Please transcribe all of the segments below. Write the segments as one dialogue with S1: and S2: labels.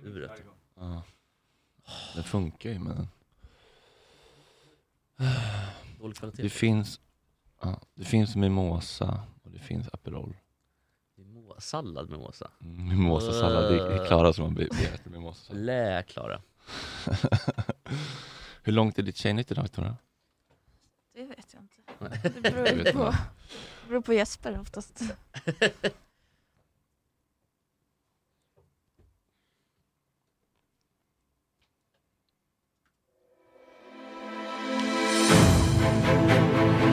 S1: vet
S2: varje
S1: du.
S2: gång.
S1: Ja. Det funkar ju men
S3: Dålig
S1: det
S3: kvalitet.
S1: finns, ja, det finns mimosa och det finns Aperol.
S3: Mimo- Sallad mimosa.
S1: Mm, Mimosasallad, det är Klara som har be- begärt en mimosasallad.
S3: Lä, Klara.
S1: Hur långt är ditt tjejnytt idag Tora?
S4: Det vet jag inte.
S3: Nej.
S4: Det beror, ju
S1: vet
S4: på,
S1: man.
S4: det beror på Jesper oftast.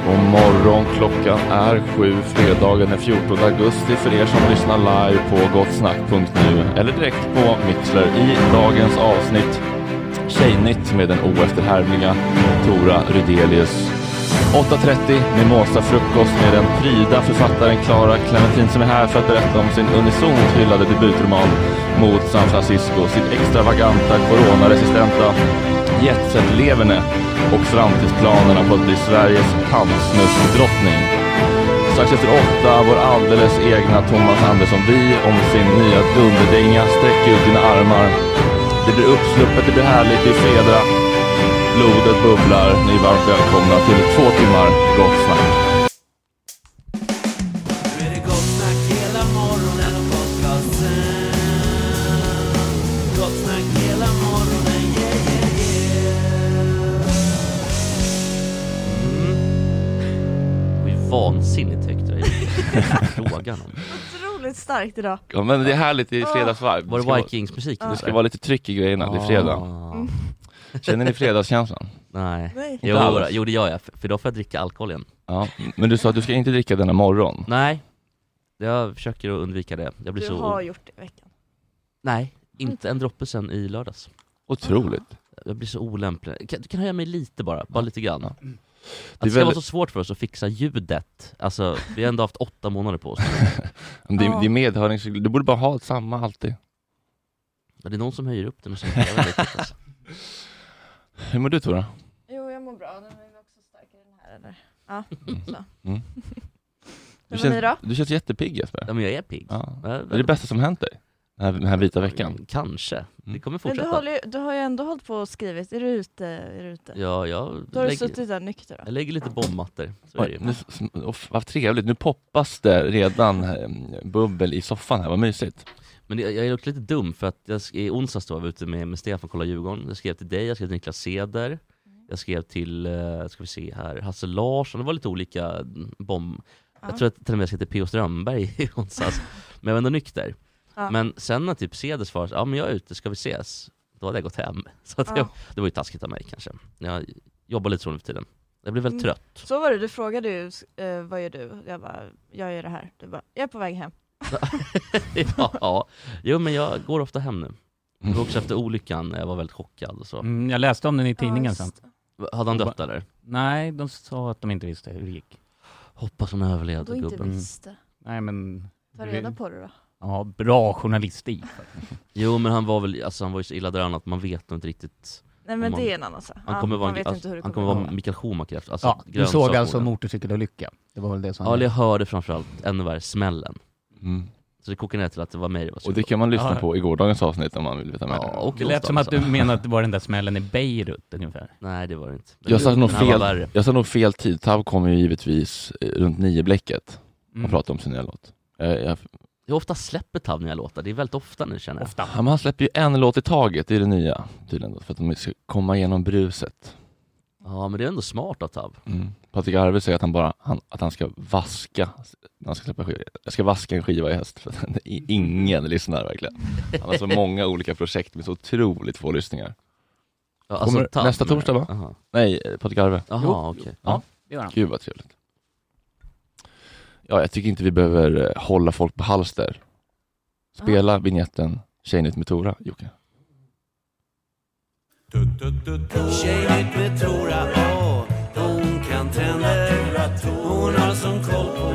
S1: God morgon, klockan är sju fredagen den 14 augusti för er som lyssnar live på gottsnack.nu eller direkt på Mixler i dagens avsnitt Tjejnytt med den oefterhärmliga Tora Rydelius. 8.30 Mimosa frukost med den pryda författaren Clara Clementin som är här för att berätta om sin unisont hyllade debutroman Mot San Francisco, sitt extravaganta coronaresistenta jetset-leverne och framtidsplanerna på att bli Sveriges tantsnuskdrottning. Strax efter åtta, vår alldeles egna Thomas Andersson Vi om sin nya dunderdänga Sträck ut dina armar. Det blir uppsluppet, det blir härligt, det är fredag. Blodet bubblar. Ni är varmt välkomna till två timmar gott snack.
S5: Nu är det gott snack hela morgonen och podcasten. Gott snack hela morgonen, yeah, yeah, yeah.
S3: Det är Mm. vansinnigt högt det är frågan om.
S4: Otroligt starkt idag.
S1: Ja, men det är härligt, det är fredagsvibe.
S3: Ah. Var
S1: ska
S3: det Vikings musik? Ah.
S1: vara- det ska vara lite tryck i grejerna, det är fredag.
S4: Mm.
S1: Känner ni fredagskänslan?
S3: Nej.
S4: Nej.
S3: Jo,
S1: alls.
S3: då- jo det gör jag, för för då får jag dricka alkohol igen.
S1: Ja, men du sa att du ska inte dricka denna morgon.
S3: Nej, jag försöker att undvika det. Jag blir
S4: Du
S3: så...
S4: har gjort det i veckan.
S3: Nej, inte en droppe sen i lördags.
S1: Otroligt.
S3: Jag blir så olämplig. Kan, du kan höja mig lite bara, bara lite grann.
S1: Ja.
S3: Att
S1: Det
S3: det
S1: är
S3: ska
S1: väl-
S3: vara så svårt för oss att fixa ljudet. Alltså, vi har ändå haft åtta månader på oss.
S1: Det är,
S4: Ja.
S1: det är medhörnings... Du borde bara ha samma alltid.
S3: Men det är någon som höjer upp den och sänker den. Jag vet inte, alltså.
S1: Hur mår du Tora?
S4: Jo, jag mår bra. Den är också starkare den här eller? Ja,
S1: Mm.
S4: så.
S1: Mm.
S4: Hur mår ni
S1: känns,
S4: då?
S1: du känns jättepigg Jesper.
S3: Ja, men jag är pigg.
S1: Ja.
S3: Jag
S1: Det är det bästa som hänt dig? Den här, den här vita veckan? Mm.
S3: Kanske. Det kommer
S4: Men du,
S3: fortsätta.
S4: håller ju, du har ju ändå hållit på och skrivit. Är du ute? Är du ute?
S3: Ja, jag
S4: Då har du
S3: lägger,
S4: suttit där nykter då?
S3: jag lägger lite bombmattor. Så är det
S1: Oj,
S3: ju.
S1: nu, off, vad trevligt, nu poppas det redan eh, bubbel i soffan här, vad mysigt.
S3: Men jag, jag är också lite dum för att jag, sk- i onsdags då var jag ute med, med Stefan och kollade Djurgården. Jag skrev till dig, jag skrev till Niklas Seder.
S4: Mm.
S3: Jag skrev till, eh, ska vi se här, Hasse Larsson. Det var lite olika mm, bomb... Jag tror att till och med jag skrev till P.O. Strömberg i onsdags. men jag var ändå nykter.
S4: Ja.
S3: Men sen när typ Seder svarade ja men jag är ute, ska vi ses? Då hade jag gått hem. Så att
S4: Ja.
S3: jag, det var ju taskigt av mig kanske. Jag jobbar lite så nu för tiden. Jag blir väldigt
S4: Mm.
S3: trött.
S4: Så var det, du frågade ju eh, vad gör du? Jag bara, jag gör det här. Du bara, jag är på väg hem.
S3: ja, Jo men jag går ofta hem nu. Det var också efter olyckan, jag var väldigt chockad och så.
S2: Mm, jag läste om den i
S4: Ja,
S2: tidningen
S4: just
S2: sen.
S4: det.
S3: Hade han dött eller?
S2: Nej, de sa att de inte visste hur det gick.
S3: Hoppas hon
S4: Och då
S3: överlevde
S4: inte
S3: gubben.
S4: visste.
S2: Nej men...
S4: Ta reda på det då.
S2: Ja, bra journalistik.
S3: Jo men han var väl, alltså han var ju så illa däran att man vet nog inte riktigt.
S4: Nej men
S3: Man-
S4: det är en annan sak.
S3: Han
S4: Ja,
S3: kommer vara,
S4: man
S3: en,
S4: vet
S3: alltså,
S4: inte hur det
S3: han
S4: kommer,
S3: kommer
S4: vara.
S3: vara Mikael Schumacher efter, alltså
S2: ja, du såg alltså
S3: grönsakorna.
S2: motorcykelolycka? Det var väl det som...
S3: Ja eller jag hörde framförallt, ännu värre, smällen.
S1: Mm.
S3: Så det kokar ner till att det var mig det var
S1: Och
S3: synd
S1: det kan man lyssna
S2: Ja.
S1: på i gårdagens avsnitt om man vill veta
S3: om.
S1: mer.
S3: Ja, och
S2: det lät
S3: onsdag,
S2: som att
S3: alltså.
S2: du menade att det var den där smällen i Beirut ungefär.
S3: Nej det var det inte.
S1: Jag satt nog
S3: Den här var
S1: fel,
S3: värre.
S1: jag satt nog fel tid, Tab kommer ju givetvis eh, runt nio-bläcket och
S2: Mm.
S1: pratar om sin nya låt. Jag, jag,
S3: Jag ofta släpper Tav nya låtar, det är väldigt ofta nu känner jag.
S2: Ofta.
S1: ja, men han släpper ju en låt i taget, det är det nya tydligen då, för att de ska komma igenom bruset.
S3: Ja men det är ändå smart av Tav.
S1: Mm. Patrik Arve säger att han bara han, att han ska vaska, när han ska släppa skiva, jag ska vaska en skiva i höst. För att i- ingen lyssnar verkligen. Han har så många olika projekt med så otroligt få lyssningar.
S3: Ja,
S1: Kommer nästa torsdag, va?
S3: Jaha,
S1: Nej, eh, Patrik Arve.
S3: Jaha okej.
S1: Ja.
S2: Ja, det gör han.
S1: Gud vad trevligt. Ja, jag tycker inte vi behöver eh, hålla folk på halster. Spela
S3: Ah.
S1: vignetten Tjejnytt med Tora, Jocke.
S5: Tjejigt med Tora A. Hon kan tänder. Hon har som koll på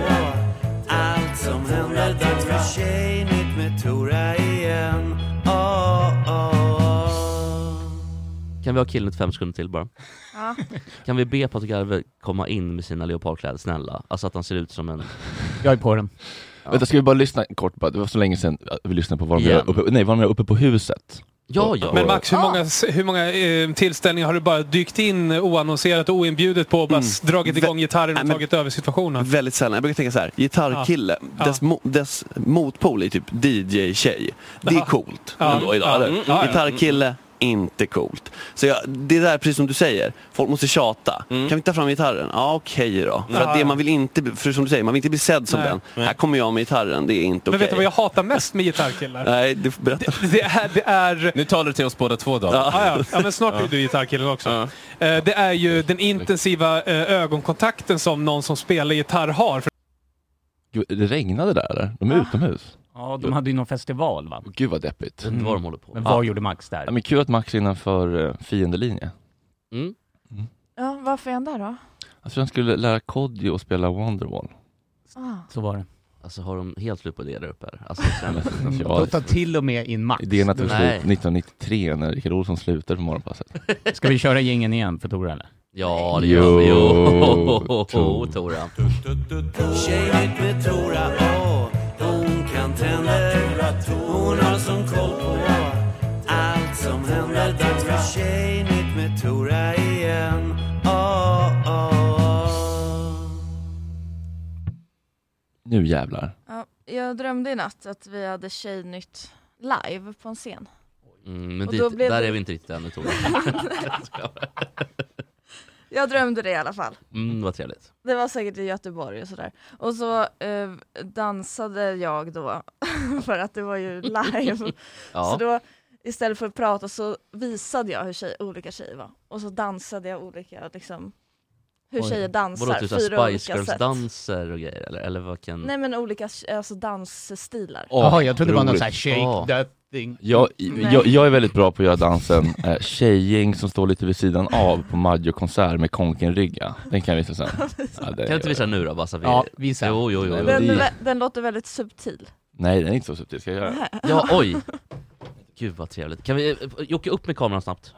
S5: allt som händer. Dags för Tjejigt med Tora igen. Ah, ah, ah.
S3: Kan vi ha killen ett fem sekunder till bara?
S4: Ja.
S3: Kan vi be Patrik Arve komma in med sina leopardkläder, snälla? Alltså att han ser ut som en...
S2: Jag är på den.
S3: Ja.
S1: Vänta, ska eh, vi bara lyssna kort? Bara, det var så länge sedan vi lyssnade på vad de
S3: Igen.
S1: gör uppe, nej, vad de gör uppe på huset.
S3: Ja, ja.
S6: Men Max, hur
S4: Ah.
S6: många, hur många eh, tillställningar har du bara dykt in oannonserat och oinbjudet på och
S1: Mm.
S6: bara s- dragit igång gitarren och
S7: Nej, men-
S6: tagit över situationen?
S7: Väldigt sällan. Jag brukar tänka så här, gitarrkille,
S6: Ja.
S7: Dess, mo- dess motpol är typ DJ-tjej. Det är
S6: Ja.
S7: coolt
S6: Ja.
S7: ändå idag,
S6: Ja.
S7: eller?
S6: Mm. Ja, ja.
S7: Gitarrkille, inte coolt. Så jag, det är där precis som du säger, folk måste tjata.
S8: Mm.
S7: Kan vi ta fram gitarren? Ja, okej då. För
S6: Ja,
S7: att det
S6: ja.
S7: man vill inte, bli- för som du säger, man vill inte bli sedd som
S6: Nej.
S7: den. Här kommer jag med gitarren, det är inte okej.
S6: Men vet du vad jag hatar mest med gitarrkillar?
S7: Nej, du får berätta.
S6: Det är, det är
S8: Nu talar du till oss båda två då.
S6: Ja, ja. ja, men snart är du gitarrkillen också. Eh, Det är ju den intensiva eh, ögonkontakten som någon som spelar gitarr har. För
S1: Gud, det regnade där eller? De är utomhus.
S2: Ja, de hade ju någon festival va? Mm.
S1: Gud vad deppigt.
S3: Jag vet inte vad de håller på Ah.
S2: Men
S3: med.
S2: vad gjorde Max där?
S1: Ja, Men kul att Max är innanför eh, fiendelinje.
S3: Mm.
S4: Ja, varför är han där då?
S1: Jag tror han skulle lära Kodjo att spela Wonderwall.
S2: Mm.
S4: Ah.
S2: Så var det.
S3: Alltså har de helt slut på det där uppe? här? Alltså,
S1: Ja,
S2: Då tar till och med in Max.
S1: idén att det var
S3: Nej.
S1: slut 1993 när Rickard Olsson slutade på morgonpasset.
S2: Ska vi köra gängen igen för Tora eller?
S3: ja, det gör vi.
S1: Jo,
S3: Jo,
S1: Tor.
S3: Tora.
S5: Tjejnytt med Tora Å Hon kan tänder Hon har sån koll på Allt som händer Dags för Tjejnytt med Tora igen Åh, åh, åh.
S1: Nu jävlar.
S4: Ja, jag drömde i natt att vi hade Tjejnytt live på en scen.
S3: Mm, men
S4: Och då
S3: dit,
S4: blev
S3: där
S4: det-
S3: är vi inte riktigt ännu Tora.
S4: Jag drömde det i alla fall.
S3: Mm, vad trevligt.
S4: Det var säkert i Göteborg och sådär. Och så eh, dansade jag då, för att det var ju live. Så
S3: Ja.
S4: då, istället för att prata så visade jag hur tjej, olika tjejer var. Och så dansade jag olika, liksom, hur
S2: Oj.
S4: tjejer dansar.
S3: Vadå, typ
S4: fyra
S3: såhär Spice
S4: olika sätt.
S3: Girls-danser och grejer eller? Eller vad kan...
S4: Nej men olika alltså, dansstilar.
S2: Jaha, jag trodde det var någon sån här shake
S3: Ja.
S2: that thing.
S1: Jag,
S4: Nej.
S1: jag, jag är väldigt bra på att göra dansen eh, tjejgäng som står lite vid sidan av på Maggio-konsert med konkenrygga. Den kan jag visa sen. Ja, det
S3: Kan du inte visa den nu då? Bara så att vi...
S2: Ja, visa.
S3: Jo, jo, jo.
S1: Nej,
S3: jo.
S1: men-
S4: Den,
S1: det-
S4: vä- den låter väldigt subtil.
S1: Nej, den är inte så subtil. Ska jag göra den?
S3: Ja, oj! Gud vad trevligt. Kan vi... eh, Jocke, upp med kameran snabbt.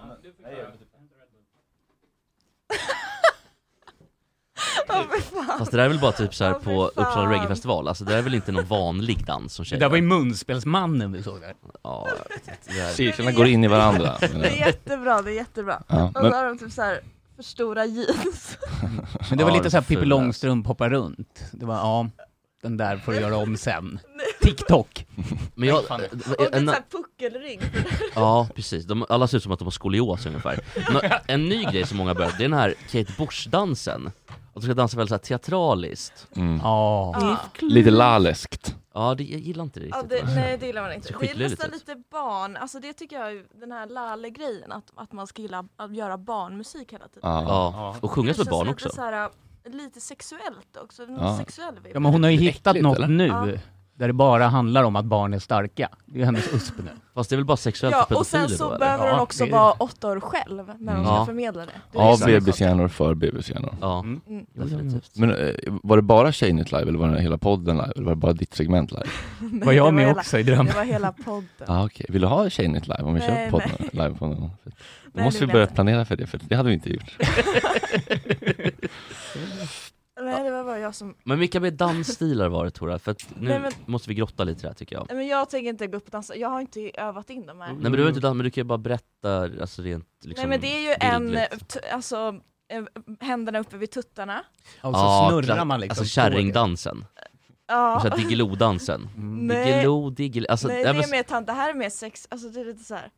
S4: Åh, fy fan.
S3: Fast det där är väl bara typ så här
S4: Åh, fy
S3: på
S4: fan.
S3: Uppsala Reggae-festival, alltså det där är väl inte någon vanlig dans som
S2: Det
S3: tjejer
S2: där var ju munspelsmannen vi såg där.
S3: Ja, det där...
S1: Cirklarna går in i varandra.
S4: Det är jättebra, det är jättebra.
S1: Ja,
S4: Och
S1: men-
S4: så har de typ så här för stora jeans.
S2: Men det var
S3: Ja,
S2: lite såhär Pippi
S3: fula.
S2: Långstrump hoppar runt. Det var, ja, den där får du göra om sen. TikTok.
S3: Men jag... eh,
S2: Fan.
S4: Och det är
S3: en-
S4: så här puckelring.
S3: Ja, precis. De, alla ser ut som att de har skolios ungefär. Nå- En ny grej som många börjat, det är den här Kate Bush-dansen. Att de ska dansa väldigt så här teatraliskt.
S2: Ja.
S4: Ja.
S1: Mm. Lite laleskt.
S3: Ja, det, jag gillar inte det
S4: Ja,
S3: riktigt. Alltså.
S4: det, nej det gillar man
S3: Det
S4: inte.
S3: är
S4: Det är
S3: skitlöjligt
S4: nästan
S3: ut.
S4: lite barn, alltså det tycker jag är den här Lalle-grejen, att, att man ska gilla att göra barnmusik hela tiden.
S1: Ja.
S3: Ja, och sjunga som ett barn
S4: lite,
S3: också.
S4: så här, äh, lite sexuellt också, någon
S1: Ja.
S4: sexuell vibb.
S2: Ja men hon har ju hittat
S1: äckligt,
S2: något
S1: eller?
S2: nu,
S4: Ja.
S2: där det bara handlar om att barn är starka. Det är ju hennes USP nu.
S3: Fast det är väl bara sexuellt
S4: Ja,
S3: för
S4: och sen
S3: pedofiler
S4: så
S3: då eller?
S4: behöver hon
S2: Ja,
S4: också
S2: det-
S4: vara åtta år själv när
S1: Mm.
S4: hon ska
S3: Mm. Ja.
S4: förmedla det. det är
S1: Av
S4: liksom-
S1: BB-scener för BB-scener.
S3: Ja,
S2: Mm.
S4: Mm.
S3: definitivt.
S1: Men eh, var det bara Tjejnytt live eller var det hela podden live? Eller var det bara ditt segment live?
S4: Nej,
S2: Var
S4: det
S2: jag med
S4: hela-
S2: också i drömmen?
S4: Det var hela podden.
S1: Ah, okej. Vill du ha Tjejnytt live om vi kör
S4: Nej,
S1: podden live på någon? Då
S4: det
S1: måste
S4: vill
S1: vi
S4: jag
S1: börja
S4: inte.
S1: planera för det, för det hade vi inte gjort.
S4: liksom- Nej det var bara jag som,
S3: Men vilka mer dansstilar var det Tora? För att nu
S4: Nej, men- Mm.
S3: måste vi grotta lite i det här tycker jag.
S4: nej men jag tänker inte gå upp och dansa, jag har inte övat in de här.
S3: Nej men du, har inte dans, men du kan ju bara berätta alltså rent liksom,
S4: Nej men det är ju en,
S3: bildligt.
S4: eh, t- alltså eh, händerna uppe vid tuttarna.
S2: Och så
S3: Ja,
S2: snurrar
S3: kla-
S2: man liksom.
S3: Alltså kärringdansen,
S4: Ja.
S3: ja. Diggiloo-dansen.
S2: Mm.
S4: Nej,
S3: Diggiloo, Diggiloo, alltså,
S4: nej det
S3: nej, men-
S4: är mer tant, det här är mer sex, alltså det är lite såhär.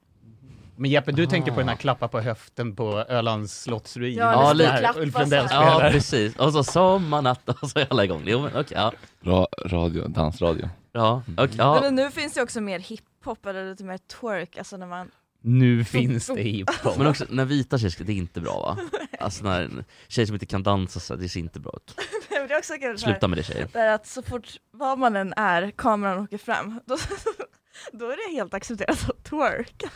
S2: Men Jeppe, du tänker på den här klappa på höften på Ölands slottsruin?
S4: Ja,
S3: Ja, lite.
S2: Där Ulf
S4: klappa
S2: Lundell
S4: så här.
S2: spelar.
S3: Ja precis, och så sommarnatt och så är alla igång. Jo men okej, ja.
S1: Ra radio, dansradio.
S3: Ja, okej,
S4: Nej,
S3: ja.
S4: Men nu finns det också mer hiphop eller lite mer twerk, alltså när man
S2: Nu finns det hiphop.
S3: Men också när vita tjejer, ska- det är inte bra va? Alltså när en tjej som inte kan dansa så, här, det ser inte bra ut.
S4: Det är också kul så här,
S3: Sluta med det tjejer.
S4: där att så fort vad man än är, kameran åker fram, då, då är det helt accepterat att twerka.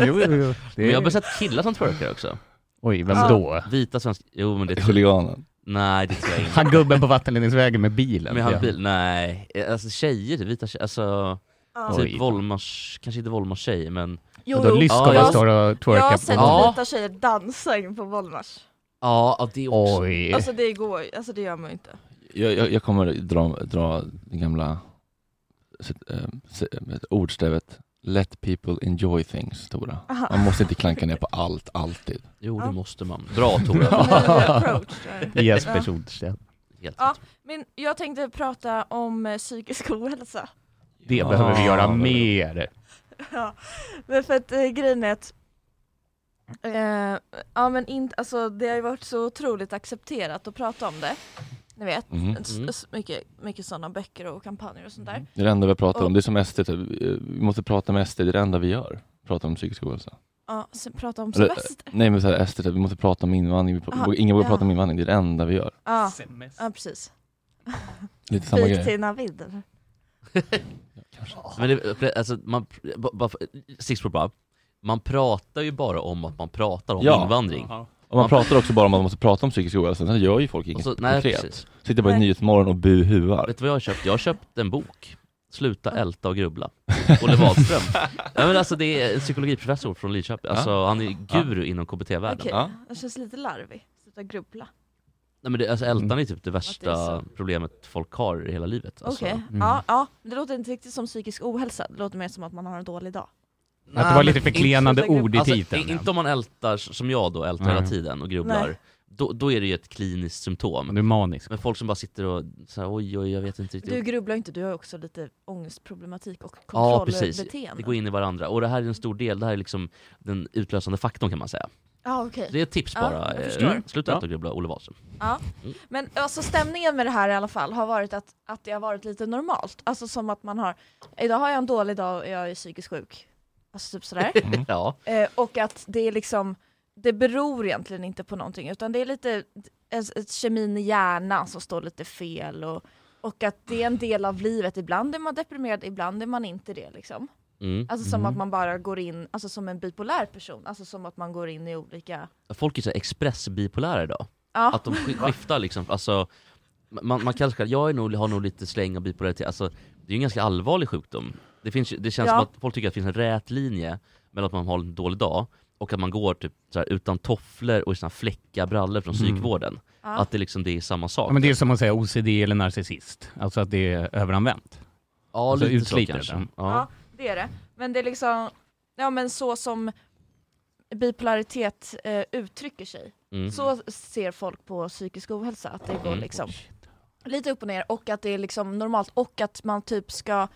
S2: Jo, jo, jo. Det
S3: Men jag har
S2: är...
S3: börjat sett killar som twerkar också.
S2: Oj, vem
S4: Ja.
S2: då?
S3: Vita svenska, jo men det tror jag
S1: Huliganen.
S3: Nej det tror jag inte.
S2: Han gubben på vattenledningsvägen med bilen.
S3: Med han
S2: Ja.
S3: bil, nej. Alltså tjejer, vita tjejer, alltså
S4: Ja.
S2: Oj.
S3: typ Volmars, kanske inte Volmars tjej men
S4: Jo,
S2: Då
S4: jo.
S2: Lyskova
S3: Ja, jag-
S2: står och
S4: jag
S2: twerkar
S4: har
S2: på
S4: sett
S2: bilen.
S3: Ja.
S4: vita tjejer dansa in på Volmars.
S3: Ja, ja, det är också.
S2: Oj.
S4: Alltså det går alltså det gör man ju inte.
S1: Jag, jag, jag ehm, kommer dra, dra den gamla se- eh, se- eh, ordstävet Let people enjoy things, Tora.
S4: Aha.
S1: Man måste inte klanka ner på allt, alltid.
S3: Jo, det
S4: Ja.
S3: måste man. Bra Tora.
S4: Ny approach där. Ja.
S2: Jesper Olsten.
S3: Helt
S4: Ja.
S3: rätt.
S4: Men jag tänkte prata om eh, psykisk ohälsa.
S2: Det
S1: Ja.
S2: behöver vi göra
S1: Ja.
S2: mer.
S4: Ja, men för att eh, grejen är att eh, ja, men inte, alltså, det har ju varit så otroligt accepterat att prata om det. Ni vet,
S1: Mhm.
S4: s-
S3: Mm.
S4: s- mycket, mycket sådana böcker och kampanjer och sånt där.
S1: Det är det enda vi pratar
S4: Och-
S1: om. Det är som SD, typ. vi måste prata med SD, det är det enda vi gör. Prata om psykisk ohälsa.
S4: Ja, sen prata om
S1: Eller- eh,
S4: semester.
S1: Nej men så här, SD, typ. vi måste prata om invandring, vi pr-
S4: Aha,
S1: ingen vågar
S4: ja.
S1: prata om invandring, det är det enda vi gör.
S4: Ja, ja precis.
S1: Lite samma
S4: Spik
S1: grej.
S4: till Navid. eller?
S3: Men det, alltså, man, bara- bara- stickspår bara. Man pratar ju bara om att man pratar om
S1: Ja.
S3: invandring.
S1: Och man pratar också bara om att man måste prata om psykisk ohälsa, sen gör ju folk
S3: Och
S1: inget
S3: så, nej,
S1: konkret.
S3: precis.
S1: Sitter bara i
S4: Nej.
S1: Nyhetsmorgon och buhuar.
S3: Vet du vad jag har köpt? Jag har köpt en bok. Sluta älta och grubbla. Olle Wahlström. Nej, men alltså, det är en psykologiprofessor från Lidköping. Alltså, han är guru inom KBT-världen.
S4: Okej,
S1: Ja.
S4: det känns lite larvig. Sluta grubbla.
S3: Nej, men det, alltså, ältan är typ det värsta
S4: Att Mm. det är
S3: problemet folk har i hela livet. Alltså,
S4: Okej, ja, ja. Men Det låter inte riktigt som psykisk ohälsa, det låter mer som att man har en dålig dag.
S2: Att det var lite förklenande ord i
S3: Alltså,
S2: titeln.
S3: i- inte om man ältar, som jag då, ältar hela
S2: Mm.
S3: tiden och grubblar.
S4: Nej.
S3: Då, då är det ju ett kliniskt
S2: Men
S3: symptom.
S2: Du är manisk.
S3: Men folk som bara sitter och säger oj, oj, jag vet inte riktigt.
S4: Du grubblar ju inte, du har ju också lite ångestproblematik och
S3: Ja, precis.
S4: kontrollbeteende.
S3: Det går in i varandra. Och det här är en stor del, det här är liksom den utlösande faktorn kan man säga.
S4: Ja, okej.
S3: Så det är ett tips
S4: Ja,
S3: bara.
S4: jag
S3: Eh,
S4: förstår.
S3: mm. Sluta
S7: Ja.
S3: älta och grubbla, Olle Wahlström. Mm.
S4: Men alltså stämningen med det här i alla fall har varit att, att det har varit lite normalt. Alltså som att man har, idag har jag en dålig dag och jag är psykiskt sjuk. Alltså typ sådär.
S3: Ja.
S4: eh, och att det är liksom, det beror egentligen inte på någonting utan det är lite ett, ett kemin i hjärnan som står lite fel och, och att det är en del av livet. Ibland är man deprimerad, ibland är man inte det liksom.
S3: Mm.
S4: Alltså som att man bara går in, alltså som en bipolär person, alltså som att man går in i olika...
S3: Folk är så här expressbipolära idag.
S4: Ja.
S3: Att de sk- skiftar liksom, alltså man, man kanske, jag är nog, har nog lite släng av bipolaritet, alltså det är ju en ganska allvarlig sjukdom. Det, finns, ju- det känns
S4: Ja.
S3: som att folk tycker att det finns en rät linje mellan att man har en dålig dag och att man går typ så här, utan tofflor och i sina fläckiga brallor från psykvården.
S4: Ja.
S3: Att det liksom det är samma sak.
S2: Mm. Ja, men det är som att säga OCD eller narcissist. Alltså att det är överanvänt.
S3: Ja,
S2: Alltså
S3: lite så
S2: utslitet.
S3: kanske. Ja.
S2: Mm.
S4: Ja, det är det. Men det är liksom, ja men så som bipolaritet eh, uttrycker sig.
S3: Mm.
S4: Så ser folk på psykisk ohälsa, att det går
S3: Mm.
S4: liksom lite upp och ner och att det är liksom normalt och att man typ ska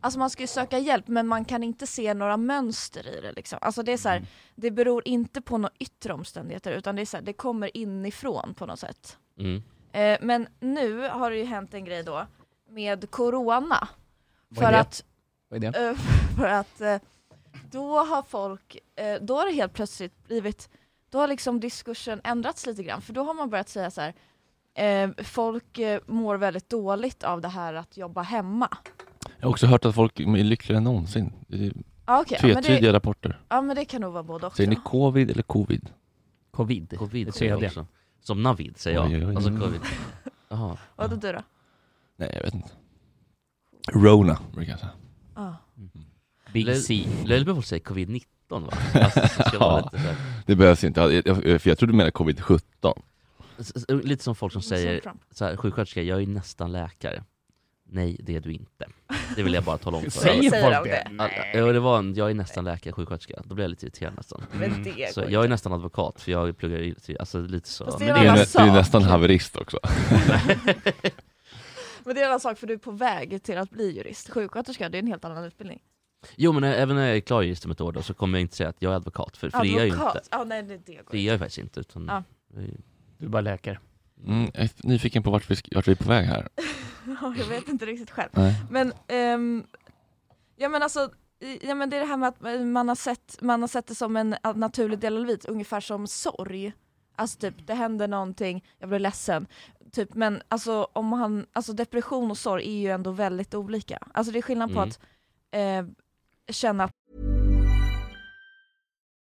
S4: Alltså man ska ju söka hjälp men man kan inte se några mönster i det liksom. Alltså det är så här,
S3: Mm.
S4: det beror inte på några yttre omständigheter utan det är så här, det kommer inifrån på något sätt.
S3: Mm.
S4: Eh, men nu har det ju hänt en grej då med corona.
S2: Vad är
S4: För
S2: det?
S4: att,
S2: Vad är det?
S4: eh, för att eh, då har folk, eh, då har det helt plötsligt blivit, då har liksom diskursen ändrats lite grann. För då har man börjat säga så här, eh, folk eh, mår väldigt dåligt av det här att jobba hemma.
S1: Jag har också hört att folk är lyckligare än någonsin. Det är
S4: Ja, okej. ja, men
S1: tvetydiga
S4: det,
S1: rapporter.
S4: ja men det kan nog vara både och.
S1: Säger ni
S4: då.
S1: covid eller covid?
S2: Covid.
S3: Covid
S2: Det
S3: säger jag
S2: tredje.
S3: också. Som navid säger jag.
S1: Oj, oj, oj.
S3: Alltså covid. Jaha.
S4: Vadå du då?
S1: Nej, jag vet inte. Rona, brukar jag säga.
S4: Ja.
S2: Big C.
S3: Löjligt med folk säger covid-19 va? Alltså, så ska vara
S1: Ja.
S3: lite, så här.
S1: Det behövs inte, jag, jag, för jag tror du menar covid-17.
S3: S- s- lite som folk som säger
S4: Trump.
S3: så här, sjuksköterska, jag är nästan läkare. Nej, det är du inte. Det vill jag bara tala om för
S4: Säg-
S3: er.
S2: Säger
S4: Säger
S2: folk
S4: de
S2: det?
S3: Ja, det var en, jag är nästan läkare, sjuksköterska. Då blev jag lite irriterad nästan. Mm.
S4: Men det
S3: Så
S4: går
S3: jag är
S4: inte.
S3: nästan advokat, för jag pluggar i- till- alltså lite så.
S4: Fast det
S3: Men
S1: Det är,
S4: Vad
S1: nä, det är
S4: sa-
S1: nästan haverist också.
S4: Men det är en annan sak för du är på väg till att bli jurist. Sjuksköterska, det är en helt annan utbildning.
S3: jo men även när jag är klar just om ett år då, så kommer jag inte säga att jag är advokat, för, för det är jag ju inte.
S4: Ja, nej, det, det går
S3: Det är jag ju faktiskt inte. Utan
S4: Ja.
S2: Du är bara läkare.
S1: Mm, jag är nyfiken på vart vi, sk- vart vi är på väg här.
S4: Ja, jag vet inte riktigt själv.
S1: Nej.
S4: Men, ehm, ja men alltså, i- ja men det är det här med att eh, man har sett, man har sett det som en naturlig del av livet, ungefär som sorg. Alltså typ, det händer någonting, jag blir ledsen. Typ, men alltså, om han, alltså depression och sorg är ju ändå väldigt olika. Alltså det är skillnad på
S3: Mm.
S4: att eh, känna att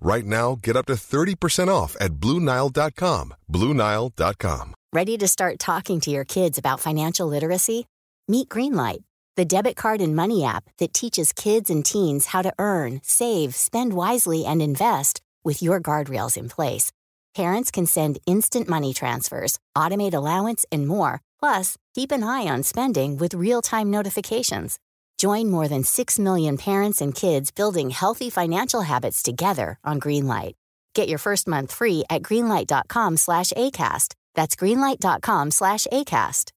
S9: Right now, get up to 30% off at BlueNile.com. BlueNile.com.
S10: Ready to start talking to your kids about financial literacy? Meet Greenlight, the debit card and money app that teaches kids and teens how to earn, save, spend wisely, and invest with your guardrails in place. Parents can send instant money transfers, automate allowance, and more. Plus, keep an eye on spending with real time notifications. Join more than 6 million parents and kids building healthy financial habits together on Greenlight. Get your first month free at greenlight.com slash ACAST. That's greenlight.com slash ACAST.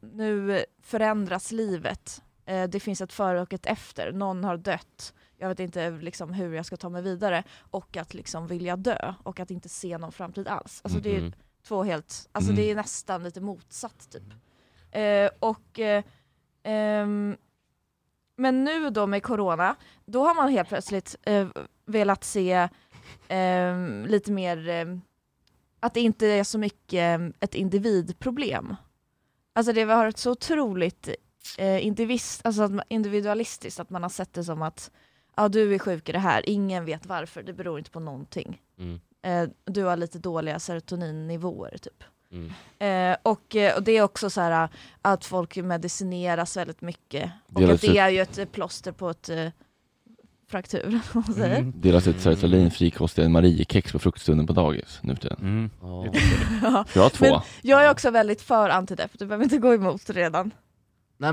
S4: nu förändras livet. Eh, Det finns ett före och ett efter. Någon har dött. Jag vet inte liksom hur jag ska ta mig vidare. Och att liksom vilja dö och att inte se någon framtid alls. Alltså det är
S11: Mhm.
S4: två helt, alltså
S11: Mm.
S4: det är nästan lite motsatt typ. Eh, och eh, ehm, men nu då med corona, då har man helt plötsligt eh, velat se ehm, lite mer ehm, att det inte är så mycket eh, ett individproblem. Alltså det har varit så otroligt eh, indivis- alltså att man- individualistiskt att man har sett det som att ja, du är sjuk i det här, ingen vet varför, det beror inte på någonting.
S3: Mm.
S4: Eh, du har lite dåliga serotoninnivåer typ.
S3: Mm.
S4: Eh, och, eh, och det är också så här eh, att folk medicineras väldigt mycket. Och
S1: Delas
S4: att det
S1: ut-
S4: är ju ett eh, plåster på ett eh, fraktur, eller vad man säger.
S3: Mm.
S1: Delas ut sertralin, frikostiga Mariekex på fruktstunden på dagis nu för tiden.
S3: Mm. Ja.
S1: Jag har två.
S4: Men jag är också väldigt för antidepp, du behöver inte gå emot redan.
S3: Nej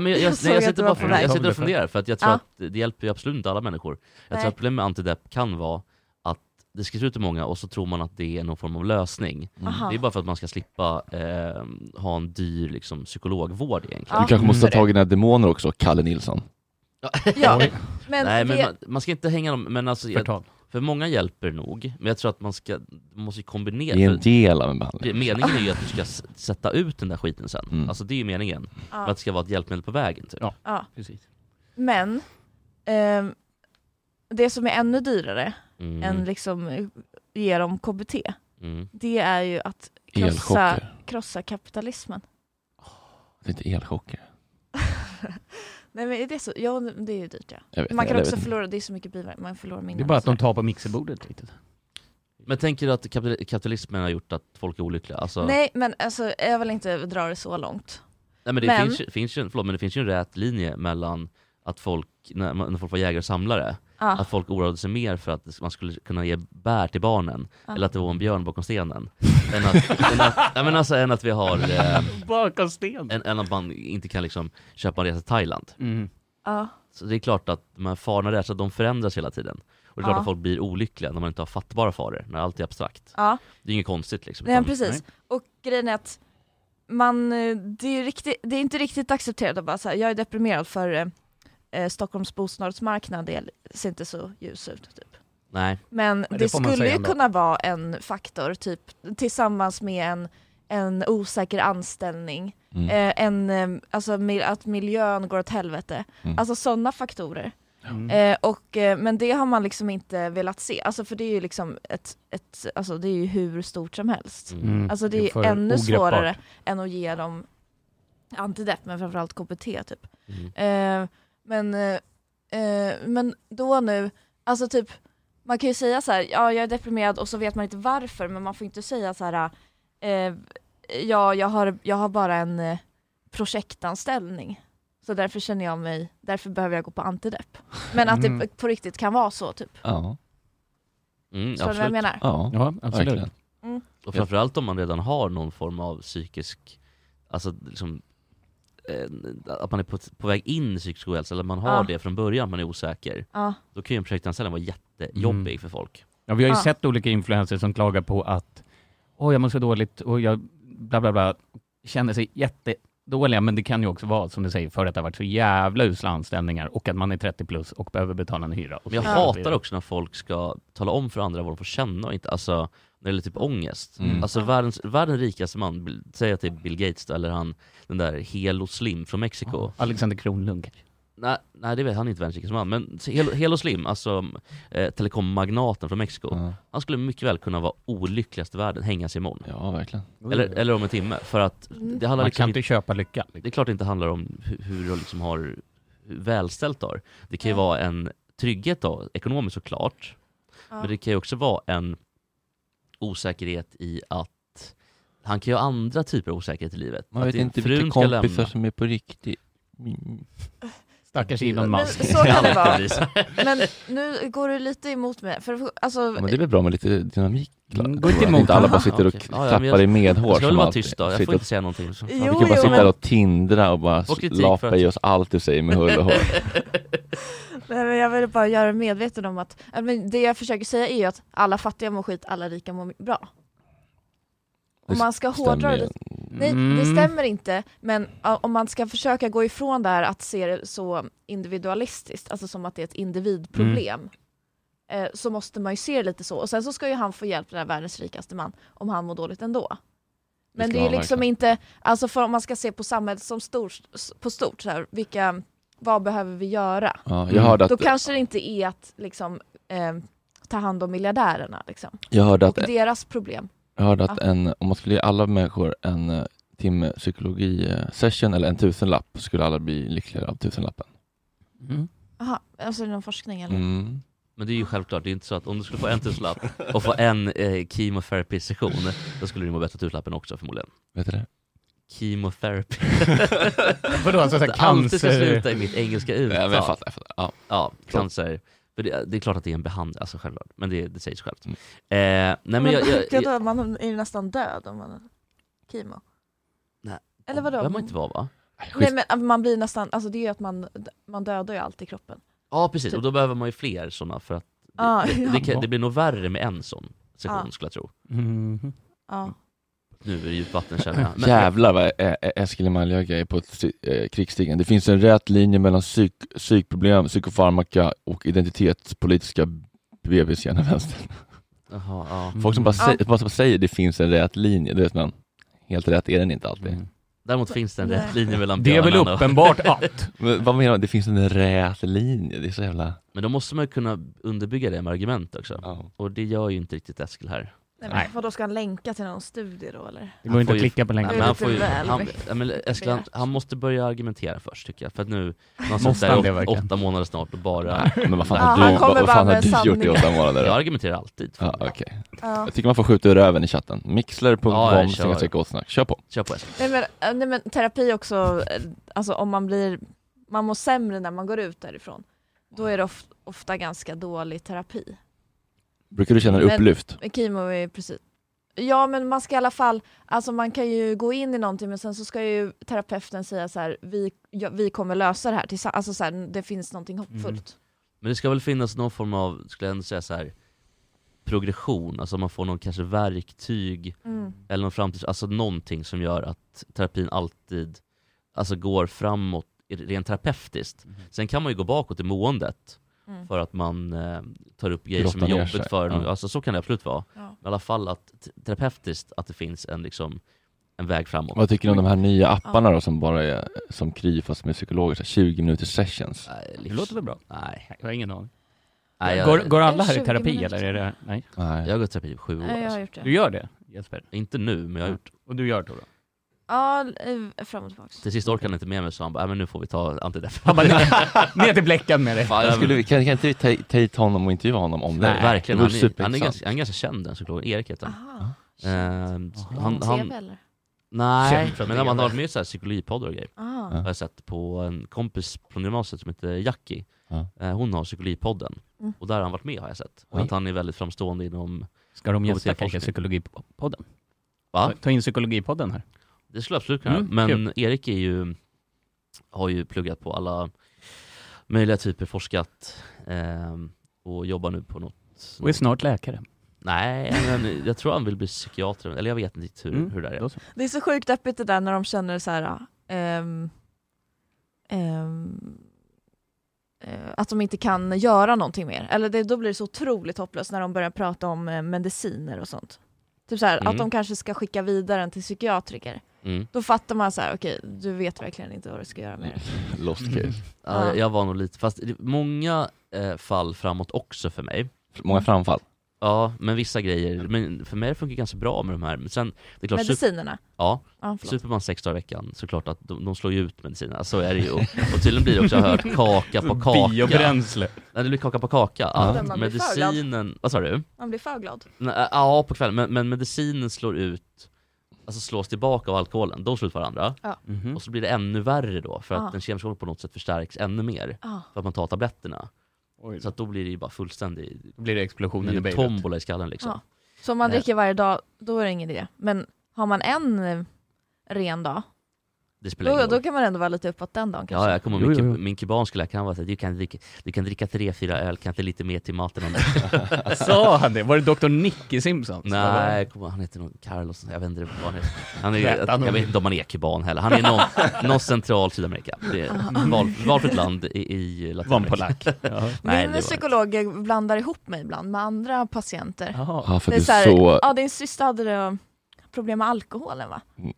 S3: men jag, jag,
S4: såg
S3: nej, jag
S4: att du
S3: sitter bara
S4: var
S3: och
S4: på
S3: funderar,
S4: väg.
S3: jag sitter och funderar för att jag tror
S4: Ja.
S3: att det hjälper ju absolut inte alla människor. Jag
S4: Nej.
S3: tror att problemet med antidepp kan vara att det skrivs ut till många och så tror man att det är någon form av lösning.
S4: Mm. Aha.
S3: Det är bara för att man ska slippa eh, ha en dyr liksom, psykologvård egentligen.
S1: Du kanske måste
S3: Mm.
S1: ta tag i dina demoner också, Kalle Nilsson.
S4: Ja,
S3: Oj.
S4: men
S3: Nej, men
S4: det-
S3: man, man ska inte hänga dem, men alltså, jag, för många hjälper nog, men jag tror att man ska, man måste ju kombinera.
S1: Det är en
S3: för-
S1: del av en behandling.
S3: Meningen är ju att du ska s- sätta ut den där skiten sen.
S1: Mm.
S3: Alltså det är ju meningen.
S4: Ja.
S3: För att det ska vara ett hjälpmedel på vägen. Typ.
S4: Ja.
S3: Precis.
S4: Men ehm, det som är ännu dyrare
S3: Mm.
S4: än liksom eh, ge dem KBT,
S3: Mm.
S4: det är ju att krossa,
S1: Elchocker.
S4: krossa kapitalismen.
S1: Det är inte elchocker.
S4: Nej men är det så? Ja, det är ju dyrt
S1: Jag
S4: ja.
S1: vet
S4: Man
S1: inte,
S4: kan
S1: jag
S4: också
S1: vet inte.
S4: förlora, det är så mycket biverkningar, man förlorar minnen.
S2: Det är bara att
S4: och
S2: de tar på mixerbordet lite.
S3: Men tänker du att kapital- kapitalismen har gjort att folk är olyckliga? Alltså,
S4: sådär. Nej men alltså, jag vill inte dra det så långt.
S3: nej, men, det
S4: men-
S3: Finns, ju- finns ju, en- förlåt, men det finns ju en rät linje mellan att folk, när, man- när folk var jägare och samlare,
S4: Ja.
S3: att folk oroade sig mer för att man skulle kunna ge bär till barnen,
S4: Ja.
S3: eller att det var en björn bakom stenen, än att, än att, nej, men alltså, än att vi har... Eh,
S2: Bakom stenen. Mm.
S3: Än, än att man inte kan liksom, köpa en resa till Thailand.
S4: Ja.
S3: Så det är klart att de här farorna där, så att de förändras hela tiden. Och det är klart
S4: Ja.
S3: att folk blir olyckliga när man inte har fattbara faror, när allt är abstrakt.
S4: Ja.
S3: Det är inget konstigt liksom.
S4: Nej men
S3: utan-
S4: precis. Och grejen är att man, eh, det, är ju riktigt, det är inte riktigt accepterat att bara så här, jag är deprimerad för eh, eh, Stockholms bostadsmarknad det ser inte så ljus ut. Typ.
S3: Nej.
S4: Men
S3: Men
S4: det,
S3: det får man
S4: skulle
S3: säga
S4: ju
S3: ändå.
S4: kunna vara en faktor, typ tillsammans med en, en osäker anställning,
S11: Mm.
S4: eh, en, eh, alltså, mil- att miljön går åt helvete.
S11: Mm.
S4: Alltså sådana faktorer.
S11: Mm.
S4: Eh, och, eh, men det har man liksom inte velat se, alltså, för det är ju liksom ett, ett, alltså, det är ju hur stort som helst.
S11: Mm.
S4: Alltså
S11: Det
S4: det
S11: är
S4: är, ju
S11: för
S4: ännu
S11: ogreppbart.
S4: svårare än att ge dem antidepp, men framförallt KBT typ.
S1: Mm.
S4: Eh, men, eh, eh, men då nu, alltså typ, man kan ju säga så här, ja jag är deprimerad och så vet man inte varför, men man får inte säga så här, eh, ja jag har, jag har bara en eh, projektanställning, så därför känner jag mig, därför behöver jag gå på antidepp. Men att
S2: Mm.
S4: det på riktigt kan vara så typ.
S1: Ja.
S3: Mm,
S4: Förstår du vad jag
S3: absolut.
S4: menar?
S1: Ja,
S2: Ja, absolut.
S1: verkligen.
S4: Mm.
S3: Och framförallt om man redan har någon form av psykisk, alltså liksom, eh, att man är på, på väg in i psykisk ohälsa, eller man har
S2: Ja.
S3: det från början, man är osäker.
S4: Ja.
S3: Då kan ju en projektanställning vara jättejobbig
S2: Mm.
S3: för folk.
S2: Ja, vi har ju
S3: Ja.
S2: sett olika influencers som klagar på att åh, jag mår så dåligt och jag bla bla bla, känner sig jätte dåliga, men det kan ju också vara som du säger, för att det har varit så jävla usla anställningar och att man är 30 plus och behöver betala en hyra. Och
S3: Men jag
S2: så vidare.
S3: hatar också när folk ska tala om för andra vad de får känna och inte, alltså när det gäller typ ångest.
S2: Mm.
S3: Alltså världens, världens rikaste man, Bill- säg att det är Bill Gates då, eller han, den där Helo Slim från Mexiko.
S2: Alexander Kronlund.
S3: Nej, nej det vet han är inte världens rikaste man, men Helo, Helo Slim, alltså eh, telekommagnaten från Mexiko, han skulle mycket väl kunna vara olyckligast i världen, hängas imorgon.
S1: Ja, verkligen.
S3: Eller, eller om en timme, för att
S1: Mm.
S3: det handlar liksom
S2: Man kan
S3: inte
S2: köpa lycka.
S3: Det är klart det inte handlar om hur, hur de liksom har hur välställt har. Det kan ju vara en trygghet då, ekonomiskt såklart,
S1: Ja.
S3: men det kan ju också vara en osäkerhet i att han kan ju ha andra typer av osäkerhet i livet.
S1: Man
S3: Att
S1: vet
S3: det-
S1: inte
S3: frun
S1: vilka
S3: ska
S1: kompisar
S3: lämna.
S1: som är på riktigt. Mm.
S2: Stackars
S4: Men
S2: Elon Musk.
S4: så kan det vara.
S1: Precis.
S4: Men nu går du lite emot mig. För, alltså,
S1: Ja, men det är väl bra med lite dynamik?
S2: Mm,
S1: Gå inte emot alla bara sitter och
S3: Okej. Ja, ja, men
S1: klappar
S3: jag-
S1: i medhår.
S3: jag ska väl
S1: som
S3: vara
S1: alltid.
S3: tyst då. Jag
S1: Sitter
S3: får inte
S1: och-
S3: säga någonting. liksom. Jo,
S1: Vi kan bara
S4: jo,
S1: sitta
S4: men-
S1: här och tindra och bara
S3: Får kritik för
S1: lapa
S3: att-
S1: i oss allt du säger med hull och hår.
S4: Nej, men jag vill bara göra er medveten om att, att men det jag försöker säga är ju att alla fattiga mår skit, alla rika mår bra. Om
S1: Det
S4: man ska
S1: stämmer
S4: hårdra det
S1: ju.
S4: lite. Nej, det
S1: Mm.
S4: stämmer inte, men ja, om man ska försöka gå ifrån det här att se det så individualistiskt, alltså som att det är ett individproblem,
S11: Mm.
S4: eh, så måste man ju se det lite så. Och sen så ska ju han få hjälp, den här världens rikaste man, om han mår dåligt ändå. Men
S11: ska
S4: det är
S11: han
S4: liksom
S11: verkligen.
S4: inte, alltså för om man ska se på samhället som stort, på stort, så här, vilka, vad behöver vi göra?
S1: Ja,
S11: Mm.
S1: jag hörde
S4: Då
S1: att-
S4: kanske det inte är att liksom, eh, ta hand om miljardärerna liksom.
S1: Jag hörde att-
S4: och deras problem.
S1: Jag hörde att
S4: Ja.
S1: en, om man skulle ge alla människor en eh, timme psykologi-session eller en tusenlapp så skulle alla bli lyckligare av tusenlappen.
S4: Aha, alltså är det någon forskning eller?
S3: Mm.
S1: Mm.
S3: Men det är ju självklart, det är inte så att om du skulle få en tusenlapp och få en eh, chemotherapy-session, då skulle du må bättre av tusenlappen också förmodligen.
S1: Vet du det?
S3: Chemotherapy.
S2: Vadå, alltså så här
S3: Det alltid ska
S2: cancer-
S3: sluta i mitt engelska
S1: Ja, men
S3: uttal.
S1: jag fattar, jag fattar. Ja.
S3: ja
S1: Förlåt.
S3: cancer. Men det, det är klart att det är en behandling, alltså självklart. Men det, det sägs självt.
S1: Mm.
S3: Eh, nej men jag, jag, jag,
S4: vadå, man är ju nästan död om man... Kimo.
S3: Nej.
S4: Eller vadå?
S3: behöver man inte vara va?
S4: Nej men man blir nästan, alltså det är ju att man, man dödar ju allt i kroppen.
S3: Ja precis, och då behöver man ju fler sådana för att det,
S4: Typ. Ah,
S3: det,
S4: ja.
S3: det, kan, det blir nog värre med en sån session
S4: Ah.
S3: skulle jag tro.
S2: Mhm.
S4: Ja.
S3: Nu är det djupt vatten känner jag. Men-
S1: Jävlar vad Ä- Ä- Eskil Emaljaga är på ett sy- eh, krigsstigen. Det finns en rät linje mellan psyk, psykproblem, psykofarmaka och identitetspolitiska bebis gärna vänstern.
S3: Jaha, ja.
S1: Folk som bara,
S3: Mm.
S1: säger, bara som säger det finns en rät linje, det vet man, helt rätt är den inte alltid.
S3: Mm. Däremot finns det en rät linje mellan
S2: Det är väl
S3: björnarna och-
S2: uppenbart att.
S1: Men vad menar du? Det finns en rät linje, det är så jävla...
S3: Men då måste man ju kunna underbygga det med argument också. Och det gör ju inte riktigt Eskil här.
S4: Nej, men Vadå, ska han länka till någon studie då eller?
S2: Det går inte
S3: får
S2: att
S3: ju-
S2: klicka på länken.
S3: Nej, men han får ju,
S4: Det är lite
S3: han,
S4: väl
S3: ja, men Eskil, han, han måste börja argumentera först tycker jag. För att nu, han har suttit
S2: Måste
S3: där
S2: han det
S3: i åt-
S2: verkligen?
S3: åtta månader snart och bara...
S1: Men vad fan har Ja, du- han kommer vad fan bara har med du gjort i sanningar. åtta månader då?
S3: Jag argumenterar alltid.
S1: Ja, okej.
S4: Ja.
S1: Jag tycker man får skjuta ur öven i chatten. Mixler.com,
S3: Ja,
S1: ja,
S3: jag kör.
S1: snacka Kör på.
S3: Kör på Eskil.
S4: Nej men, eh, nej, men terapi också, eh, alltså om man blir, man mår sämre när man går ut därifrån. Då är det of, ofta ganska dålig terapi.
S1: Brukar du känna dig
S4: Men-
S1: upplyft?
S4: men Kimo är precis. Ja men man ska i alla fall, alltså man kan ju gå in i någonting men sen så ska ju terapeuten säga så här, vi, ja, vi kommer lösa det här tillsammans, alltså så här, det finns någonting
S3: Mm.
S4: hoppfullt.
S3: Men det ska väl finnas någon form av, skulle jag ändå säga så här progression, alltså man får någon kanske verktyg
S4: Mm.
S3: eller någon framtids, alltså någonting som gör att terapin alltid alltså går framåt i- rent terapeutiskt. Sen kan man ju gå bakåt i måendet
S1: Mm.
S3: för att man eh, tar upp grejer som är
S1: Grottar ner sig,
S3: jobbigt för en,
S1: ja.
S3: alltså så kan det absolut vara.
S4: Ja.
S3: Men i alla fall att t- terapeutiskt, att det finns en liksom en väg framåt.
S1: Vad tycker du om de här nya apparna
S3: Ja.
S1: då som bara är som Kry fast med psykologer, så här 20 minuters sessions?
S2: Det låter väl bra? Nej, jag har ingen aning.
S3: Nej, jag-
S2: går, går alla här i
S3: 20
S2: terapi
S3: minuter.
S2: eller? Är det, nej.
S1: Nej.
S3: Jag har gått terapi i sju år.
S4: Nej, jag har
S3: alltså.
S4: gjort det.
S2: Du gör det Jesper?
S3: Inte nu, men jag har gjort
S2: Och du gör det då?
S4: Ja, eh, fram och tillbaka.
S3: Till sist orkade han inte med mig så han bara, "Nej, men nu får vi ta antidepp.
S2: Han bara, "Ner till bläckan med dig."
S1: Fan, jag skulle, kan, kan inte vi ta, ta hit honom och intervjua honom om det?
S3: Nej, verkligen.
S1: Det
S3: Han
S1: vore
S3: är, han, är
S1: superintressant.
S3: ganska, han är ganska känd den psykologen, Erik heter han. Eh,
S4: Från
S3: han, han
S4: TV eller?
S3: Nej,
S2: Känd från
S3: men han har
S2: TV.
S3: varit med i så här psykologipoddar och grejer.
S4: Ah.
S3: Har jag sett på en kompis från gymnasiet som heter Jackie.
S1: Ja.
S3: Eh, Hon har psykologipodden.
S4: Mm.
S3: Och där har han varit med har jag sett. Och
S2: Oj.
S3: att han är väldigt framstående inom
S2: Ska de gästa
S3: KBT-forskning.
S2: kanske psykologipodden?
S3: Va?
S2: Ta- Ta in psykologipodden här.
S3: Det skulle jag absolut kunna
S2: Mm,
S3: Men
S2: kul.
S3: Erik är ju, har ju pluggat på alla möjliga typer, forskat ehm, och jobbar nu på något
S2: Och är snart läkare.
S3: Nej, men jag tror han vill bli psykiater, eller jag vet inte hur,
S2: Mm,
S3: hur det där är.
S4: Det är så sjukt öppet det där när de känner så här, ah, ehm, ehm, eh, att de inte kan göra någonting mer. Eller det, då blir det så otroligt hopplöst när de börjar prata om eh, mediciner och sånt. Typ så här,
S3: Mm.
S4: att de kanske ska skicka vidare den till psykiatriker.
S3: Mm.
S4: Då fattar man så här, okej, du vet verkligen inte vad du ska göra med det.
S1: Lost case.
S3: Mm. Ja,
S4: Ja.
S3: jag var nog lite, fast det- många eh, fall framåt också för mig.
S1: Många framfall?
S3: Ja, men vissa grejer. Men för mig funkar det ganska bra med de här. Men sen, det är klart, sup-
S4: Medicinerna?
S3: Ja.
S4: Ja, förlåt.
S3: Superman sex dagar i veckan, såklart att de, de slår ju ut medicinerna. Så är det ju. Och, och tydligen blir det också, jag har hört, kaka på kaka.
S2: Biobränsle.
S3: Nej, det blir kaka på kaka.
S4: Ja.
S3: Att
S4: Man blir
S3: medicinen, vad sa du?
S4: Man blir för glad.
S3: Nej, äh, Ja, på kvällen. Men, men medicinen slår ut, alltså slås tillbaka av alkoholen. De slår ut varandra.
S4: Ja.
S2: Mhm.
S3: Och så blir det ännu värre då, för att
S4: Ja.
S3: den kemiska vården på något sätt förstärks ännu mer.
S4: Ja.
S3: För att man tar tabletterna.
S1: Oj.
S3: Så att då blir det ju bara fullständig...
S2: Då blir det explosionen i
S3: en
S2: Beirut.
S3: tombola i skallen liksom.
S4: Ja. Så om man
S3: Eh.
S4: dricker varje dag, då är det ingen idé. Men har man en eh, ren dag,
S3: Det spelar ingen
S4: då,
S3: roll.
S4: då kan man ändå vara lite uppåt den dagen kanske.
S3: Ja, jag kommer
S2: Jo,
S3: ihåg min,
S2: jo,
S3: ku- min kubanska läkare, han var såhär, du kan dricka, du kan dricka tre, fyra öl, kan inte lite mer till maten om du-"
S2: Sa han det? Var det Dr. Nicky Simpson?
S3: Nej, jag kommer- han heter nog Carlos, jag vet inte vad han heter. Han är,
S2: Rätt
S3: jag,
S2: anonym.
S3: vet inte om han är kuban heller, han är någon, någon central Sydamerika. Det är val, valfritt land i, i Latinamerika.
S2: Var en polack. Ja.
S3: Nej, det
S4: Min
S3: var
S4: psykolog blandar ihop mig ibland med andra patienter.
S1: Ja, för
S4: det är så här,
S1: så,
S4: ja din syster hade det, problem med alkoholen va?
S1: Mm.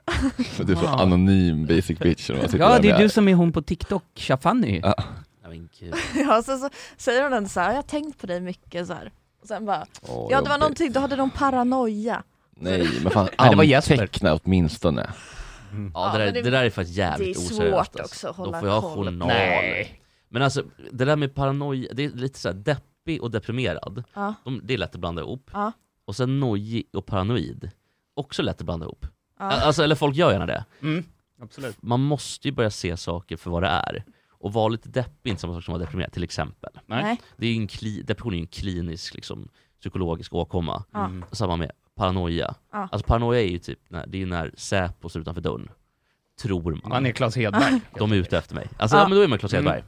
S1: för du är så
S2: Ja.
S1: anonym basic bitch. när man sitter
S2: Ja,
S1: där
S2: det är
S1: med-
S2: du som är hon på TikTok, Shafani.
S1: Ja.
S3: Nej, men gud.
S4: ja, så, så säger hon ändå så här, jag har tänkt på dig mycket så här. Och sen bara,
S1: Åh,
S4: ja det var
S1: jobbigt.
S4: någonting, du hade någon paranoia.
S1: Nej, men fan
S2: Nej, det var Jesper.
S1: anteckna åtminstone.
S2: Mm.
S3: Ja, det,
S4: Ja,
S3: där,
S4: men
S3: det,
S4: det-
S3: där är faktiskt jävligt
S4: det är
S3: oseriöst. alltså.
S4: svårt också att
S3: Då
S4: hålla
S3: får jag ha
S4: koll.
S3: journal.
S2: Nej.
S3: Men alltså, det där med paranoia, det är lite såhär deppig och deprimerad.
S4: Ja.
S3: De, det är lätt att blanda ihop.
S4: Ja.
S3: Och sen nojig och paranoid, också lätt att blanda ihop. Alltså, eller folk gör gärna det.
S2: Mm. Absolut.
S3: Man måste ju börja se saker för vad det är. Och vara lite deppig är inte samma sak som att vara deprimerad, till exempel.
S2: Nej.
S4: Nej.
S3: Det är ju en kli, depression är ju en klinisk, liksom, psykologisk åkomma.
S4: Ja.
S2: Mm.
S3: Samma med paranoia.
S4: Ja.
S3: Alltså paranoia är ju typ, när, det är ju när Säpo står utanför dörren. Tror man.
S2: Han är Claes Hedberg.
S3: De är ute efter mig. Alltså
S4: Ja.
S3: ja, men då är man Claes
S2: Mm.
S3: Hedberg.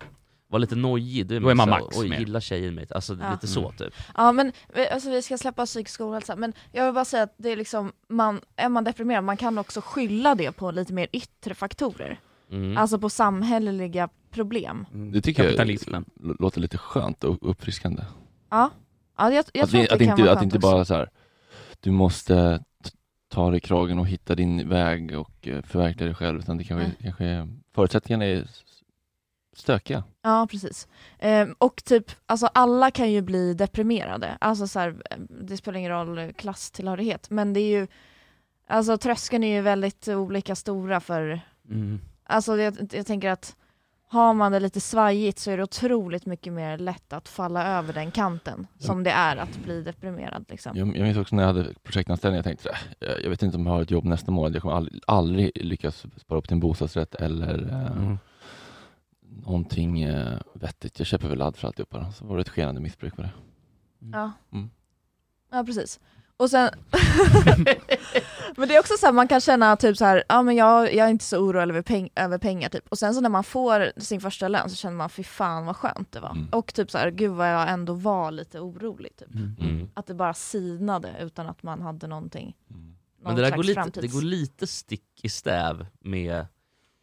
S3: Var lite nojig, då är man,
S2: Då är man
S3: så här,
S2: Max
S3: oj
S2: med." Mm.
S3: gillar tjejen mig? Alltså
S4: Ja.
S3: lite
S1: Mm.
S3: så typ.
S4: Ja men vi- alltså, vi ska släppa psykisk ohälsa, men jag vill bara säga att det är liksom, man, är man deprimerad, man kan också skylla det på lite mer yttre faktorer.
S3: Mm.
S4: Alltså på samhälleliga problem.
S1: Det tycker
S2: Kapitalismen.
S1: jag låter lite skönt och uppfriskande.
S4: Ja, ja jag, jag
S1: att,
S4: tror
S1: det,
S4: att det,
S1: att,
S4: kan
S1: inte,
S4: vara
S1: att
S4: skönt
S1: inte
S4: också.
S1: bara så här, du måste t- ta dig i kragen och hitta din väg och eh, förverkliga dig själv, utan det kanske,
S4: Nej.
S1: kanske är, förutsättningarna är s- stökiga.
S4: Ja, precis. Ehm, och typ, alltså alla kan ju bli deprimerade. Alltså så här, eh, det spelar ingen roll eh, klasstillhörighet, men det är ju, alltså tröskeln är ju väldigt olika stora för,
S2: Mm.
S4: alltså jag, jag tänker att har man det lite svajigt så är det otroligt mycket mer lätt att falla över den kanten som det är att bli deprimerad liksom.
S1: Jag, jag minns också när jag hade projektanställning, jag tänkte "Äh, jag, jag vet inte om jag har ett jobb nästa månad, jag kommer aldrig, aldrig lyckas spara upp till en bostadsrätt eller eh,
S2: Mm.
S1: någonting eh, vettigt. Jag köper väl ladd för alltihopa. då." Så var det ett skenande missbruk på det.
S4: Ja.
S1: Mm.
S4: ja, precis. Och sen, men det är också så här, man kan känna typ så här, ja men jag, jag är inte så orolig över, peng, över pengar typ. Och sen så när man får sin första lön så känner man, fy fan vad skönt det var.
S1: Mm.
S4: Och typ så här, gud vad jag ändå var lite orolig typ.
S3: Mm.
S4: Att det bara sinade utan att man hade någonting.
S1: Mm.
S4: Någon
S3: Men det där
S4: slags
S3: går lite,
S4: framtids...
S3: det går lite stick i stäv med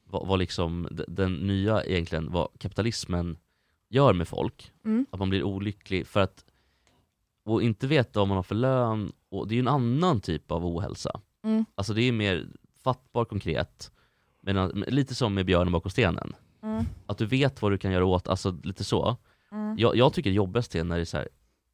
S3: vad, vad liksom d- den nya egentligen, vad kapitalismen gör med folk.
S4: Mm.
S3: Att man blir olycklig för att, och inte veta vad man har för lön, och det är ju en annan typ av ohälsa.
S4: Mm.
S3: Alltså det är mer fattbar, konkret, men, men lite som med björnen bakom stenen.
S4: Mm.
S3: Att du vet vad du kan göra åt, alltså lite så.
S4: Mm.
S3: Jag, jag tycker det jobbigaste är när det är så här,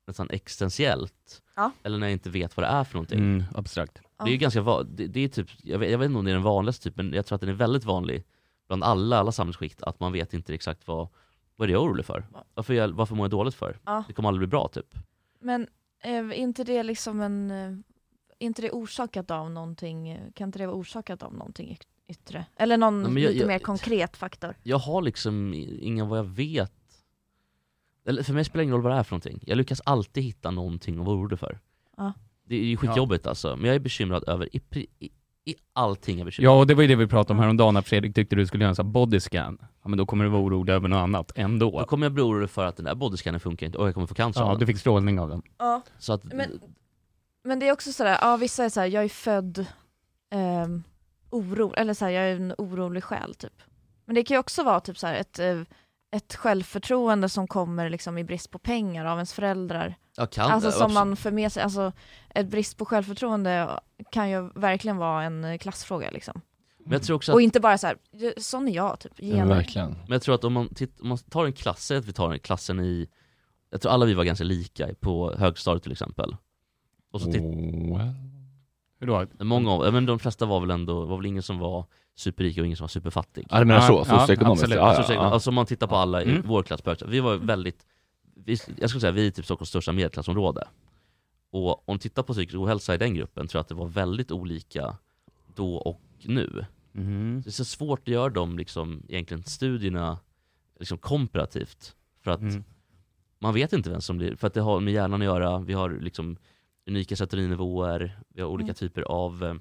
S3: nästan existentiellt,
S4: Ja.
S3: eller när jag inte vet vad det är för någonting.
S2: Mm. Abstrakt.
S4: Ja.
S3: Det är ju ganska va- det, det är typ, jag vet, jag vet inte om det är den vanligaste typen, men jag tror att den är väldigt vanlig bland alla, alla samhällsskikt, att man vet inte exakt vad, vad är det jag är orolig för? Varför, jag, varför mår jag dåligt för?
S4: Ja.
S3: Det kommer aldrig bli bra typ.
S4: Men eh, är inte det liksom en, eh, är inte det orsakat av någonting, eh, kan inte det vara orsakat av någonting yt- yttre? Eller någon
S3: Nej, men jag-
S4: lite
S3: jag-
S4: mer konkret faktor?
S3: Jag har liksom i- ingen vad jag vet. Eller för mig spelar det ingen roll vad det är för någonting. Jag lyckas alltid hitta någonting att vara orolig för.
S4: Ja.
S3: Det är ju skitjobbigt alltså, men jag är bekymrad över i, pri- i, i allting jag är bekymrad
S2: Ja, och det var ju det vi pratade om häromdagen, när Fredrik tyckte du skulle göra en sån här bodyscan. Ja, men då kommer du vara orolig över något annat
S3: Då
S2: ändå.
S3: kommer jag bli orolig för att den där bodyscannen funkar inte och jag kommer få cancer
S2: Ja,
S3: av
S2: du
S3: den.
S2: fick strålning av den.
S4: Ja.
S3: Så att,
S4: Men- Men det är också sådär, ja vissa är såhär, jag är född ehm, oro, eller så här, jag är en orolig själ typ. Men det kan ju också vara typ så här, ett, eh, ett självförtroende som kommer liksom i brist på pengar av ens föräldrar.
S3: Ja, kan
S4: alltså
S3: det,
S4: som man
S3: absolut.
S4: för med sig, alltså ett brist på självförtroende kan ju verkligen vara en eh, klassfråga liksom.
S3: Men jag tror också
S4: Och
S3: att-
S4: inte bara så här, "Ja, sån är jag typ, ge mig.
S3: Men jag tror att om man, titt, om man tar en klass, säg att vi tar en klassen i, jag tror alla vi var ganska lika i- på högstadiet till exempel. Och så titt,
S1: Oh,
S2: Hur då?
S3: Många av, ja, men de flesta var väl ändå, var väl ingen som var superrik och ingen som var superfattig.
S1: Ja, du menar så, Ja, socioekonomiskt.
S3: absolut.
S1: Ja, ja,
S3: Socioekonomiskt.
S1: ja.
S3: Alltså om man tittar på alla i
S1: Mm.
S3: vår klass på högstadiet, vi var väldigt, vi, jag skulle säga vi är typ Stockholms största medelklassområde. Och om man tittar på psykisk ohälsa i den gruppen tror jag att det var väldigt olika då och nu.
S2: Mm-hmm.
S3: Det är så svårt att göra de liksom, egentligen studierna liksom, komparativt. För att
S2: Mm.
S3: man vet inte vem som blir, för att det har med hjärnan att göra, vi har liksom unika serotoninivåer, vi har olika
S2: Mm.
S3: typer av eh,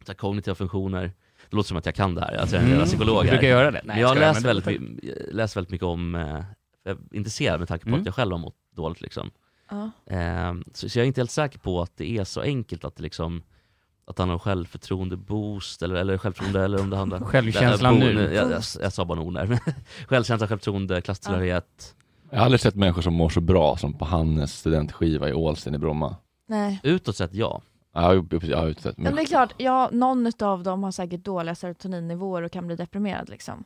S3: så här, kognitiva funktioner. Det låter som att jag kan det här, alltså jag är en
S2: Mm.
S3: jävla psykolog
S2: Du
S3: här.
S2: brukar göra det. Nej,
S3: Men jag har
S2: jag skojar,
S3: läst
S2: men det-
S3: väldigt, my- läst väldigt mycket om, eh, jag är intresserad med tanke på
S2: Mm.
S3: att jag själv har mått dåligt liksom.
S4: Ja.
S3: Ehm, så, så jag är inte helt säker på att det är så enkelt att det liksom att han har självförtroendeboost eller, eller självförtroende eller om det handlar
S2: Självkänslan
S3: Nej,
S2: nu.
S3: boende- Jag, jag, jag sa bara nog där. Självkänsla, självförtroende, klasstillhörighet.
S1: Jag har aldrig sett människor som mår så bra som på Hannes studentskiva i Ålsten i Bromma.
S4: Nej.
S3: Utåt sett ja.
S1: Ja, upp- upp- ja utåt sett.
S4: Men
S1: Men
S4: det är klart, ja, någon av dem har säkert dåliga serotoninnivåer och kan bli deprimerad liksom.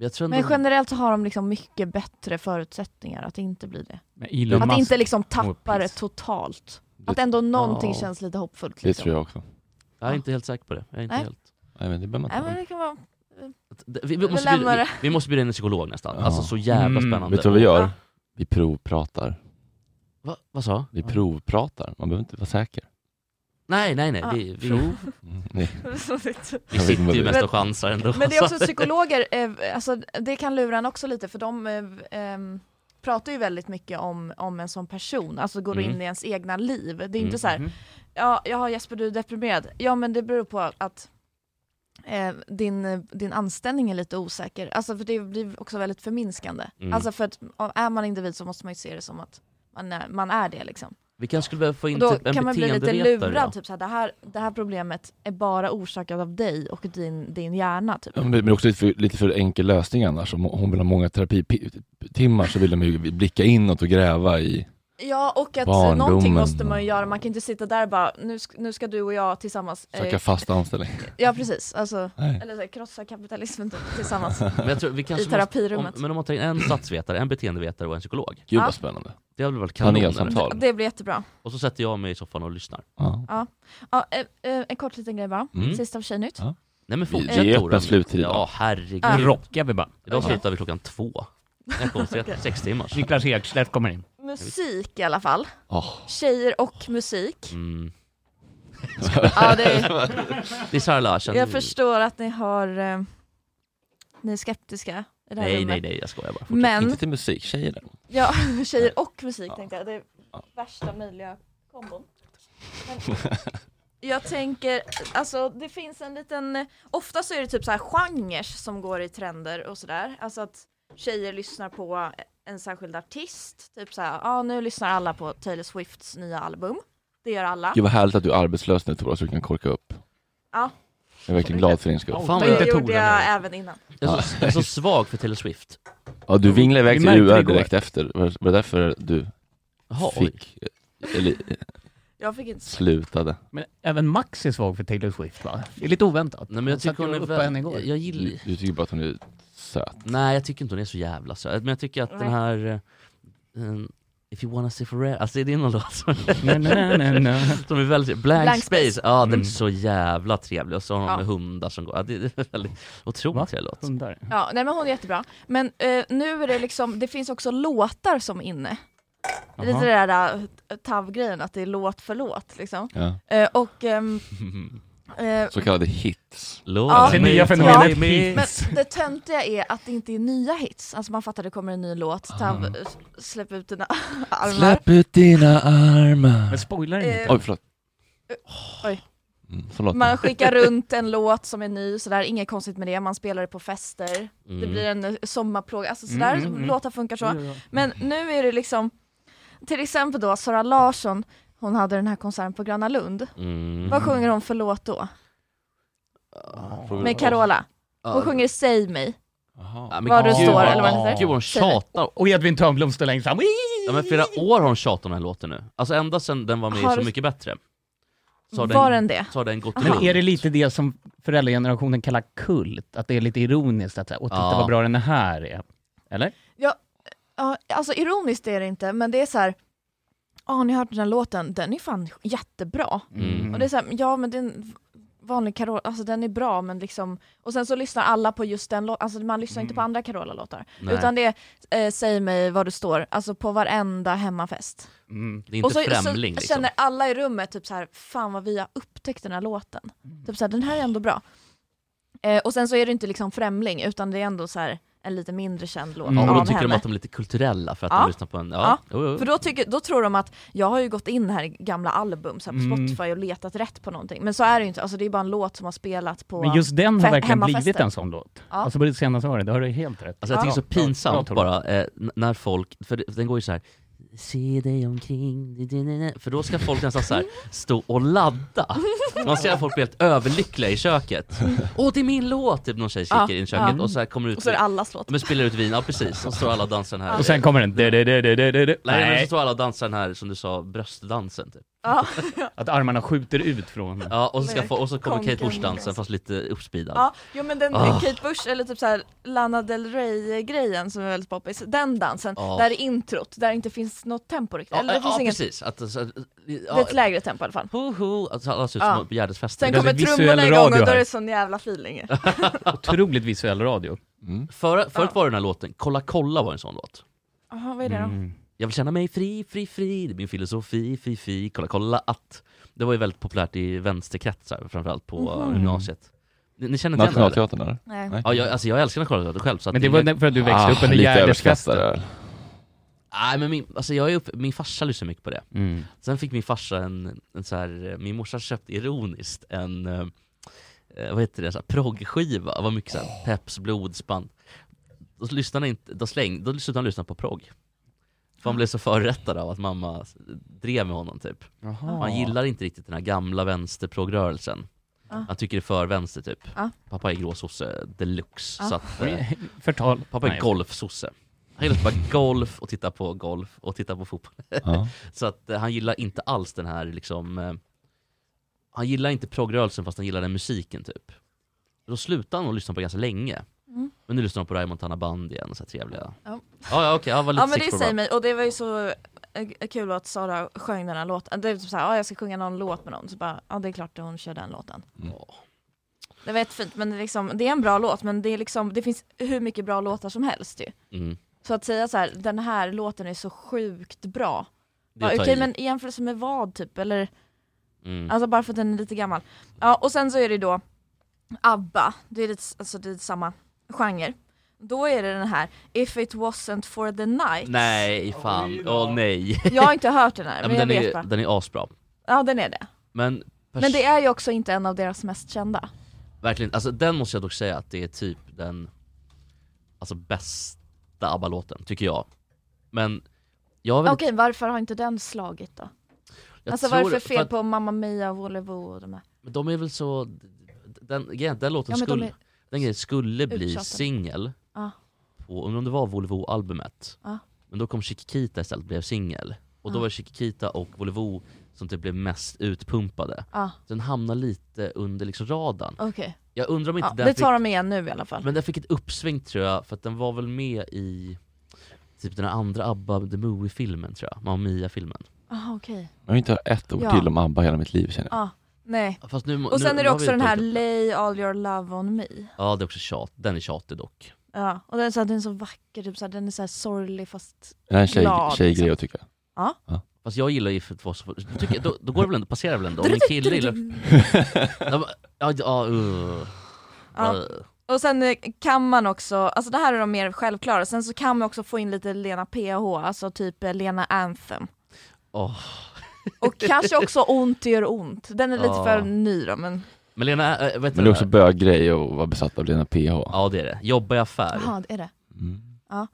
S3: Jag tror
S4: Men
S3: ändå-
S4: generellt så har de liksom mycket bättre förutsättningar att inte bli det.
S2: Men Elon
S4: att
S2: Musk
S4: inte liksom
S2: mår
S4: tappa det
S2: piss.
S4: totalt. Att ändå någonting
S1: Ja.
S4: känns lite hoppfullt.
S1: det
S4: Liksom.
S1: tror jag också.
S3: Jag är inte helt säker på det. Jag är inte
S4: Nej.
S3: helt.
S1: Nej, men det behöver man
S4: Nej,
S1: inte.
S4: men det kan vara...
S3: Det- Vi, vi,
S4: Vi
S3: måste
S4: lämnar
S3: bjuda, vi,
S4: det.
S3: vi måste bjuda in en psykolog nästan. Alltså så jävla
S1: Mm.
S3: spännande.
S1: Vet du vad vi gör?
S3: Ja.
S1: Vi provpratar.
S3: Va, vad sa?
S1: Vi provpratar. Man behöver inte vara säker. Mm,
S3: Nej, nej, nej.
S4: Ja.
S3: Vi, vi,
S4: Prov.
S1: Nej.
S3: vi sitter ju
S1: Men-
S3: mest och chansar ändå.
S4: Men det är också
S3: Så-
S4: psykologer, eh, alltså, det kan lura en också lite för de eh, ehm, pratar ju väldigt mycket om, om en som person, alltså går
S11: Mm.
S4: in i ens egna liv. Det är inte
S11: Mm.
S4: så här,
S11: Mhm.
S4: ja, ja Jesper du är deprimerad, ja men det beror på att eh, din, din anställning är lite osäker, alltså för det blir också väldigt förminskande.
S3: Mm.
S4: Alltså för att om- är man individ så måste man ju se det som att man är, man är det liksom.
S3: Vi kanske skulle behöva få in
S4: Och då
S3: typ en
S4: kan man bli lite
S3: beteendevetare,
S4: lurad,
S3: ja.
S4: typ så här, det, här, det här problemet är bara orsakat av dig och din, din hjärna. Typ.
S1: Ja, men det men också lite för, lite för enkel lösning annars. Om hon vill ha många terapitimmar så vill de ju blicka inåt och gräva i...
S4: Ja, och att
S1: Barndomen.
S4: någonting måste man ju göra, man kan inte sitta där och bara, nu ska, nu ska du och jag tillsammans... eh,
S1: Söka fast anställning.
S4: Ja, precis. Alltså,
S3: Nej.
S4: eller så här, krossa kapitalismen typ, tillsammans
S3: Men jag tror vi kanske
S4: i terapirummet.
S3: Måste, om, men om man tar in en statsvetare, en beteendevetare och en psykolog.
S1: Gud, vad Ja. spännande.
S3: Det hade väl varit kanon.
S1: Panelsamtal.
S4: Det blir jättebra.
S3: Och så sätter jag mig i soffan och lyssnar.
S4: Ja. Ja, eh, eh, en kort liten grej bara,
S3: Mm.
S4: sista av Tjejnytt.
S3: Nej men
S1: Vi-
S3: fortsätt
S1: vi är
S3: Tora.
S1: öppen sluttid idag.
S3: Ja herregud.
S4: Ja.
S2: Rockar vi bara.
S3: Idag
S4: Okej.
S3: slutar vi klockan två. Inga konstigheter,
S4: Okej.
S3: sex timmars.
S2: Niklas Ekstedt kommer in.
S4: Musik i alla fall.
S1: Oh.
S4: Tjejer och musik.
S3: Mm.
S4: Ja, det är-
S3: Det är Sara Larsson.
S4: Jag förstår att ni har, eh, ni är skeptiska i det här
S3: Nej
S4: rummet.
S3: nej nej, jag skojar bara. Fortsätt.
S4: Men-
S1: Inte till musik, tjejer däremot.
S4: Ja, tjejer och musik tänkte jag. Det är värsta möjliga kombon. Men jag tänker, alltså det finns en liten, ofta så är det typ så här genrer som går i trender och sådär. Alltså att tjejer lyssnar på en särskild artist. Typ så här, ja nu lyssnar alla på Taylor Swifts nya album. Det gör alla.
S1: Gud vad härligt att du är arbetslös nu Tora så du kan korka upp.
S4: Ja.
S1: Jag är verkligen glad för din skull.
S3: Fan, vad
S4: det
S3: jag-
S4: gjorde jag även innan.
S3: Jag är, så, jag är så svag för Taylor Swift.
S1: Ja, du vinglade iväg
S3: Vi
S1: till
S3: märkte det
S1: UR
S3: igår.
S1: direkt efter. Var var det därför du
S3: Jaha, oj.
S1: fick... Eller,
S4: Jag fick inte
S1: slutade.
S2: Men även Max är svag för Taylor Swift va? Det är lite oväntat.
S3: Nej men jag
S2: Satt
S3: tycker hon
S2: ju
S3: är
S2: uppe
S3: väl...
S2: henne igår.
S3: Jag, jag gillar...
S1: Du tycker bara att hon är söt.
S3: Nej jag tycker inte hon är så jävla söt, men jag tycker att den
S2: Nej.
S3: här eh, um, If you wanna stay forever, alltså är det någon låt som...
S2: Nej, nej, nej, nej.
S3: Som är väldigt, Blank,
S2: Blank
S3: Space,
S2: Space.
S3: ja den är
S2: Mm.
S3: så jävla trevlig, och så har hon
S4: Ja.
S3: med hundar som går, ja, det det är väldigt otroligt trevlig låt.
S2: Hundar?
S4: Ja, nej men hon är jättebra. Men eh, nu är det liksom, det finns också låtar som är inne.
S3: Jaha.
S4: Lite det där eh, TAV-grejen, att det är låt för låt liksom.
S1: Ja.
S4: Eh, och... ehm, eh,
S1: Så kallade hits.
S3: Låt
S2: Det nya fenomenet
S4: men det töntiga är att det inte är nya hits, alltså man fattar det kommer en ny låt, TAV eh, släpp ut dina armar.
S1: Släpp ut dina armar.
S2: Men spoilar
S4: inte. Eh.
S1: Oj, förlåt.
S4: Oj.
S1: Mm, förlåt.
S4: Man skickar runt en låt som är ny, sådär, inget konstigt med det, man spelar det på fester, det
S1: Mm.
S4: blir en eh, sommarplåga, alltså
S11: Mm,
S4: sådär,
S11: mm, mm.
S4: låtar funkar så.
S11: Ja, ja, ja.
S4: Men nu är det liksom, till exempel då Sara Larsson, hon hade den här konserten på Gröna Lund,
S3: Mm.
S4: vad sjunger hon för låt då? Med Carola. Hon
S3: Ja.
S4: sjunger Säg mig.
S3: Ja,
S4: Var du
S3: gud,
S4: står,
S3: vad-
S4: eller vad den heter.
S3: Gud vad hon
S4: Säg mig.
S3: tjatar.
S2: Och Edvin Törnblom står längst fram.
S3: Ja men flera år har hon tjatat om den här låten nu. Alltså ända sedan den var med i
S2: Har
S3: Så
S2: du-
S3: mycket bättre.
S2: Var den det?
S3: Så har den gått
S2: Men är det lite det som föräldragenerationen kallar kult? Att det är lite ironiskt att säga, åh titta
S3: Ja.
S2: vad bra den här är. Eller?
S4: Ja, ja, alltså ironiskt är det inte, men det är så här. Ja, ni har hört den här låten, den är fan jättebra.
S2: Mm.
S4: Och det är så här, ja men det är en vanlig Carola, alltså den är bra men liksom, och sen så lyssnar alla på just den låten, alltså man lyssnar inte på andra Carola-låtar.
S3: Mm. Nej.
S4: Utan det är, eh, säg mig var du står, alltså på varenda hemmafest.
S3: Mm. Det är inte
S4: och så,
S3: främling
S4: så
S3: liksom.
S4: känner alla i rummet typ så här, fan vad vi har upptäckt den här låten.
S3: Mm.
S4: Typ så här, den här är ändå bra. Eh, och sen så är det inte liksom främling, utan det är ändå så här en lite mindre känd låt
S3: Mm. Och
S4: av
S3: då tycker
S4: henne.
S3: de att de är lite kulturella för att
S4: Ja.
S3: de lyssnar på en... Ja,
S4: Ja,
S3: Jo, jo, jo.
S4: för då, tycker, då tror de att jag har ju gått in här i gamla album så här på
S2: Mm.
S4: Spotify och letat rätt på någonting. Men så är det ju inte, alltså det är bara en låt som har spelats på
S2: Men just den har
S4: fe-
S2: verkligen
S4: hemmafester.
S2: blivit en sån låt.
S4: Ja.
S2: Alltså på det senaste året, det har du helt rätt.
S3: Alltså jag tycker det är så
S2: Bra, bra,
S3: pinsamt
S2: bra, Tor.
S3: bara, eh, n- när folk, för det- den går ju så här. Se dig omkring, di- di- di- di." för då ska folk nästan så här stå och ladda. Man ser att folk blir helt överlyckliga i köket. Åh det är min låt! Typ någon tjej kikar
S4: Ja,
S3: in i köket
S4: ja.
S3: och så här kommer ut
S4: Och så är det allas låt.
S3: Men spelar ut vin, ja precis, och så står alla och dansar den här
S2: Och sen kommer den... "Du, du, du, du, du, du, du."
S3: Nej, men så
S2: Nej,
S3: står alla och dansar den här som du sa, bröstdansen typ.
S4: Ja.
S2: att armarna skjuter ut från...
S3: Ja och så, ska, få- och så kommer
S4: Konken.
S3: Kate Bush-dansen fast lite uppspeedad.
S4: Ja, jo men den
S3: Ah.
S4: Kate Bush eller typ så här Lana Del Rey-grejen som är väldigt poppis, den dansen,
S3: Ja.
S4: där är introt, där det inte finns något tempo riktigt.
S3: Ja,
S4: eller det finns
S3: ja
S4: inget,
S3: precis, att, så,
S4: det är ett lägre tempo i alla fall.
S3: Alltså alla ser ut
S4: Ja.
S3: som på Gärdesfesten.
S4: Sen kommer trummorna igång och då är det sån jävla feeling.
S2: Otroligt visuell radio.
S1: Mm.
S3: Förra- Förut var den här låten, Kolla kolla var en sån låt.
S4: Jaha, vad är det då?
S2: Mm.
S3: Jag vill känna mig fri, fri, fri, det är min filosofi, fi, fi, kolla, kolla att. Det var ju väldigt populärt i vänsterkretsar, framförallt på
S4: Mhm.
S3: eh, gymnasiet. Ni, ni känner inte igen det?
S1: Nationalteatern, eller?
S4: Nej.
S3: Ja, jag, alltså, jag älskar Nationalteatern själv. Så att
S2: Men det var
S3: jag-
S2: för att du växte upp under
S1: lite
S2: Gärdesfesten.
S1: överskattad.
S3: Nej men min, alltså jag är upp, min farsa lyssnar mycket på det.
S2: Mm.
S3: Sen fick min farsa en, en så här, eh, min morsa köpte ironiskt en, eh, vad heter det, så här, proggskiva. Det var mycket så här, Peps blodsband. Då lyssnade han inte, då släng, då slutade han lyssna på progg. För han blev så förrättad av att mamma drev med honom typ.
S2: Jaha.
S3: Han gillar inte riktigt den här gamla vänsterproggrörelsen.
S4: Ja.
S3: Han tycker det är för vänster typ.
S4: Ja.
S3: Pappa är gråsosse deluxe.
S4: Ja.
S3: Så att, eh,
S2: Förtal.
S3: Pappa är
S2: Nej.
S3: golfsosse. Han gillar typ bara golf och titta på golf och titta på fotboll.
S1: Ja.
S3: så att eh, han gillar inte alls den här liksom, eh, han gillar inte proggrörelsen fast han gillar den musiken typ. Då slutade han att lyssna på ganska länge.
S4: Mm.
S3: Men nu lyssnar han på Ray Montana Band igen, så här trevliga.
S4: Ja.
S3: ja, ja, okej, han var lite
S4: Ja men
S3: sick
S4: det
S3: for
S4: säger
S3: bara.
S4: mig, och det var ju så eh, kul att Sara sjöng den här låten. Det är typ såhär, ja jag ska sjunga någon låt med någon, så bara, ja det är klart att hon kör den låten.
S3: Ja.
S4: Det var jättefint, men det är, liksom, det är en bra låt, men det, är liksom, det finns hur mycket bra låtar som helst ju.
S3: Mm.
S4: Så att säga så här, den här låten är så sjukt bra.
S3: Det
S4: Ja,
S3: tar
S4: Okej
S3: i.
S4: men i jämförelse med vad typ, eller?
S3: Mm.
S4: Alltså bara för att den är lite gammal. Ja, och sen så är det då ABBA, det är lite, alltså det är samma genre. Då är det den här If it wasn't for the night.
S3: Nej, fan, åh nej.
S4: Jag har inte hört den här,
S3: Ja,
S4: men, jag
S3: den,
S4: vet
S3: är,
S4: bara.
S3: den är asbra.
S4: Ja, den är det.
S3: Men, pers-
S4: Men det är ju också inte en av deras mest kända.
S3: verkligen, alltså den måste jag dock säga att det är typ den alltså bästa ABBA-låten, tycker jag. Men jag har
S4: Okej,
S3: väldigt
S4: varför har inte den slagit då?
S3: Jag
S4: alltså
S3: tror
S4: varför är
S3: det,
S4: fel
S3: för att-
S4: på Mamma Mia och Volevo och de här?
S3: Men de är väl så, den, den, den låten
S4: Ja, men de
S3: skulle,
S4: är
S3: den grejen skulle bli
S4: uttjatade.
S3: singel,
S4: Ja.
S3: på, undrar om det var Volvo-albumet,
S4: Ja.
S3: men då kom Chiquita istället blev singel. Och då
S4: Ja.
S3: var Chiquita och Volvo som typ blev mest utpumpade.
S4: Ja.
S3: Den hamnar lite under liksom radarn.
S4: Okej.
S3: Jag undrar om inte
S4: Ja,
S3: den
S4: det
S3: fick,
S4: tar de igen nu i alla fall.
S3: men den fick ett uppsving tror jag, för att den var väl med i typ den här andra ABBA The Movie-filmen tror jag, Mamma Mia-filmen.
S4: Jaha, okej.
S1: Jag vill inte ha ett ord
S4: Ja.
S1: till om ABBA hela mitt liv känner jag.
S4: Ja, nej.
S3: Fast nu,
S4: Och sen
S3: nu,
S4: är det
S3: nu har
S4: också
S3: vi
S4: den här
S3: tagit upp-
S4: Lay all your love on me.
S3: Ja det är också tjat, den är tjatig dock.
S4: Ja, och den är så, här, den är så vacker, typ så här, den är så här sorglig fast
S1: Det här är en tjej,
S4: glad.
S1: tjejgrej
S4: liksom.
S1: att tycka.
S4: Ja.
S3: Fast jag gillar ju för att vara så... Tycker, jag- då, då går det väl ändå, passerar väl ändå? Om en kille gillar... Ja, men- ja, ja, uh,
S4: Ja.
S3: uh.
S4: Och sen eh, kan man också, alltså det här är de mer självklara, sen så kan man också få in lite Lena PH, alltså typ eh, Lena Anthem.
S3: Åh.
S4: Och kanske också Ont gör ont, den är lite
S3: Ja.
S4: för ny då men,
S3: Men Lena, äh, vet
S1: Men det är också böggrej att vara besatt av Lena PH.
S3: Ja det är det. Jobba i affär.
S4: jaha det är det.
S1: Mm.
S4: Ja.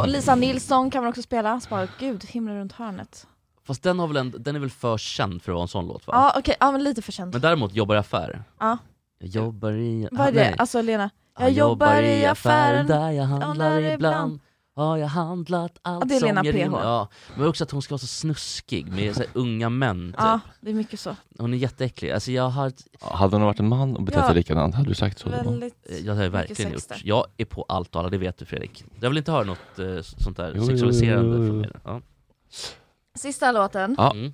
S4: Och Lisa Nilsson kan man också spela, så bara gud, himlen runt hörnet.
S3: Fast den, har väl en, den är väl för känd för att vara en sån låt va?
S4: Ja okej, ja men lite för känt.
S3: Men däremot Jobba i affär.
S4: Ja.
S3: Jag jobbar i...
S4: Vad är
S3: Ah,
S4: det?
S3: nej.
S4: Alltså Lena, jag,
S3: Jag
S4: jobbar
S3: jobbar
S4: i
S3: i
S4: affären
S3: affären där jag handlar ibland. Har jag handlat allt
S4: Ja, det är
S3: som
S4: Lena
S3: jag
S4: PH.
S3: rinner- Ja, men också att hon ska vara så snuskig med så här, unga män typ.
S4: Ja, det är mycket så.
S3: Hon är jätteäcklig. Alltså jag har... ett-
S1: Hade hon varit en man och betett sig
S4: Ja,
S1: likadant, hade du sagt så? Robban?
S4: Väldigt
S3: Eh, Jag har jag
S4: mycket
S3: verkligen
S4: sex
S3: gjort.
S4: där.
S3: Jag är på allt och alla, det vet du Fredrik. Jag vill inte höra något eh, s- sånt där
S1: Jo, jo,
S3: sexualiserande
S1: jo, jo.
S3: från mig. Ja.
S4: Sista låten,
S1: Ja.
S3: Mm.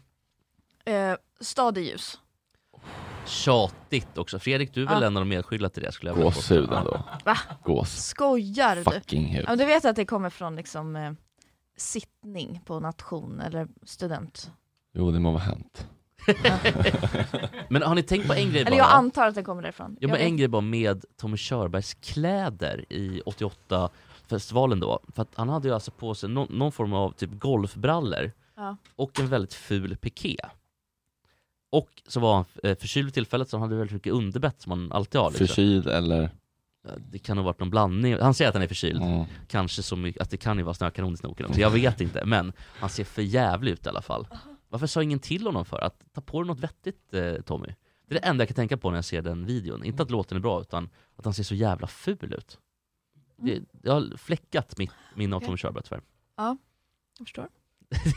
S4: eh, Stadieljus.
S3: Tjatigt också. Fredrik, du är väl
S4: Ja.
S3: en av de medskyldiga till det skulle jag vilja påstå.
S1: Gåshud ändå.
S4: Va?
S1: Gås.
S4: Skojar du?
S1: Fucking hud.
S4: Ja, men du vet att det kommer från liksom eh, sittning på nation eller student.
S1: Jo, det må vara hänt.
S3: Men har ni tänkt på en grej bara?
S4: Eller jag antar att det kommer därifrån.
S3: Ja,
S4: Jag
S3: men en
S4: vet-
S3: grej bara med Tommy Körbergs kläder i 88-festivalen då. För att han hade ju alltså på sig någon, någon form av typ golfbrallor
S4: Ja.
S3: och en väldigt ful piké. Och så var han eh, förkyld vid tillfället, så han hade väldigt mycket underbett som han alltid har. Liksom.
S1: Förkyld eller?
S3: Det kan ha varit någon blandning. Han säger att han är förkyld.
S1: Mm.
S3: Kanske som i- att det kan ju vara snökanon i snoken också. Jag vet inte, men han ser för jävlig ut i alla fall. Varför sa ingen till honom för att ta på dig något vettigt eh, Tommy? Det är det enda jag kan tänka på när jag ser den videon. Inte att låten är bra, utan att han ser så jävla ful ut. Det, jag har fläckat mitt minne av
S4: Mm. Okej.
S3: Tommy Körberg tyvärr.
S4: Ja, jag förstår.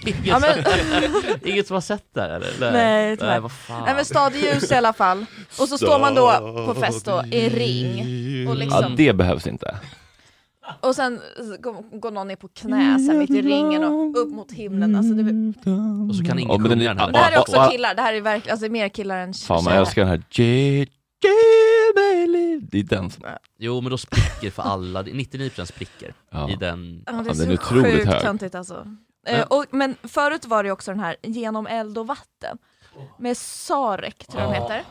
S3: Ingen,
S4: Ja, men-
S3: som, ingen som har sett det här eller?
S4: Nej, tyvärr.
S3: Nej, vad fan.
S4: Nej men stadieljus i alla fall. Och så står man då på fest då i ring. Och,
S1: Ja,
S4: liksom,
S1: det behövs inte.
S4: och sen s- går- går någon ner på knä så här, mitt i ringen och upp mot himlen. Alltså, det,
S3: Och så kan ingen
S1: Ja, men den
S3: sjunga
S1: är-
S3: den här.
S4: det här är
S1: Och-
S4: också
S1: och-
S4: killar, det här är verkligen, alltså, det är mer killar än tjejer.
S1: Fan, man älskar den här Ge- Ge mig liv. Det är den som...
S3: Jo men då spricker för alla, Det är 99% spricker
S1: Ja.
S3: i den.
S4: Ja, det är
S1: Ja, den är
S4: så
S1: otroligt
S4: sjukt
S1: hög.
S4: töntigt alltså.
S3: Men-
S4: Men. Och, men förut var det också den här Genom eld och vatten med Sarek tror jag de
S1: Ja.
S4: heter.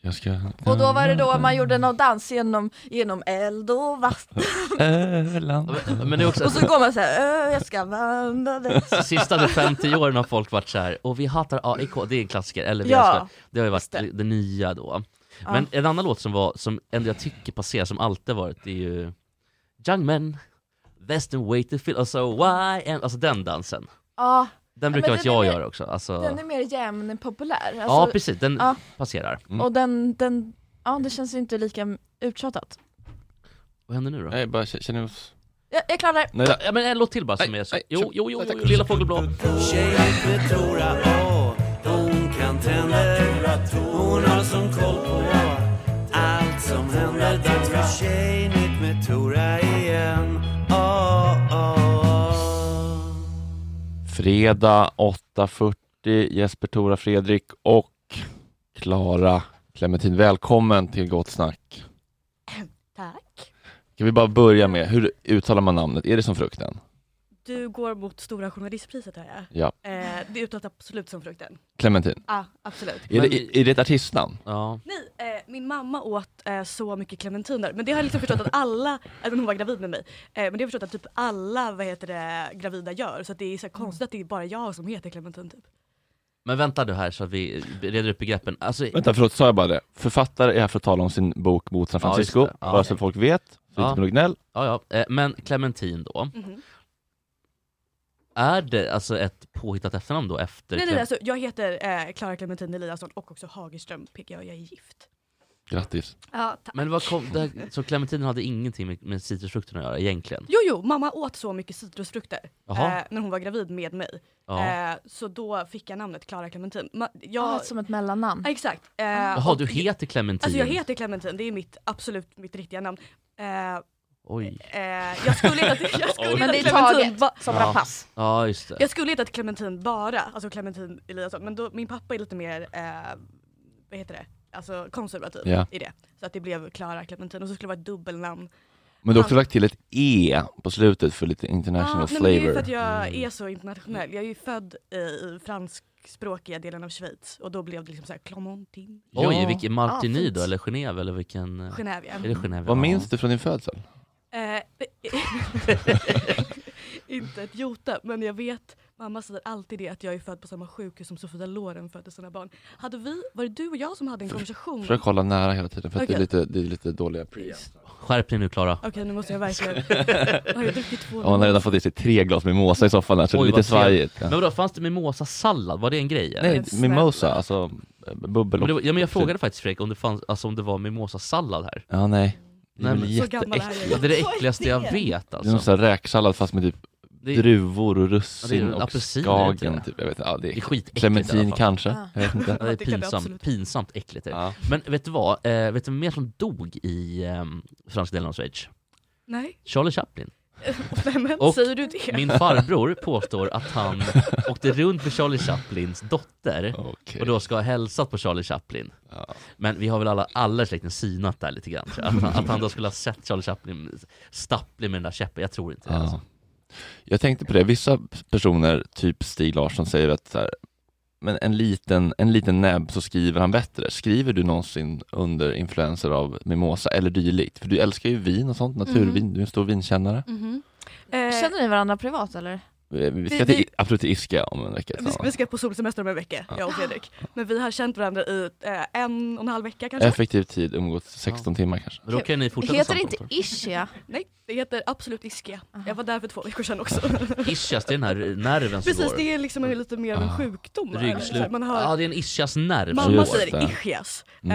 S1: Jag ska...
S4: Och då var det då man gjorde någon dans genom, genom eld och vatten.
S1: Öland.
S3: Men- Men det är också,
S4: Och så går man så här, "Ö, jag ska vandra dig.
S3: sista 5-10 åren har folk varit så här, och vi hatar AIK, det är en klassiker, eller vi
S4: Ja,
S3: älskar, det har ju varit
S4: just det.
S3: det. nya då.
S4: Ja.
S3: Men en annan låt som var, som ändå jag tycker passerar, som alltid har varit, det är ju Young Men, Western Way to Feel, alltså why, am-" alltså den dansen.
S4: Ja,
S3: Den
S4: men
S3: brukar vara att
S4: den är
S3: jag
S4: mer-
S3: gör också, alltså,
S4: den är mer jämn än populär.
S3: ja
S4: Alltså,
S3: precis, den
S4: ja.
S3: passerar.
S1: Mm.
S3: Mm.
S4: Och den, den, ja det känns ju inte lika uttjatat.
S3: Vad händer nu då?
S1: Nej, bara k- känner oss...
S4: Jag, jag klarar.
S1: Nej,
S3: Ja men en låt till bara som
S1: Nej,
S3: är så,
S1: nej,
S3: jo
S1: kör.
S3: jo jo,
S1: Nej, tack.
S3: Lilla Fågelblå.
S5: Tjejer med Tora Å, hon kan tänder Hon har som koll på allt som händer Dags för Tjejnytt med Tora igen Åh, åh, åh.
S1: Fredag 8.40, Jesper, Tora, Fredrik och Klara Clementin. Välkommen till Gott Snack.
S4: "Äh,
S11: Tack.
S1: Kan vi bara börja med, hur uttalar man namnet? Är det som frukten?
S11: Du går mot Stora Journalistpriset hör jag.
S1: Ja.
S11: Eh, det är uttalat absolut som frukten.
S1: Clementin.
S11: Ja, absolut.
S1: Är,
S3: Men-
S1: det, är det ett artistnamn?
S3: Ja.
S11: Nej, eh, min mamma åt eh, så mycket clementiner. Men det har jag liksom förstått att alla, även hon var gravid med mig, eh, men det har jag förstått att typ alla vad heter det, gravida gör. Så att det är så här konstigt att det är bara jag som heter clementin typ.
S3: Men vänta du här så att vi reder ut begreppen. Alltså,
S1: Vänta, förlåt, sa jag bara det? Författare är här för att tala om sin bok mot San
S3: Ja, just
S1: Francisco,
S3: det. Ja.
S1: bara så folk vet, så
S3: Ja.
S1: inte blir gnäll.
S3: Ja, ja. Eh, Men Clementin då,
S11: Mhm.
S3: är det alltså ett påhittat efternamn då efter?
S11: Nej, nej,
S3: Clem-
S11: nej, alltså, jag heter eh, Clara Clementin Eliasson och också Hagerström PGA, jag är gift.
S1: Grattis.
S11: Ja, tack.
S3: Men vad kom, det här, så Clementin hade ingenting med, med citrusfrukten att göra egentligen?
S11: Jo, jo, mamma åt så mycket citrusfrukter
S3: Jaha.
S11: eh, när hon var gravid med mig.
S3: Ja.
S11: Eh, så då fick jag namnet Clara Clementin. Ma- jag,
S4: Ja, Ah, som ett mellannamn. Ah.
S11: Ja, exakt. Eh,
S3: Jaha,
S11: och-
S3: du heter Clementin?
S11: Alltså jag heter Clementin, det är mitt, absolut mitt riktiga namn. Eh,
S3: Oj.
S11: eh, jag skulle heta, jag skulle
S4: Men det
S11: heta
S4: är
S11: Clementin
S4: taget
S11: ba-
S4: som
S3: Ja.
S4: rapace.
S3: Ja, just det.
S11: jag skulle heta Clementin bara, alltså Clementin Eliasson, men då, min pappa är lite mer, eh, vad heter det, alltså konservativ
S1: Ja.
S11: i det. Så att det blev Clara Clementin och så skulle det vara ett dubbelnamn.
S1: Men du har också lagt till ett E på slutet för lite international
S11: Ah, nej, men det är ju för
S1: flavor. Mm.
S11: att jag är så internationell. Jag är ju född eh, i franskspråkiga delen av Schweiz och då blev det liksom såhär Clementin,
S3: Oj,
S1: Ja.
S3: vilken
S4: Ah,
S3: Martini
S4: fint.
S3: då, eller Genève, eller vilken... eh,
S11: Genève.
S3: Är det Genève?
S1: Vad minns du från din födsel?
S11: Eh, inte ett jota, men jag vet Mamma säger alltid det att jag är född på samma sjukhus som Sofia Loren födde sina barn. Hade vi, var det du och jag som hade en konversation?
S1: Försök hålla nära hela tiden för att det, är
S11: Okej.
S1: lite, det är lite dåliga preamps.
S3: Skärp dig nu Klara.
S11: Okej, nu måste jag verkligen... Har jag druckit två
S1: Ja, hon har redan fått i sig tre glas mimosa i soffan här så det är lite svajigt.
S3: Men vadå, fanns det mimosasallad? Var det en grej? eller?
S1: Nej, mimosa, alltså eh, bubbel
S3: Men,
S1: och...
S3: det var, ja, men jag frågade faktiskt Fredrik om det, fanns, alltså, om det var mimosasallad här.
S1: Ja, nej.
S3: Nej, men
S1: Så
S11: gammal är jag.
S3: jätteäckligt. Det är det
S11: Vad är
S3: äckligaste jag
S11: det?
S3: vet
S1: Det är någon
S3: alltså.
S1: sån här räksallad fast med typ
S3: Det är-
S1: druvor och
S3: Ja, det
S1: russin
S3: är
S1: och
S3: apelsiner, är det inte
S1: skagen.
S3: det?
S1: Typ. Jag vet, inte. ja, det är,
S3: skitäckligt i
S1: Clementin
S3: alla fall.
S1: kanske?
S11: Ah.
S1: Jag vet inte.
S3: Ja, det är
S11: det kan det
S3: pinsamt,
S11: absolut.
S3: pinsamt äckligt. Är det. Men vet du vad? Eh, vet du vem mer som dog i eh, franska delen av Schweiz?
S11: Nej.
S3: Charlie Chaplin.
S11: Nej men,
S3: Och
S11: säger du det?
S3: min farbror påstår att han åkte runt med Charlie Chaplins dotter och då ska ha hälsat på Charlie Chaplin. Men vi har väl alla, alla i släkten synat där lite grann. tror jag. Att, han- att han då skulle ha sett Charlie Chaplin stapplig med den där käppen, jag tror inte det. Alltså.
S1: Ja. Jag tänkte på det, vissa personer, typ Stig Larsson, säger att så här, men en liten, en liten näbb så skriver han bättre. Skriver du någonsin under influenser av mimosa eller dylikt? För du älskar ju vin och sånt, naturvin,
S11: Mm.
S1: du är en stor vinkännare.
S11: Mm-hmm.
S4: Känner ni varandra privat eller?
S1: Eh, Vi- Vi
S11: Vi-
S1: ska till,
S11: vi-
S1: absolut till Iska om en vecka.
S11: Vi ska, vi ska på solsemester om en vecka, jag och Fredrik. Men vi har känt varandra i eh, en och en halv vecka kanske.
S1: Effektiv tid, umgås 16 timmar kanske.
S3: Men då kan ni fortsätta
S11: Heter det
S3: samtalet.
S11: inte Ischia? Nej, det heter absolut Ischia. Jag var där för två veckor sedan också.
S3: Ischias, det är den här nerven som
S11: Precis,
S3: går.
S11: det är liksom en- lite mer av en sjukdom. va? Eller så
S3: Ah. Ryggslut.
S11: här, Man
S3: Ja,
S11: hör,
S3: det är en ischiasnerv som går.
S11: mamma säger Ischias. Eh,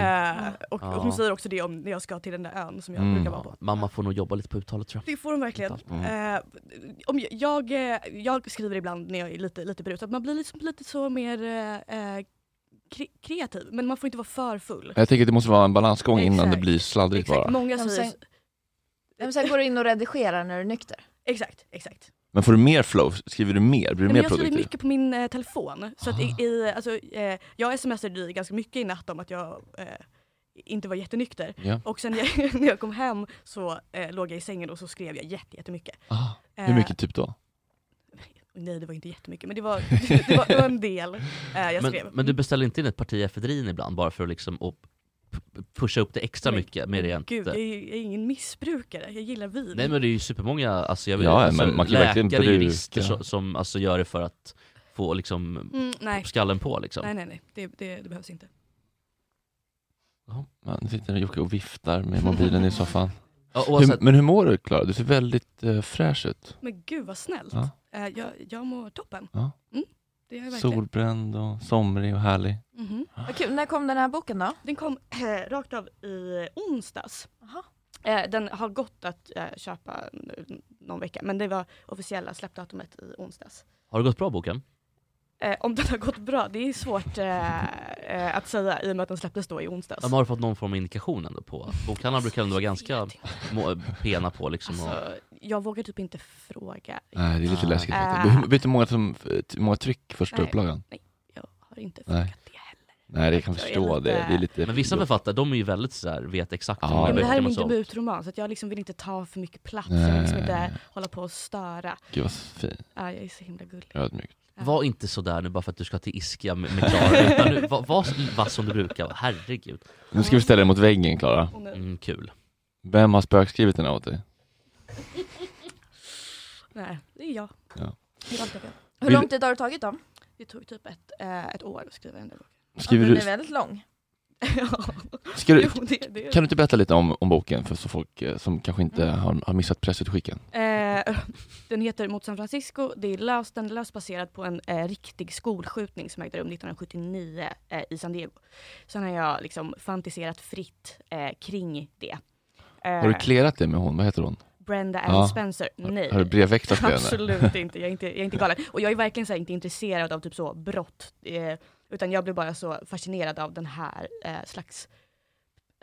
S11: och
S3: Mm. Ja.
S11: hon säger också det om när jag ska till den där ön som jag brukar vara på.
S3: Ja, Mm. Mamma får nog jobba lite på uttalet tror jag.
S11: Det får de verkligen.
S1: Mm.
S11: Eh, om jag, jag, eh, jag skriver ibland när jag är lite, lite berusad, man blir liksom lite så mer eh, eh, kre- kreativ. Men man får inte vara för full.
S1: Jag tänker att det måste vara en balansgång innan
S11: Exakt.
S1: det blir sladdrigt
S11: Exakt.
S1: bara.
S11: Många
S4: Men
S11: säger...
S4: sen- Men sen går du in och redigerar när du är nykter?
S11: Exakt, exakt.
S1: Men får du mer flow? Skriver du mer? Blir du
S11: Men
S1: mer
S11: jag skriver
S1: produktiv? Ah.
S11: mycket på min eh, telefon. Så att i, i, alltså, eh, jag smsade dig ganska mycket i natt om att jag eh, inte var jättenykter.
S1: Ja.
S11: Och sen när jag, när jag kom hem så eh, låg jag i sängen och så skrev jag jätte- jättemycket.
S1: Ah,
S11: Eh,
S1: Hur mycket typ då?
S11: Nej det var inte jättemycket men det var, det var, det var en del eh, jag
S3: Men,
S11: skrev.
S3: men du beställer inte in ett parti efedrin ibland bara för att liksom och p- p- pusha upp det extra
S11: Men-
S3: mycket med det jag
S11: Gud, jag är,
S3: inte...
S11: ju- jag är ingen missbrukare, jag gillar vin.
S3: Nej men det är ju supermånga, alltså jag vill,
S1: Ja,
S3: alltså,
S1: men man kan ju
S3: läkare,
S1: verkligen bruka.
S3: jurister som, som alltså gör det för att få liksom
S11: Mm, nej.
S3: skallen på liksom.
S11: nej, nej, nej. Det, det, det behövs inte.
S1: Ja, nu sitter Jocke och viftar med mobilen i soffan.
S3: Ja,
S1: Hur,
S3: oavsett-
S1: men hur mår du Klara? Du ser väldigt eh, fräsch ut.
S11: Men gud vad snällt.
S1: Ja.
S11: Eh, jag, jag mår toppen.
S1: Ja.
S11: Mm, det gör jag verkligen.
S1: Solbränd och somrig och härlig.
S11: Mhm.
S4: Vad kul, när kom den här boken då?
S11: Den kom eh, rakt av i onsdags. Eh, den har gått att eh, köpa nu, någon vecka, men det var officiella släppdatumet i onsdags.
S3: Har det gått bra boken?
S11: Eh, om den har gått bra, det är svårt eh, eh, att säga i och med att den släpptes då i onsdags.
S3: Ja, men har du fått någon form av indikation ändå på? Bokhandlarna brukar ändå vara ganska må- pena på liksom. och-
S11: Alltså, jag vågar typ inte fråga.
S1: Nej, det är lite
S3: Ah.
S1: läskigt.
S11: Äh.
S1: Äh. Vet du hur många, som, hur många tryck första
S11: Nej.
S1: upplagan?
S11: Nej, jag har inte frågat.
S1: Nej. Nej, det kan
S11: Jag är
S1: förstå.
S11: lite-
S1: Det, det är lite...
S3: Men vissa författare, de är ju väldigt sådär, vet exakt hur
S1: Ja,
S3: många
S11: Men det här är
S3: böcker
S11: min
S3: man sålt.
S11: debutroman så att jag liksom vill inte ta för mycket plats. Jag vill liksom inte
S1: Nej.
S11: hålla på och störa.
S1: Gud vad fint.
S11: Ja, jag är så himla gullig.
S1: Ödmjukt.
S3: Var inte sådär nu bara för att du ska till Ischia med, med Klara, utan nu, var, var vass som du brukar vara. herregud.
S1: Nu ska vi ställa dig mot väggen Klara.
S3: Mm, kul.
S1: Vem har spökskrivit den här åt dig?
S11: Nej, det är jag.
S1: Ja.
S11: Det är allt jag kan.
S4: Hur lång tid har du tagit då?
S11: Det tog typ ett, eh, ett år att skriva den där boken.
S1: Skriver
S4: den
S1: du-
S4: är väldigt lång.
S11: ja.
S1: Ska du,
S11: Jo, det- Mm. det-
S1: Kan du inte berätta lite om, om boken för så folk eh, som kanske inte har, har missat pressutskicken?
S11: Eh, den heter Mot San Francisco. Det är löst, den är löst baserad på en eh, riktig skolskjutning som ägde rum 1979 eh, i San Diego. Sen har jag liksom fantiserat fritt eh, kring det. Eh,
S1: Har du klerat det med hon? Vad heter hon?
S11: Brenda Ann
S1: Ja.
S11: Spencer?
S1: Har-
S11: Nej.
S1: har du brevväxlat med henne?
S11: Absolut inte. Jag, är inte. jag är inte galen. Och jag är verkligen så här, inte intresserad av typ så brott. Eh, utan jag blev bara så fascinerad av den här eh, slags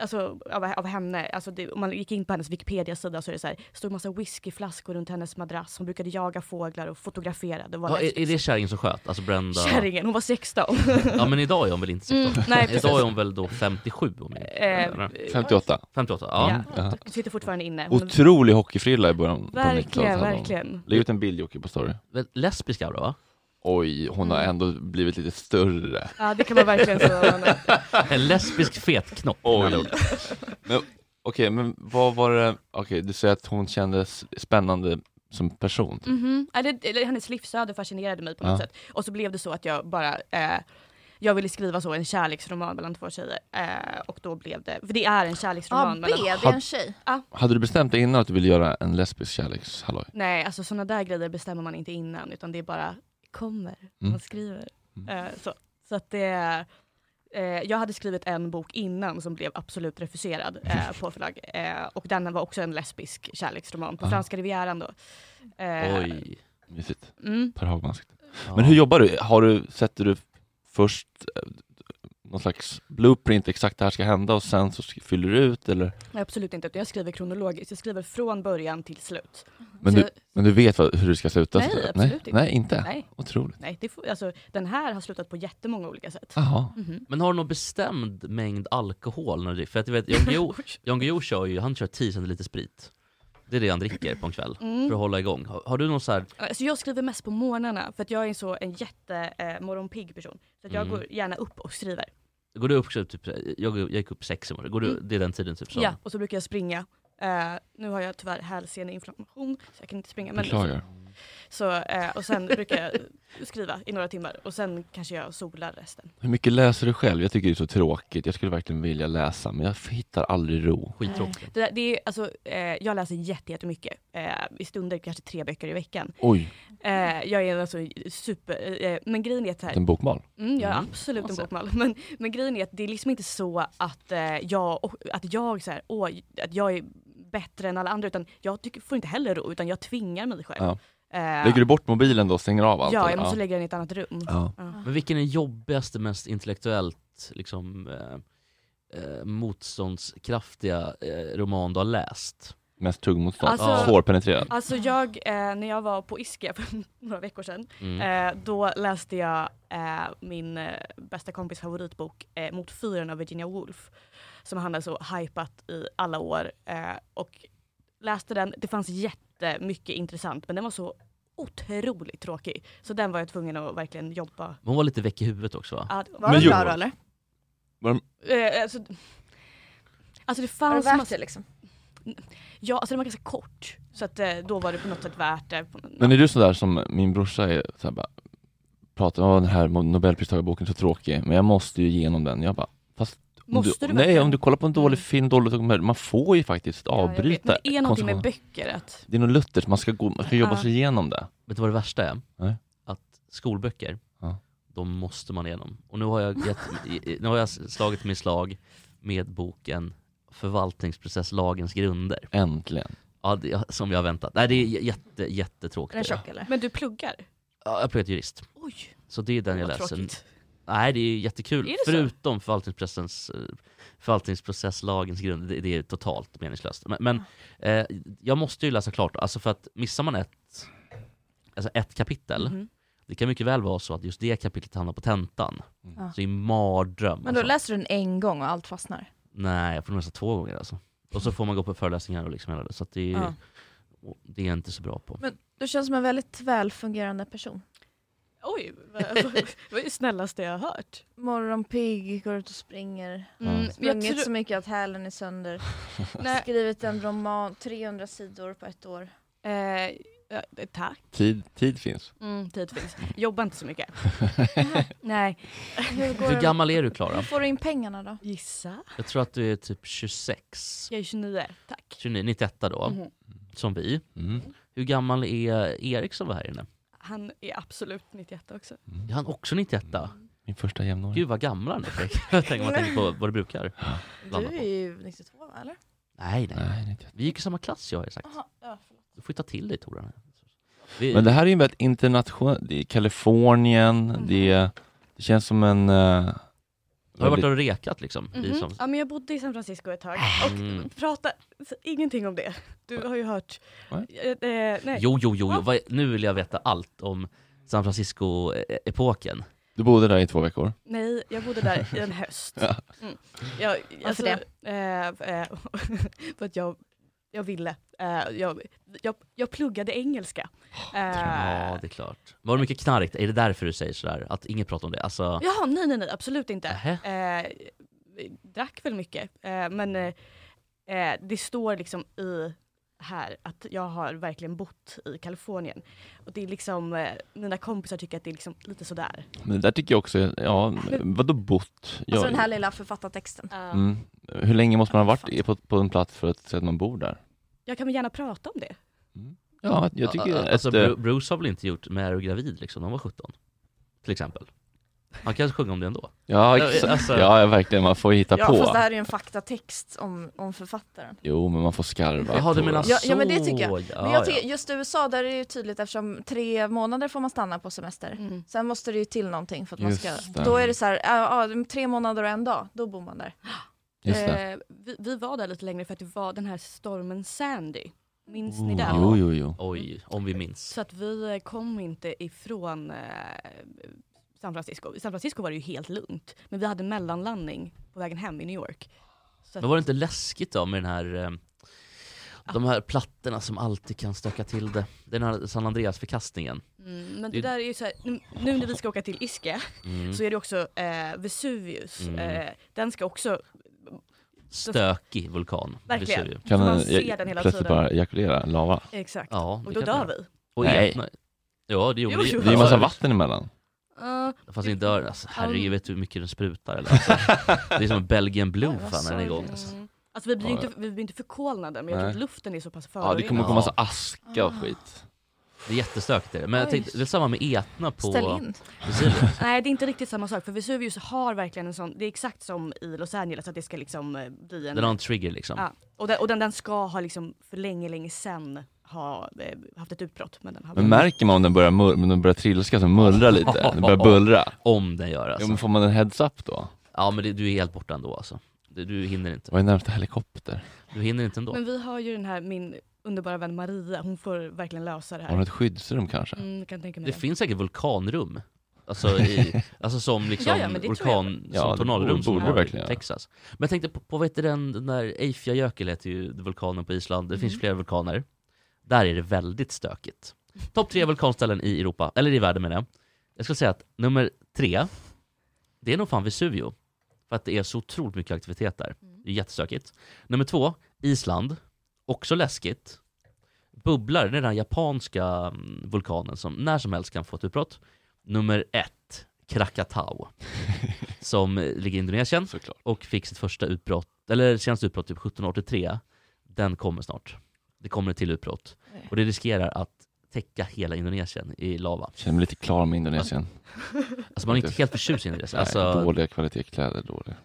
S11: Alltså av, av henne, alltså det, om man gick in på hennes Wikipedia-sida så är det så här, stod massa whiskyflaskor runt hennes madrass, hon brukade jaga fåglar och fotografera. Det var
S3: Ja, är,
S11: läskigt.
S3: är det kärringen som sköt? Alltså Brenda?
S11: Kärringen, hon var 16.
S3: Ja men idag är hon väl inte 16?
S11: Mm, nej, precis.
S3: idag är hon väl då 57 om jag
S11: Eh,
S3: eller?
S1: 58.
S3: 58, ja.
S1: Ja.
S11: Hon sitter fortfarande inne. Hon-
S1: Otrolig hockeyfrilla i början på
S11: Verkligen,
S1: 90-talet hade hon.
S11: verkligen.
S1: Lägg ut en bild Jocke på story.
S3: Lesbisk då va?
S1: Oj, hon har ändå blivit lite större.
S11: Mm. Ja, det kan man verkligen säga.
S3: En lesbisk fet knopp.
S1: Oj. Men, Okej, men vad var det, okej du säger att hon kände s- spännande som person.
S11: Mhm. Eller, eller hennes livsöde fascinerade mig på något
S1: Ja.
S11: sätt. Och så blev det så att jag bara, eh, jag ville skriva så en kärleksroman mellan två tjejer. Eh, och då blev det, för det är en kärleksroman.
S4: Ja, B,
S11: mellan...
S4: det är en tjej.
S11: Ja.
S1: Hade du bestämt dig innan att du ville göra en lesbisk kärlekshalloj?
S11: Nej, alltså sådana där grejer bestämmer man inte innan, utan det är bara kommer,
S1: Mm.
S11: man skriver. Eh, så, så att det, eh, jag hade skrivit en bok innan som blev absolut refuserad eh, på förlag. Eh, och den var också en lesbisk kärleksroman på
S1: Ah.
S11: franska rivieran då. Eh,
S1: Oj. Mysigt.
S11: Mm.
S1: Per Hagmans.
S3: Ja.
S1: Men hur jobbar du? Har du? Sätter du först eh, någon slags blueprint, exakt det här ska hända och sen så sk- fyller du ut eller?
S11: Nej, absolut inte. utan Jag skriver kronologiskt. Jag skriver från början till slut.
S1: Men,
S11: Så
S1: du,
S11: jag-
S1: men du vet vad, hur det ska sluta?
S11: Nej,
S1: så-
S11: absolut
S1: nej,
S11: inte.
S1: Nej, inte?
S11: Nej.
S1: Otroligt.
S11: Nej, det får, alltså, den här har slutat på jättemånga olika sätt.
S1: Jaha.
S11: Mhm.
S3: Men har du någon bestämd mängd alkohol när du dricker? För att jag vet, Jan Guillou- Jan Guillou kör ju, han kör 10 centiliter sprit. Det är det han dricker på en kväll,
S11: Mm.
S3: för att hålla igång. Har, har du någon så här,
S11: Alltså jag skriver mest på morgnarna för att jag är så en jätte eh, morgonpigg person. Så att jag
S3: Mm.
S11: går gärna upp och skriver.
S3: går du upp så typ, jag, jag gick upp sex i morse, går du, det är den tiden typ som...
S11: Mm. Ja, och så brukar jag springa. Eh, nu har jag tyvärr hälseneinflammation så jag kan inte springa. Men liksom.
S1: Beklagar.
S11: Så, eh, och sen brukar jag skriva i några timmar och sen kanske jag solar resten.
S1: Hur mycket läser du själv? Jag tycker det är så tråkigt. Jag skulle verkligen vilja läsa men jag hittar aldrig ro.
S11: Det, där- det är, alltså, eh, jag läser jätte- jättemycket, eh, i stunder kanske tre böcker i veckan.
S1: Oj.
S11: Eh, jag är alltså super, eh, men grejen är att så här,
S1: En bokmal.
S11: Mm, jag är
S1: Mm.
S11: absolut en
S1: Alltså.
S11: bokmal. Men, men grejen är att det är liksom inte så att eh, jag, och- att jag, så här, åh, att jag är bättre än alla andra, utan jag tycker, får inte heller ro, utan jag tvingar mig själv.
S1: Ja.
S11: Eh,
S1: Lägger du bort mobilen då och stänger av allt?
S11: Ja,
S1: eller?
S11: jag måste lägga den i ett annat rum.
S1: Ja.
S3: Men vilken är jobbigaste, mest intellektuellt liksom, eh, eh, motståndskraftiga eh, roman du har läst?
S1: Mest tuggmotstånd. Svårpenetrerad.
S11: Alltså jag, eh, när jag var på Ischia för några veckor sedan,
S1: Mm.
S11: eh, då läste jag eh, min eh, bästa kompis favoritbok eh, Mot fyren av Virginia Woolf, som han har så hypat i alla år. Eh, och läste den, det fanns jättemycket intressant, men den var så otroligt tråkig. Så den var jag tvungen att verkligen jobba.
S3: Men Hon var lite väck i huvudet också va?
S11: Ja, var Men den jo. bra då, eller?
S1: Var de-
S11: Eh, alltså, alltså det fanns...
S4: Var det värt
S11: massa-
S4: det, liksom?
S11: Ja, alltså den var ganska kort. Så att, eh, då var det på något sätt värt det.
S1: Men är du sådär som min brorsa är, så här, bara, pratar om den här nobelpristagarboken är så tråkig, men jag måste ju igenom den. Jag bara, fast om
S11: Måste du
S1: Nej,
S11: verkligen? Mm.
S1: om du kollar på en dålig film, dålig dokumentär, man får ju faktiskt avbryta
S11: Men det är någonting med
S1: konsumtion.
S11: böcker att...
S1: Det är något luttert, man ska, gå, man ska jobba
S11: Ja.
S1: sig igenom det.
S3: Vet du vad det värsta är?
S1: Nej.
S3: Att skolböcker,
S1: Ja.
S3: de måste man igenom. Och nu har jag, gett, nu har jag slagit min slag med boken Förvaltningsprocesslagens grunder.
S1: Äntligen.
S3: Ja, det, som jag har väntat. Nej, det är j- jätte, jättetråkigt.
S11: Är den tjock eller? Men du pluggar?
S3: Ja, jag har pluggat jurist.
S11: Oj.
S3: Så det är den jag
S11: Vad
S3: läser.
S11: tråkigt.
S3: Nej, det är jättekul.
S11: Är det så?
S3: Förutom förvaltningsprocessens, eh, förvaltningsprocesslagens grund. Det, det är totalt meningslöst. Men, men
S11: Ah.
S3: eh, jag måste ju läsa klart. Alltså för att missar man ett, alltså ett kapitel,
S11: Mhm.
S3: det kan mycket väl vara så att just det kapitlet hamnar på tentan.
S11: Mm.
S4: Ja.
S3: Så det är en mardröm.
S4: Men då
S3: alltså.
S4: läser du den en gång och allt fastnar.
S3: Nej, jag får nog läsa två gånger alltså. Och så får man gå på föreläsningar och liksom hela det. Så att det,
S11: Ah.
S4: Ja.
S3: och det är jag inte så bra på.
S4: Men du känns som en väldigt välfungerande person.
S11: Oj, vad- alltså, det var det snällaste jag har hört.
S4: Morgonpigg, går ut och springer.
S11: Mm, men jag
S4: Sprungit
S11: tror-
S4: så mycket att hälen är sönder.
S11: Nej.
S4: Skrivit en roman, 300 sidor på ett år.
S11: Eh, ja, tack.
S1: Tid, tid finns.
S11: Mm, tid finns. Jobba inte så mycket. Nej.
S4: Hur, går
S3: Hur gammal är du Klara?
S4: Hur får du in pengarna då?
S11: Gissa.
S3: Jag tror att du är typ 26,
S11: Jag är 29. Tack.
S3: 29, 91 då,
S11: Mhm.
S3: som vi.
S1: Mm.
S3: Hur gammal är Erik som var här inne?
S11: Han är absolut mitt hjärta också.
S3: Är han också 91?
S1: Min första jämnåring.
S3: Gud vad gamla han är. Tänk om man tänker på vad det brukar
S4: Du
S3: landa
S4: är
S3: på.
S4: ju 92 va, eller?
S3: Nej,
S1: Nej,
S3: nej. Vi gick i samma klass jag har ju sagt.
S4: Jaha, ja, förlåt.
S3: Du får ju ta till dig Tora. Vi-
S1: Men det här är ju väldigt internationellt, det är Kalifornien,
S11: Mm.
S1: det, det känns som en... eh, Har
S3: Har du varit och rekat liksom?
S11: Mhm.
S3: Vi som...
S11: Ja, men jag bodde i San Francisco ett tag och
S3: Mm.
S11: prata så, ingenting om det. Du har ju hört.
S1: Va?
S11: Eh, eh, nej.
S3: Jo, jo, jo, jo. Vad är- nu vill jag veta allt om San Francisco-epoken.
S1: Du bodde där i två veckor?
S11: Nej, jag bodde där i en höst.
S1: Ja.
S11: Mm. Jag, alltså,
S4: Varför
S11: Eh, eh, för att jag, jag ville. Eh, jag, jag, jag pluggade engelska. Eh,
S3: Ja, det är klart. Var det mycket knark? Är det därför du säger sådär? Att ingen pratar om det? Alltså,
S11: Jaha, nej nej nej, absolut inte.
S3: Nähä.
S11: Eh, drack väl mycket, eh, men eh, eh, det står liksom i här, att jag har verkligen bott i Kalifornien. Och det är liksom, eh, mina kompisar tycker att det är liksom lite sådär.
S1: Men det där tycker jag också, är- ja, vadå bott? Jag,
S4: Alltså den här lilla författartexten.
S1: mm. Hur länge måste man ha varit i- på, på en plats för att säga att man bor där?
S11: Jag kan väl gärna prata om det?
S1: Mm. Ja, jag tycker
S3: Ja,
S1: att,
S3: alltså,
S1: eh,
S3: Bru- Bruce har väl inte gjort Mary gravid liksom, när hon var 17? Till exempel. Han kanske sjöng om det ändå.
S1: Ja,
S3: Eh,
S1: exakt.
S3: alltså-
S1: ja, verkligen. Man får hitta
S4: Ja
S1: på.
S4: fast det här är ju en faktatext om, om författaren.
S1: Jo, men man får skarva.
S3: Jaha, du
S1: på
S3: menar
S1: det.
S4: Ja, ja men det tycker jag.
S3: Så,
S4: Men
S1: ja,
S4: jag tycker, just i USA där är det ju tydligt eftersom tre månader får man stanna på semester.
S11: Mm.
S4: Sen måste det ju till någonting för att
S1: Just
S4: man ska...
S1: det.
S4: Då är det så här, ja, ja, tre månader och en dag, då bor man där.
S1: Just det.
S11: Eh, vi, vi var där lite längre för att det var den här stormen Sandy. Minns ni
S3: Oh.
S11: den?
S1: Jo, jo, jo.
S3: Oj, om vi minns.
S11: Så att vi eh, kom inte ifrån eh, San Francisco. I San Francisco var det ju helt lugnt. Men vi hade mellanlandning på vägen hem i New York. Så att-
S3: Men var det inte läskigt då med den här eh, de här plattorna som alltid kan stöka till det. Den här San Andreas-förkastningen.
S11: Mm, men det där är ju så här, nu, nu när vi ska åka till Ischia
S3: Mm.
S11: så är det också eh, Vesuvius.
S3: Mm.
S11: Eh, den ska också...
S3: Stökig vulkan.
S11: Verkligen.
S3: Vesuvius.
S1: Kan
S11: man
S1: den,
S11: ser
S1: jag,
S11: den hela
S1: plötsligt
S11: tiden.
S1: bara ejakulera lava?
S11: Exakt.
S3: Ja,
S11: och
S3: det
S11: då
S3: kan
S11: där
S3: jag.
S11: vi.
S3: Och
S1: Nej.
S3: etna- Ja, det gjorde
S11: Jo,
S3: vi. Alltså,
S11: jo.
S1: Det är ju
S4: alltså-
S1: massa vatten emellan.
S11: Eh,
S3: Det fanns inte dörr, alltså, herregud vet du hur mycket den sprutar eller? Alltså, det är som en Belgian Blue fan när den är igång alltså.
S11: Alltså vi blir ju
S3: Ja,
S11: inte, vi blir inte förkolnade, men jag tror
S3: Nej.
S11: att luften är så pass
S1: Ja,
S11: förorenad. Ah.
S1: det kommer komma massa aska och skit.
S3: Det är jättestökigt det. Men jag
S11: Oj.
S3: tänkte, det är samma med Etna på
S11: Ställ in.
S3: Brasilien.
S11: Nej, det är inte riktigt samma sak, för Vesuvius har verkligen en sån, det är exakt som i Los Angeles, att det ska liksom eh, bli en...
S3: Den har en trigger, liksom.
S11: Ja, och den, och den, den ska ha liksom för länge, länge sen ha eh, haft ett utbrott. Men den har
S1: Men märker man om den börjar, mur- om den börjar trilska, så mullra lite? Den börjar bullra?
S3: Om den gör
S1: Ja,
S3: alltså.
S1: men får man en heads up då?
S3: Ja men det, du är helt borta ändå alltså. Du, du hinner inte.
S1: Vad är närmsta helikopter?
S3: Du hinner inte ändå.
S11: Men vi har ju den här, min underbara vän Maria, hon får verkligen lösa det här.
S1: Har den ett skyddsrum kanske?
S11: Mm, jag kan tänka mig
S3: Det finns säkert vulkanrum. Alltså, i, alltså som liksom
S11: Ja, ja, men det tror jag.
S3: orkan,
S1: Ja,
S3: som
S1: det
S3: tornadorum
S1: borde-
S3: som
S1: borde
S3: har i
S1: verkligen göra.
S3: Texas. Men jag tänkte på, på vad heter den, den där Eyjafjajökull heter ju vulkanen på Island. Det finns
S1: Mm.
S3: flera vulkaner. Där är det väldigt stökigt. Topp tre vulkanställen i Europa, eller i världen menar jag. Jag skulle säga att nummer tre, det är nog fan Vesuvio. För att det är så otroligt mycket aktivitet där. Det är jättestökigt. Nummer två, Island. Också läskigt. Bubblar, det är den här japanska mm, vulkanen som när som helst kan få ett utbrott. Nummer ett, Krakatau. som eh, ligger i Indonesien. Och fick sitt första utbrott, eller senaste utbrott typ 1783. Den kommer snart. Det kommer ett till utbrott.
S1: Nej.
S3: Och det riskerar att täcka hela Indonesien i lava.
S1: Känner mig lite klar med Indonesien.
S3: Alltså man är inte helt förtjust i Indonesien.
S1: Nej,
S3: Alltså,
S1: Dåliga kvalitetskläder, dåliga.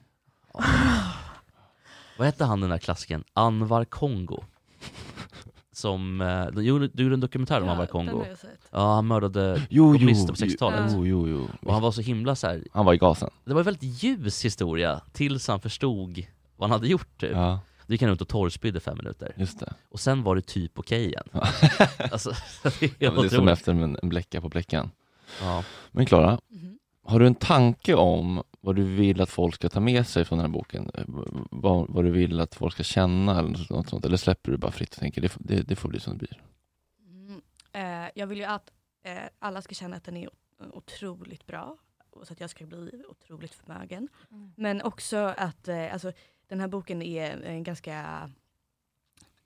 S3: Vad hette han den där klassiken? Anwar Kongo. Som, eh, de gjorde, du gjorde en dokumentär om Anwar Kongo.
S1: har jag
S11: sett.
S3: Ja, han mördade
S1: Jo, jo,
S3: kommunister på
S1: jo,
S3: 60-talet.
S1: jo, jo, jo.
S3: Och han var så himla så här.
S1: Han var i gasen.
S3: Det var en väldigt ljus historia tills han förstod vad han hade gjort typ.
S1: Ja.
S3: Då gick han runt och torrspydde fem minuter.
S1: Just det.
S3: Och sen var det typ okej igen. alltså, det är,
S1: Ja, men det är som
S3: otroligt.
S1: efter en, en bläcka på bläckan.
S3: Ja.
S1: Men Klara,
S4: Mhm.
S1: har du en tanke om vad du vill att folk ska ta med sig från den här boken? Eh, v- Vad, vad du vill att folk ska känna eller något sånt? Eller släpper du bara fritt och tänker det, f- det, det får bli som det blir?
S11: Mm. Eh, jag vill ju att eh, alla ska känna att den är o- otroligt bra och så att jag ska bli otroligt förmögen. Men också att eh, alltså, den här boken är en ganska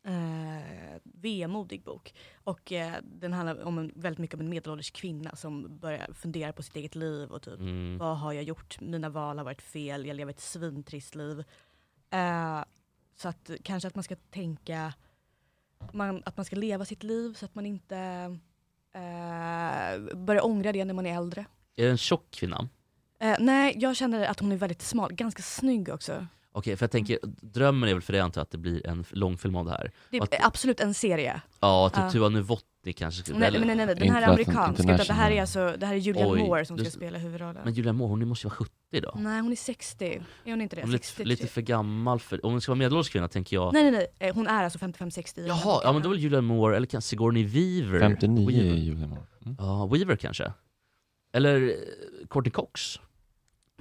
S11: eh, vemodig bok. Och eh, den handlar om en, väldigt mycket om en medelålders kvinna som börjar fundera på sitt eget liv och typ
S3: Mm.
S11: vad har jag gjort? Mina val har varit fel, jag lever ett svintrist liv. Eh, så att kanske att man ska tänka man, att man ska leva sitt liv så att man inte eh, börjar ångra det när man är äldre.
S3: är det en tjock kvinna?
S11: Eh, nej, jag känner att hon är väldigt smal, ganska snygg också.
S3: Okej, för jag tänker, drömmen är väl för dig antar jag, att det blir en f- långfilm av det här?
S11: Det är
S3: Och att,
S11: absolut en serie.
S3: ja, typ
S11: Ja.
S3: Tuva Novotny kanske skulle
S11: Nej,
S3: eller-
S11: nej, nej, nej, den här är amerikansk. Utan det här är alltså det här är Julian
S3: Oj,
S11: Moore som
S3: du-
S11: ska spela huvudrollen.
S3: Men Julian Moore, hon måste ju vara 70 då?
S11: Nej, hon är 60. Är hon inte det?
S3: Hon är lite,
S11: 63.
S3: lite för gammal för, om hon ska vara medelålders kvinna tänker jag
S11: Nej, nej, nej. Eh, Hon är alltså 55-60.
S3: Jaha, ja men då är väl Julian Moore, eller kanske Sigourney Weaver?
S1: 59 är
S3: Weaver.
S1: julen.
S3: Ja, Weaver kanske? Eller eh, Courtney Cox?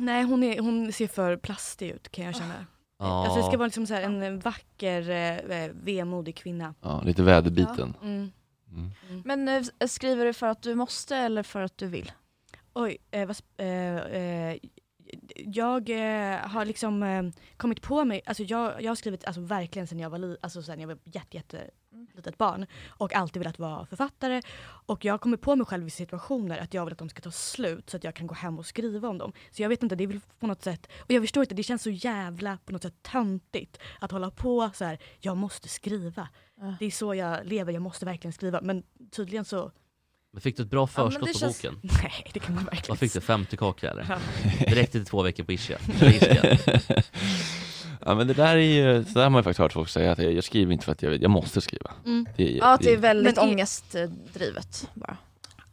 S11: Nej, hon, är, hon ser för plastig ut kan jag känna.
S3: Ja.
S11: Alltså det ska vara liksom så här en eh, vacker, eh, vemodig kvinna.
S1: Ja, lite väderbiten.
S11: Mm.
S4: Men eh, skriver du för att du måste eller för att du vill?
S11: Oj, eh, vad, sp- eh, eh, jag eh, har liksom eh, kommit på mig, alltså jag, jag har skrivit alltså, verkligen sedan jag var, li- alltså, sen jag var jätte, jätte litet barn och alltid velat vara författare och jag kommer på mig själv i situationer att jag vill att de ska ta slut så att jag kan gå hem och skriva om dem. Så jag vet inte, det är väl på något sätt, och jag förstår inte, det känns så jävla på något sätt töntigt att hålla på så här, jag måste skriva. Det är så jag lever, jag måste verkligen skriva. Men tydligen så...
S3: Men fick du ett bra
S11: Ja, men
S3: förskott
S11: det
S3: på
S11: känns-
S3: boken?
S11: Nej, det kan man verkligen
S3: Vad fick du?
S11: inte
S3: 50 kakor eller?
S11: Ja.
S3: Det räckte till två veckor på Ischia. Eller Ischia.
S1: Ja men det där är ju, så där har man ju faktiskt hört folk säga att jag, jag skriver inte för att jag vill, jag måste skriva.
S4: Mm.
S1: Det,
S4: Ja, att det är väldigt
S11: Men i-
S4: ångestdrivet bara.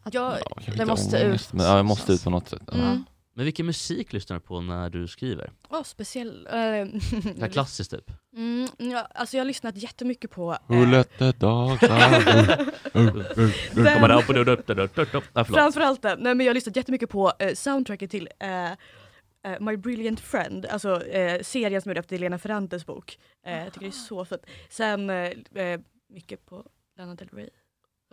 S4: Att
S11: jag,
S1: kanske
S4: det
S1: inte
S4: måste
S1: ångest,
S4: ut.
S1: Men, ja, jag måste ut på något sätt. Ja.
S11: Mm.
S3: Men vilken musik lyssnar du på när du skriver?
S11: Åh, speciell... eh,
S3: Det här klassiskt typ?
S11: mm, ja, alltså jag har lyssnat jättemycket på... eh,
S1: Who let the dogs out?
S11: Den-
S3: Kommer där upp och där upp och där upp och där upp. Nej, förlåt.
S11: Framförallt den. Nej, men jag har lyssnat jättemycket på eh, soundtracket till eh, eh, My Brilliant Friend, alltså eh, serien som är efter Elena Ferrantes bok. Eh, jag tycker det är så fint. Sen eh, eh, mycket på Lana Del Rey.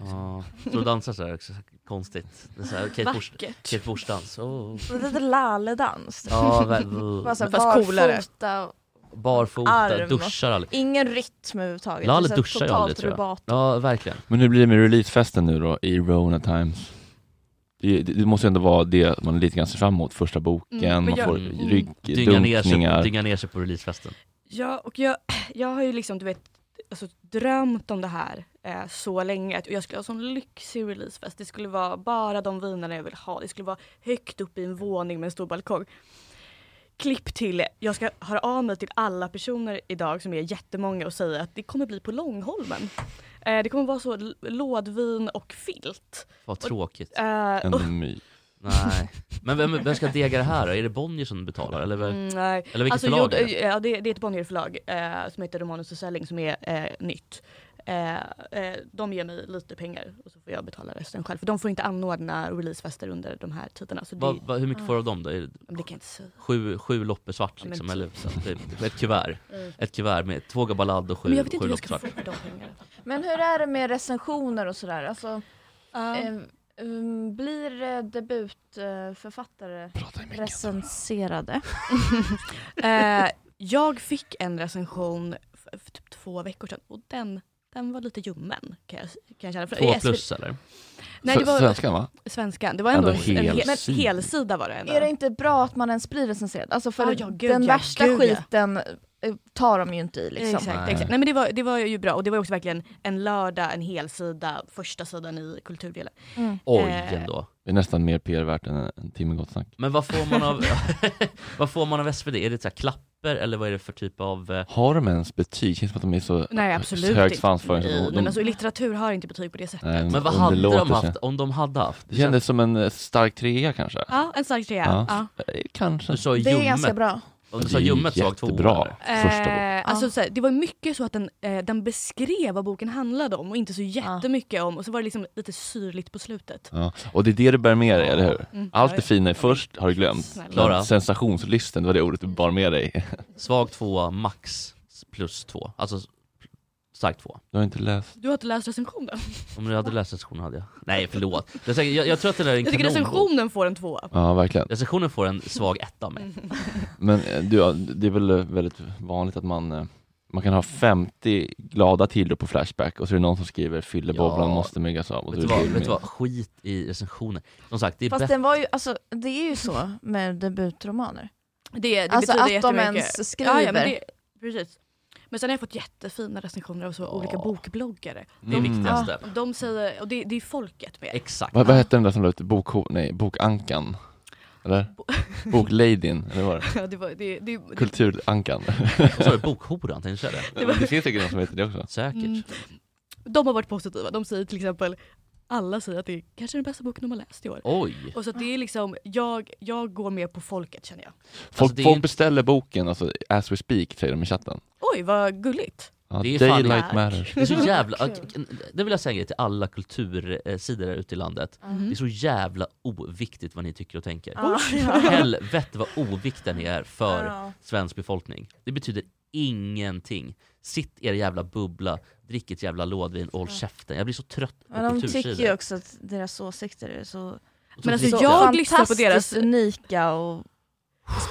S3: Ja, så du dansar såhär också, konstigt. Det är så här, Kate Bush-
S11: Vackert.
S3: Kate Bush-dans. Oh.
S4: Lite laledans.
S3: Ja, väl-
S4: Bara så här
S11: Fast coolare.
S4: barfota och
S3: Barfota,
S4: arm.
S3: duschar aldrig.
S4: Ingen rytm överhuvudtaget. Det är
S3: Lale
S4: så här
S3: duschar ju
S4: totalt
S3: aldrig tror jag.
S4: rubat.
S3: Ja, verkligen.
S1: Men hur blir det med releasefesten nu då i Rona Times? Det, det, det måste ju ändå vara det man lite grann ser fram emot, första boken,
S11: Mm, men
S1: man
S11: jag-
S1: får
S11: Mm.
S3: Dynga ner, sig,
S1: ryggdunkningar.
S3: dynga ner sig på releasefesten.
S11: Ja, och jag, jag har ju liksom, du vet, alltså, drömt om det här eh, så länge. Att jag skulle ha en sån lyxig releasefest. Det skulle vara bara de vinerna jag vill ha. Det skulle vara högt upp i en våning med en stor balkong. Klipp till, jag ska höra av mig till alla personer idag som är jättemånga och säga att det kommer bli på Långholmen. Eh, det kommer vara så l- lådvin och filt.
S3: Vad tråkigt.
S11: Eh, och-
S1: myt.
S3: Nej. Men vem, vem ska dega det här då? Är det Bonnier som betalar? Eller, vem-
S11: Mm, nej.
S3: eller vilket
S11: alltså,
S3: förlag
S11: jo,
S3: är det?
S11: Ja, det, det är ett Bonnier-förlag eh, som heter Romanus och Selling som är eh, nytt. Eh, eh, de ger mig lite pengar och så får jag betala resten själv. För de får inte anordna releasefester under de här tiderna. Så det,
S3: Vad- vad- hur mycket får du av dem då? Är det
S11: Men det kan jag inte säga.
S3: sju, sju loppor svart
S11: Ja, men
S3: liksom?
S11: typ.
S3: Eller så, typ, ett kuvert?
S11: Mm.
S3: Ett kuvert med två gabalad och sju,
S11: Men jag vet inte
S3: sju
S11: hur jag
S3: loppor
S11: ska
S3: svart.
S11: få de pengarna.
S4: Men hur är det med recensioner och sådär? Alltså,
S11: Ja.
S4: eh, um, blir eh, debutförfattare recenserade?
S11: Eh, jag fick en recension för, för typ två veckor sedan och den, den var lite ljummen kan jag, kan jag känna. För- i
S3: Två
S11: SV
S3: plus eller?
S11: Nej, det
S1: S-
S11: var,
S1: svenskan, va?
S11: Svenskan. Det var ändå,
S1: Ändå
S11: en, en,
S1: hel
S11: hel,
S1: sida.
S11: helsida var det ändå.
S4: Är det inte bra att man ens blir recenserad? Alltså för
S11: Ja, ja, gud,
S4: den
S11: ja,
S4: värsta
S11: gud, ja.
S4: skiten eh, tar de ju inte i liksom.
S11: Exakt, exakt. Nej men det var, det var ju bra och det var ju också verkligen en lördag, en helsida, första sidan i kulturdelen.
S4: Mm.
S3: Oj
S11: Eh,
S3: ändå.
S1: Det är nästan mer PR värt än en timme gott snack.
S3: Men vad får man av, vad får man av SVD? Är det så här klapper eller vad är det för typ av... eh,
S1: Har de ens betyg? Känns som att de är så
S11: Nej absolut
S1: hög
S11: inte.
S1: svansföring. så
S11: Nej,
S1: de-
S11: men alltså litteratur har inte betyg på det sättet.
S1: Nej,
S3: Men vad hade de
S1: underlåter
S3: haft
S1: sig.
S3: om de hade haft?
S1: Det kändes som en eh, stark trea kanske.
S11: Ja, en stark trea. Ja.
S1: Eh, Kanske.
S3: Du sa
S4: Det är
S3: ljummet.
S4: ganska bra.
S3: Om du sa ljummet så var två
S1: Jättebra. Första bok.
S11: Eh, alltså, så här, det var mycket så att den, eh, den beskrev vad boken handlade om och inte så jättemycket om och så var det liksom lite syrligt på slutet.
S1: Ja. Och det är det du bär med dig, eller hur?
S11: Mm.
S1: Allt
S11: Ja,
S1: det
S11: ja.
S1: fina är först, har du glömt.
S11: Snälla.
S1: Men
S3: Klara.
S1: Sensationslysten, det var det ordet du bar med dig.
S3: Svag tvåa, max plus två. Alltså stark två.
S1: Du har inte läst.
S11: Du har inte läst recensionen?
S3: Om du hade läst recensionen hade jag. Nej förlåt. Jag, säger- jag, jag tror att det där är en
S11: Jag tycker
S3: kanonbok.
S11: recensionen får en tvåa.
S1: Ja, verkligen.
S3: Recensionen får en svag etta av mig.
S1: Men eh, du, ja, det är väl eh, väldigt vanligt att man, eh, man kan ha 50 glada tillrop på Flashback och så är det någon som skriver fylleboblan
S3: Ja.
S1: måste myggas av. Och
S3: Vet
S1: då
S3: du,
S1: är
S3: vad,
S1: det
S3: vet du
S1: mer.
S3: vad, skit i recensioner. Som sagt, det är
S4: Fast
S3: bättre...
S4: den var ju, alltså, det är ju så med debutromaner.
S11: Det, det
S4: Alltså,
S11: betyder
S4: att de
S11: jättemycket.
S4: ens
S11: Ja, ja, men
S4: skriver.
S11: det, precis. Men sen har jag fått jättefina recensioner av så olika bokbloggare.
S3: Det är viktigaste.
S11: Ja, de säger, och det, det är folket med.
S3: Exakt.
S1: Vad, vad hette den där som la ut bok, nej, bokankan? Eller? Bokladyn, eller vad var det?
S11: Ja, det, var, det, det, det,
S1: Kulturankan.
S3: Vad sa du? Bokhoran? Tänkte jag säga det?
S1: Det, det finns säkert någon som heter det också.
S3: Säkert.
S11: Mm. De har varit positiva. De säger till exempel, alla säger att det är kanske den bästa boken de har läst i år.
S3: Oj!
S11: Och så att det är liksom, jag, jag går med på folket känner jag.
S1: Folk,
S3: det är
S1: folk
S3: ju-
S1: beställer boken, alltså as we speak, säger de i chatten.
S11: Oj vad gulligt.
S1: Ja,
S3: Det är fan
S1: daylight
S11: hack.
S1: matters.
S3: Det är så jävla,
S4: Kul.
S3: det vill jag säga en grej till alla kultursidor där ute i landet.
S4: Mm-hmm.
S3: Det är så jävla oviktigt vad ni tycker och tänker.
S4: Ah, Ja. Ah,
S3: Helvete vad oviktiga ni är för
S4: Ja.
S3: svensk befolkning. Det betyder ingenting. Sitt i er jävla bubbla, drick ett jävla lådvin och håll käften. Jag blir så trött på
S4: Men de tycker ju
S3: kultursidor.
S4: också att deras åsikter är så,
S3: Och så
S11: Men alltså
S3: dricker
S11: jag lyssnar på deras...
S4: fantastiskt unika och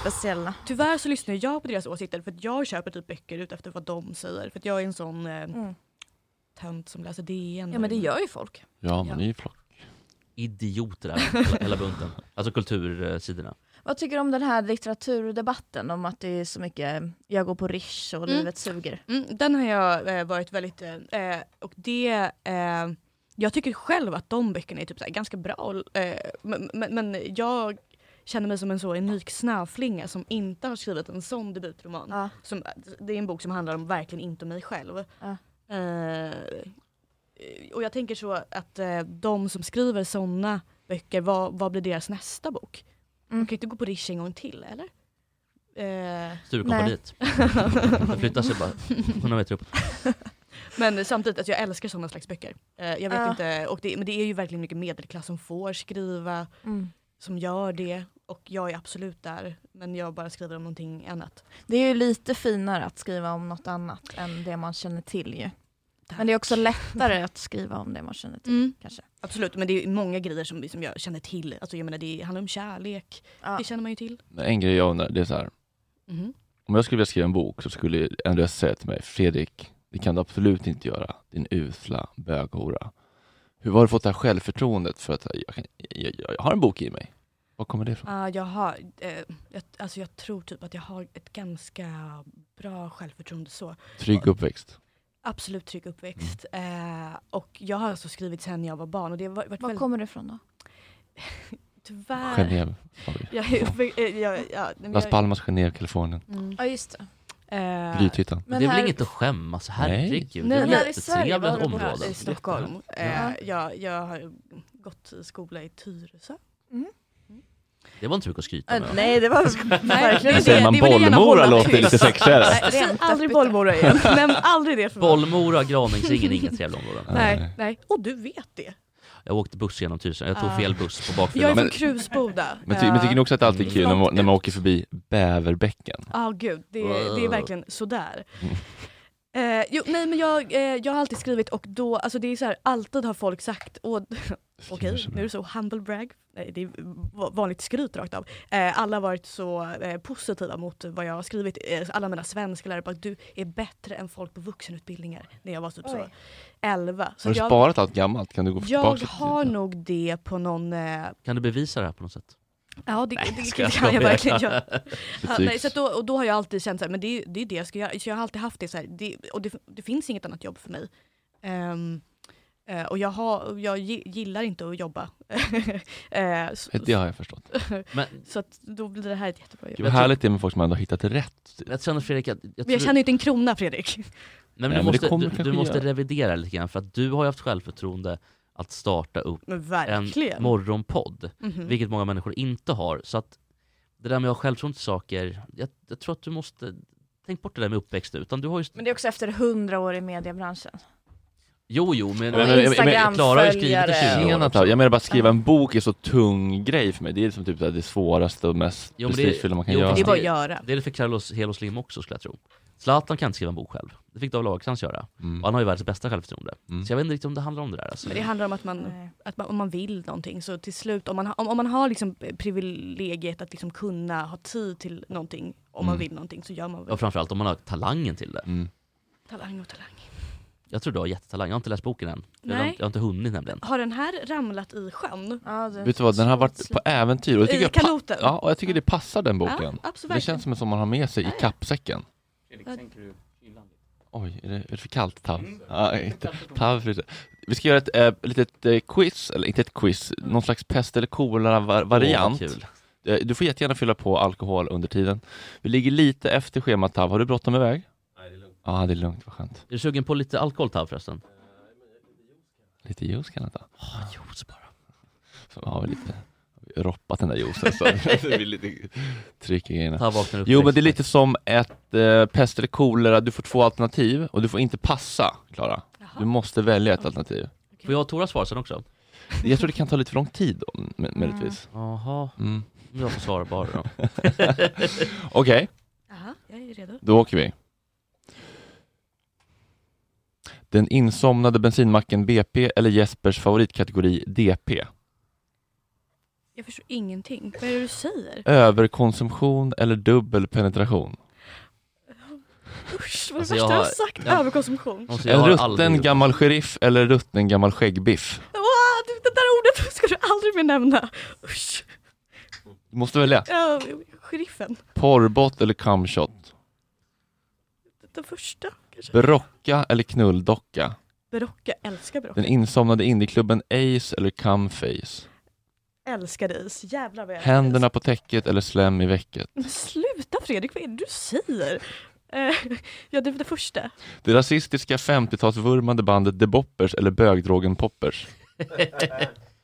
S4: speciella.
S11: Tyvärr så lyssnar jag på deras åsikter för att jag köper typ böcker ut efter vad de säger. För att jag är en sån eh, tönt som läser DN.
S4: Mm. Ja, men det gör ju folk.
S1: Ja, men ni är ju flock.
S3: Idioter är hela, hela bunten. Alltså kultursidorna.
S4: Vad tycker du om den här litteraturdebatten om att det är så mycket, jag går på Rish och
S11: Mm.
S4: livet suger?
S11: Mm, den har jag eh, varit väldigt, eh, och det, eh, jag tycker själv att de böckerna är typ så här ganska bra, eh, men, men, men jag känner mig som en så unik snöflinga som inte har skrivit en sån debutroman. Som, det är en bok som handlar om verkligen inte om mig själv. Eh, och jag tänker så att eh, de som skriver såna böcker, vad, vad blir deras nästa bok? De kan ju inte gå på Rish en gång till, eller? Eh,
S3: Sturecompagniet.
S11: nej.
S3: Den flyttar sig bara 100 meter uppåt.
S11: Men samtidigt, alltså, jag älskar sådana slags böcker. Eh, jag vet
S4: Ja.
S11: inte, och det, men det är ju verkligen mycket medelklass som får skriva,
S4: Mm.
S11: som gör det. Och jag är absolut där, men jag bara skriver om någonting annat.
S4: Det är ju lite finare att skriva om något annat än det man känner till ju. Men det är också lättare att skriva om det man känner till
S11: Mm.
S4: kanske.
S11: Absolut, men det är många grejer som, som jag känner till. Alltså, jag menar, det handlar om kärlek, det känner man ju till.
S1: En grej jag undrar, det är så här.
S11: Mhm.
S1: Om jag skulle vilja skriva en bok så skulle en röst säga till mig, Fredrik, det kan du absolut inte göra, din usla böghora. Hur har du fått det här självförtroendet för att jag, kan, jag, jag, jag har en bok i mig? Var kommer det ifrån?
S11: Ja, jag har, eh, jag, alltså jag tror typ att jag har ett ganska bra självförtroende så.
S1: Trygg uppväxt. Mm.
S11: Absolut trygg uppväxt. Eh, och jag har alltså skrivit sen jag var barn. Och det har varit
S4: Var
S11: väldigt-
S4: kommer det ifrån då?
S11: Tyvärr.
S1: Genève. sa vi.
S11: Jag, jag, jag, jag, nej, men
S1: Las
S11: Ah, jag-
S1: Palmas, Genève, Kalifornien.
S11: Mm.
S4: Ja just det.
S11: Eh,
S1: Grythyttan.
S4: Men
S3: det är
S4: här-
S3: väl inget att skämmas, herregud.
S4: Nej,
S3: det är
S4: här i
S3: väl
S4: Sverige, vad
S3: jättetrevliga
S4: har du bott?
S3: områden.
S11: I Stockholm. Eh,
S4: Ja.
S11: jag, jag har gått i skola i Tyresö.
S3: Det var inte så mycket att skryta med.
S4: Mm. Äh, nej, det var
S11: verkligen
S1: Säger man Bollmora låter lite sexigare.
S11: Säg aldrig Bollmora igen. Nämn aldrig det för mig.
S3: Bollmora, Graningsringen, inga trevliga områden.
S11: Nej, nej. Och du vet det.
S3: Jag åkte buss genom Tyresö, jag tog
S11: Ah.
S3: fel buss på
S11: Jag är
S3: bakfyllan.
S11: från Krusboda.
S1: Men, ty, men tycker ni också att det alltid är kul när man,
S11: Långt
S1: när man åker förbi bäverbäcken?
S11: Ja, gud. Det, det är
S1: Wow.
S11: verkligen sådär. Eh, jo, nej men jag, eh, jag har alltid skrivit och då, alltså det är så här, alltid har folk sagt, och okej nu är det så humble brag, nej det är va- vanligt skryt rakt av. Eh, alla har varit så eh, positiva mot vad jag har skrivit, eh, alla mina svenska lärare bara du är bättre än folk på vuxenutbildningar när jag var typ så
S4: Oj.
S11: 11. Så
S1: har du
S11: jag,
S1: sparat allt gammalt? Kan du gå
S11: Jag
S1: tillbaka?
S11: har nog det på någon eh,
S3: Kan du bevisa det här på något sätt?
S11: Ja det, det,
S3: ska jag
S11: kan jag
S3: skoja.
S11: verkligen göra. ja, nej,
S3: Betygs.
S11: så att då, och då har jag alltid känt så här, men det, är- det är det jag ska göra. Så jag har alltid haft det så här, det, och det, det finns inget annat jobb för mig. Ehm, eh, och jag, har, jag gi- gillar inte att jobba. Eh, så,
S1: Det har jag förstått.
S3: Men-
S11: så att då blir det här ett jättebra jobb.
S1: Gud vad härligt det är med folk som ändå har hittat rätt.
S3: Jag känner Fredrik att...
S11: Men
S3: tror-
S11: jag tjänar ju inte en krona Fredrik.
S3: Nej,
S1: Nej,
S3: men du,
S1: men det
S3: måste,
S1: kommer
S3: du, du
S1: kanske
S3: måste
S1: göra.
S3: revidera lite grann för att du har ju haft självförtroende att starta upp
S11: Men verkligen.
S3: en morgonpodd,
S11: Mhm.
S3: vilket många människor inte har. Så att det där med att ha självförtroende till saker, jag, jag tror att du måste, tänk bort det där med uppväxt utan du har ju,
S4: Men det är också efter hundra år i mediebranschen.
S3: jo jo men,
S1: Men- men- men- men- Instagram-
S3: Klara har ju skrivit i 20 år
S1: Tjena,
S3: också.
S1: Tao. jag menar bara att skriva en bok är så tung grej för mig. Det är liksom typ så här det svåraste och mest
S3: Jo, men det-
S1: prestigefyllda man kan
S3: jo,
S1: göra.
S3: fast
S11: Det är bara att göra.
S3: Det är det för Carlos Helos Lim också skulle jag tro. Zlatan kan inte skriva en bok själv, det fick David Lagercrantz göra.
S1: Mm.
S3: Och han har ju världens bästa självförtroende. Så jag vet inte riktigt om det handlar om det där. Alltså.
S11: Men det handlar om att, man, att man, om man vill någonting så till slut, om man, ha- om, om man har liksom privilegiet att liksom kunna ha tid till någonting, om man
S3: Mm.
S11: vill någonting så gör man väl.
S3: Och framförallt om man har talangen till det.
S1: Mm.
S11: Talang och talang.
S3: Jag tror du har jättetalang, jag har inte läst boken än. Jag har,
S11: Nej.
S3: inte- jag har inte hunnit nämligen.
S11: Har den här ramlat i sjön?
S4: Ja,
S1: Vet du vad, den har varit på äventyr. Och jag
S11: I
S1: tycker jag pa-
S11: kaloten?
S1: Ja, och jag tycker det passar den boken.
S11: Ja, absolut,
S1: det
S11: verkligen.
S1: känns som en som man har med sig i kappsäcken. Oj, är det, är det för kallt Tav?
S3: Mm.
S1: Ja, inte. Tav fryser. Vi ska göra ett äh, litet eh, quiz, eller inte ett quiz, någon slags pest eller
S3: Åh,
S1: kolera-variant.
S3: vad kul.
S1: Eh, du får jättegärna fylla på alkohol under tiden. Vi ligger lite efter schemat Tav, har du bråttom iväg? Nej, det är lugnt. Ja, det är lugnt, vad skönt.
S3: Är du sugen på lite alkohol Tav förresten?
S1: Lite juice kan jag ta.
S3: Ja, juice bara.
S1: Så har vi lite vi har roppat den där juicen så vi vill lite trycka grejerna.
S3: Ta och vakna upp
S1: jo men
S3: direkt.
S1: det är lite som ett eh, pest eller kolera, du får två alternativ och du får inte passa Klara. Du måste välja ett alternativ.
S3: Får jag och Tora svara sen också?
S1: Jag tror det kan ta lite för lång tid då, m- möjligtvis.
S3: Jaha,
S1: Mm.
S3: Om jag får svara bara då.
S1: Okej,
S11: Aha, jag är redo.
S1: då åker vi. Den insomnade bensinmacken BP eller Jespers favoritkategori DP?
S11: Jag förstår ingenting. Vad är det du
S1: Eh,
S11: säger?
S1: Överkonsumtion eller dubbel penetration?
S11: Usch, vad är det värsta
S3: Alltså, jag
S11: jag
S3: har-
S11: har sagt?
S3: jag-
S11: Överkonsumtion.
S3: Alltså, jag
S1: En
S3: har aldrig
S1: rutten
S3: gjort-
S1: gammal sheriff eller rutten gammal skäggbiff?
S11: Wow, det, det där ordet ska du aldrig mer nämna. Usch.
S1: Du måste välja.
S11: Ja, sheriffen.
S1: Porrbott eller cumshot?
S11: Den första kanske.
S1: Brocka eller knulldocka?
S11: Berocka. Älskar Berocka.
S1: Den insomnade indieklubben Ace eller Cumface?
S11: Älskar dig. Så jävla väl.
S1: Händerna på täcket eller slem i väcket?
S11: Men sluta Fredrik, vad är det du säger? Eh, ja, det var det första.
S1: Det rasistiska 50-talsvurmande bandet The Boppers eller bögdrogen Poppers?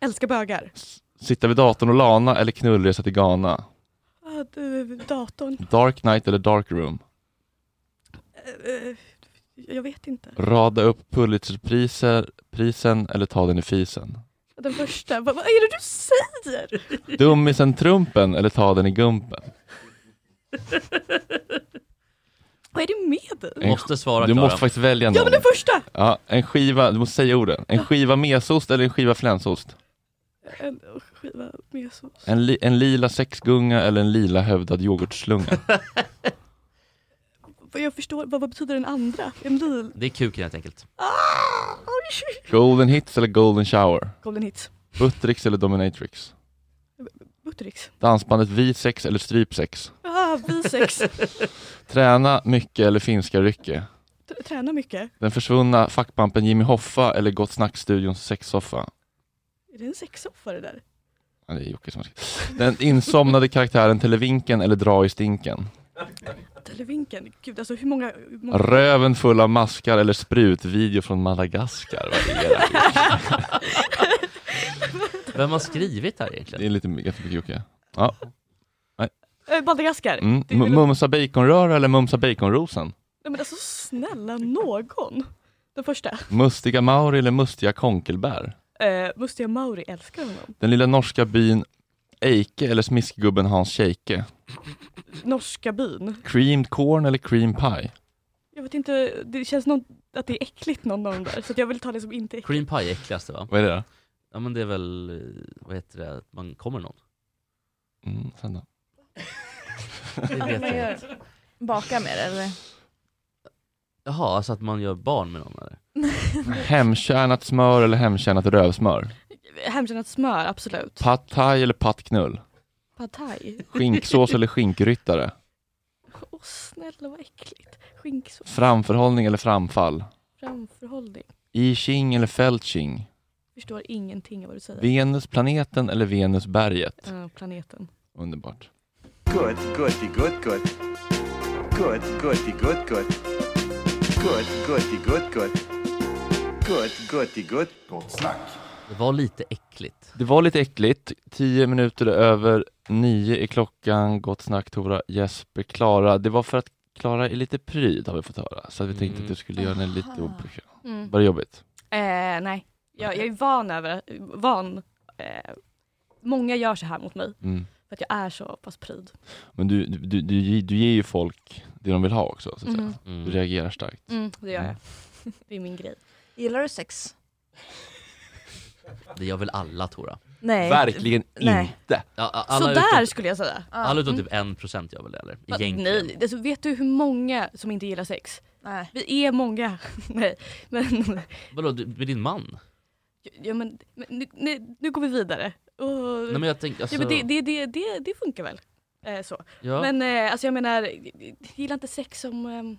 S11: Älskar bögar.
S1: Sitta vid datorn och lana eller knullresa till Ghana?
S11: Ah, du, datorn.
S1: Dark Knight eller Dark Room?
S11: Eh, eh, jag vet inte.
S1: Rada upp Pulitzerpriser- prisen eller ta den i fisen?
S11: Den första. Vad, vad är det du säger?
S1: Dummisen Trumpen eller ta den i Gumpen?
S11: Vad är det med dig?
S1: En- Du måste faktiskt välja någon.
S11: Ja, men den första!
S1: Ja, en skiva, du måste säga orden. En skiva mesost eller en skiva flänsost?
S11: En skiva med sås.
S1: En, li, en lila sexgunga eller en lila hövdad yoghurtslunga?
S11: Vad Jag förstår, vad, vad betyder den andra? En lil...
S3: Det är kuken helt enkelt.
S1: Golden hits eller golden shower?
S11: Golden hits.
S1: Buttricks eller dominatrix?
S11: Buttericks.
S1: Dansbandet V6 eller strypsex?
S11: Ah, bisex.
S1: Träna mycket eller finska rycke?
S11: Tr- Tränar mycket.
S1: Den försvunna fackpampen Jimmy Hoffa eller Gott Snack-studions sexsoffa?
S11: Är det en sexsoffa det där?
S1: Ja, det är Jocke som har skrivit. Den insomnade karaktären Televinken eller Dra i stinken?
S11: Televinken. Gud, alltså hur många... Hur många...
S1: Röven full av maskar eller sprutvideo från Madagaskar? Vad är det? här?
S3: Vem har skrivit här egentligen?
S1: Det är lite jättemycket Jocke. Ja. Nej.
S11: Äh, Madagaskar.
S1: Mm.
S11: Det är väl-
S1: M- Mumsa baconröra eller mumsa baconrosen?
S11: Nej men alltså snälla någon. Den första.
S1: Mustiga Mauri eller mustiga konkelbär?
S11: Eh, Mustiga Mauri älskar honom.
S1: Den lilla norska byn Eike eller smiskgubben Hans Scheike?
S11: Norska byn.
S1: Creamed corn eller cream pie?
S11: Jag vet inte, det känns någon, att det är äckligt någon av dem där. Så att jag vill ta det som inte äckligt.
S3: Cream pie är äckligaste va?
S1: Vad är det då?
S3: Ja men det är väl, eh, vad heter det, att man kommer någon?
S1: Mm, sen då?
S3: Det vet
S4: man
S3: jag
S4: gör-
S3: inte.
S4: Baka med det eller?
S3: Jaha, alltså att man gör barn med någon eller?
S1: Hemkärnat smör eller hemkärnat rövsmör?
S11: Hemkärnat smör, absolut.
S1: Pad thai eller pattknull?
S11: Pad thai.
S1: Skinksås eller skinkryttare?
S11: Åh snälla vad äckligt. Skinksås.
S1: Framförhållning eller framfall?
S11: Framförhållning.
S1: I ching eller fältching?
S11: Förstår ingenting av vad du säger.
S1: Venusplaneten eller Venusberget?
S11: Eh, planeten.
S1: Underbart.
S12: Good, goody, good, good. Good, goody, good, good. Good, goody, good, good. Good, goody, good. Gott snack.
S3: Det var lite äckligt.
S1: Det var lite äckligt. Tio minuter över nio är klockan. Gott snack Tora, Jesper, Klara. Det var för att Klara är lite pryd har vi fått höra. Så att vi tänkte att du skulle göra henne lite obekväm.
S11: Mm.
S1: Var det jobbigt?
S11: Eh, nej, jag, jag är van över, van. Eh, många gör så här mot mig.
S1: Mm.
S11: För att jag är så pass pryd.
S1: Men du, du, du, du, du ger ju folk det de vill ha också. Så att
S11: Mm.
S1: säga. Du reagerar starkt.
S11: Mm, det gör jag. Det är min grej.
S4: Gillar du sex?
S3: Det gör väl alla Tora?
S4: Nej.
S1: Verkligen
S4: Nej.
S1: inte!
S3: Ja, a- alla
S11: Sådär
S3: utom,
S11: skulle jag säga. Mm.
S3: alla utom typ 1% gör väl det eller?
S11: Va-
S3: Egentligen.
S11: Nej, alltså, vet du hur många som inte gillar sex?
S4: Nej.
S11: Vi är många. nej, men,
S3: Vadå, du, med din man?
S11: ja, men, men nu, nu, nu går vi vidare. Och-
S3: Nej men jag tänkte alltså,
S11: ja, men det, det, det, det, det funkar väl? Eh, så.
S3: Ja.
S11: Men eh, alltså, jag menar, jag gillar inte sex som... ehm,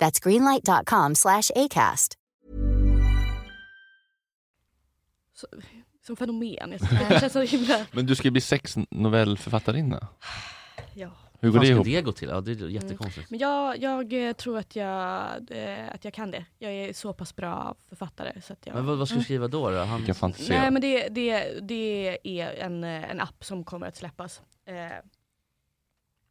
S10: That's greenlight.com slash ACAST.
S11: Så, som fenomen. Jag tycker Det känns så himla...
S1: Men du ska ju bli sex novellförfattarinna.
S11: Ja.
S1: Hur går
S3: Fan,
S1: det
S3: ska
S1: ihop?
S3: det gå till? Ja, det är jättekonstigt.
S11: Men jag, jag eh, tror att jag, eh, att jag kan det. Jag är så pass bra författare. Så att jag... Mm.
S3: Men vad, vad ska du skriva då? då? Han...
S1: Vilken fantisera.
S11: Nej men det, det, det är en, eh, en app som kommer att släppas. Eh,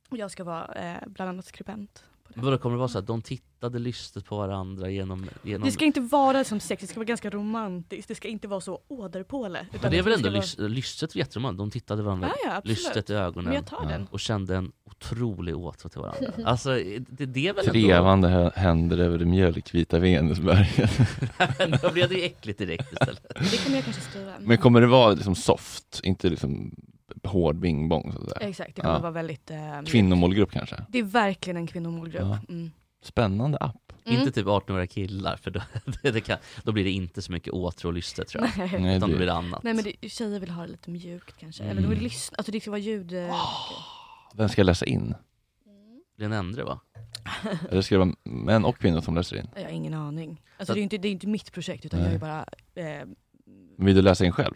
S11: och jag ska vara eh, bland annat skribent.
S3: Vadå, kommer det vara så att de tittade lystet på varandra genom... genom...
S11: Det ska inte vara som sex, det ska vara ganska romantiskt. Det ska inte vara så åderpåle.
S3: Men det är väl ändå
S11: ska
S3: lys- lystet var jätteromantiskt, de tittade varandra
S11: Ja, ja, absolut.
S3: lystet i ögonen
S11: Men jag tar den.
S3: och kände en otrolig åtrå till varandra. Alltså, det, det är väl ändå...
S1: Trevande hä- händer över det mjölkvita Venusberget.
S3: Då blev det ju äckligt direkt istället.
S11: Det kommer jag kanske skriva.
S1: Men kommer det vara liksom soft, inte liksom hård bingbong? Så att säga?
S11: Exakt, det kommer vara väldigt, eh, mjukt.
S1: Kvinnomålgrupp kanske?
S11: Det är verkligen en kvinnomålgrupp.
S1: Ja.
S11: Mm.
S1: Spännande app.
S11: Mm.
S3: Inte typ 18-åriga killar, för då, det, det kan, då blir det inte så mycket åtrå och lyste tror jag.
S11: Nej.
S1: Nej,
S3: Utan
S1: det-
S3: då blir det annat.
S11: Nej men det, tjejer vill ha det lite mjukt kanske.
S3: Mm.
S11: Eller de vill lyssna, alltså det ska vara ljud. eh,
S3: Ah.
S1: Vem ska läsa in?
S3: Det är en ändre va?
S1: Eller ska det vara män och kvinnor som läser in?
S11: Jag har ingen aning.
S3: Så
S11: Alltså
S3: att-
S11: det är ju inte, det är inte mitt projekt utan
S1: Nej.
S11: jag är bara, eh,
S1: Vill du läsa in själv?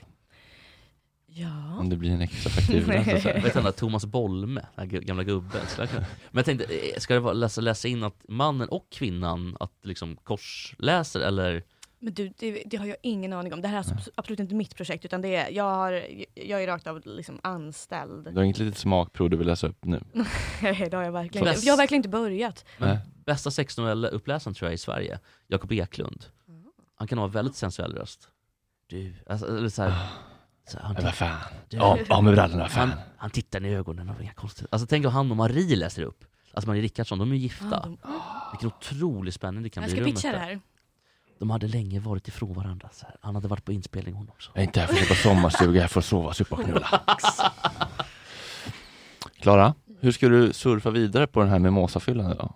S11: ja.
S1: Om det blir en extra faktura. så att säga.
S3: Vet han där Thomas Bolme, den här gu- gamla gubben. Skulle jag kunna- Men jag tänkte, eh, ska det vara läsa, läsa in att mannen och kvinnan att liksom korsläser eller?
S11: Men du, det, det har jag ingen aning om. Det här är alltså abs- absolut inte mitt projekt utan det är, jag, har, jag är rakt av liksom anställd.
S1: Du har inget litet smakprov du vill läsa upp nu?
S11: Nej, det har jag verkligen
S3: Klass.
S11: inte. Jag har verkligen inte börjat.
S3: Men bästa sexnovelluppläsaren tror jag i Sverige, Jakob Eklund. Han kan ha en väldigt sensuell röst. Du, alltså, eller så här, så här, han
S1: Men vad
S3: tittar-
S1: fan. Ja, ja, med brallorna, fan.
S3: Han, han tittar i ögonen och inga konstigt. Alltså tänk om han och Marie läser upp. Alltså Marie Rickardsson, de är ju gifta.
S11: Ja, de-
S3: Vilken otrolig spänning det kan
S11: Jag
S3: bli i
S11: ska
S3: rummet
S11: pitcha det
S3: där.
S11: här.
S3: De hade länge varit ifrån varandra. Så här. Han hade varit på inspelning hon också.
S1: Jag är inte här för att jobba sommarstuga, jag får sova, supa och knulla. Klara, hur ska du surfa vidare på den här mimosafyllan idag?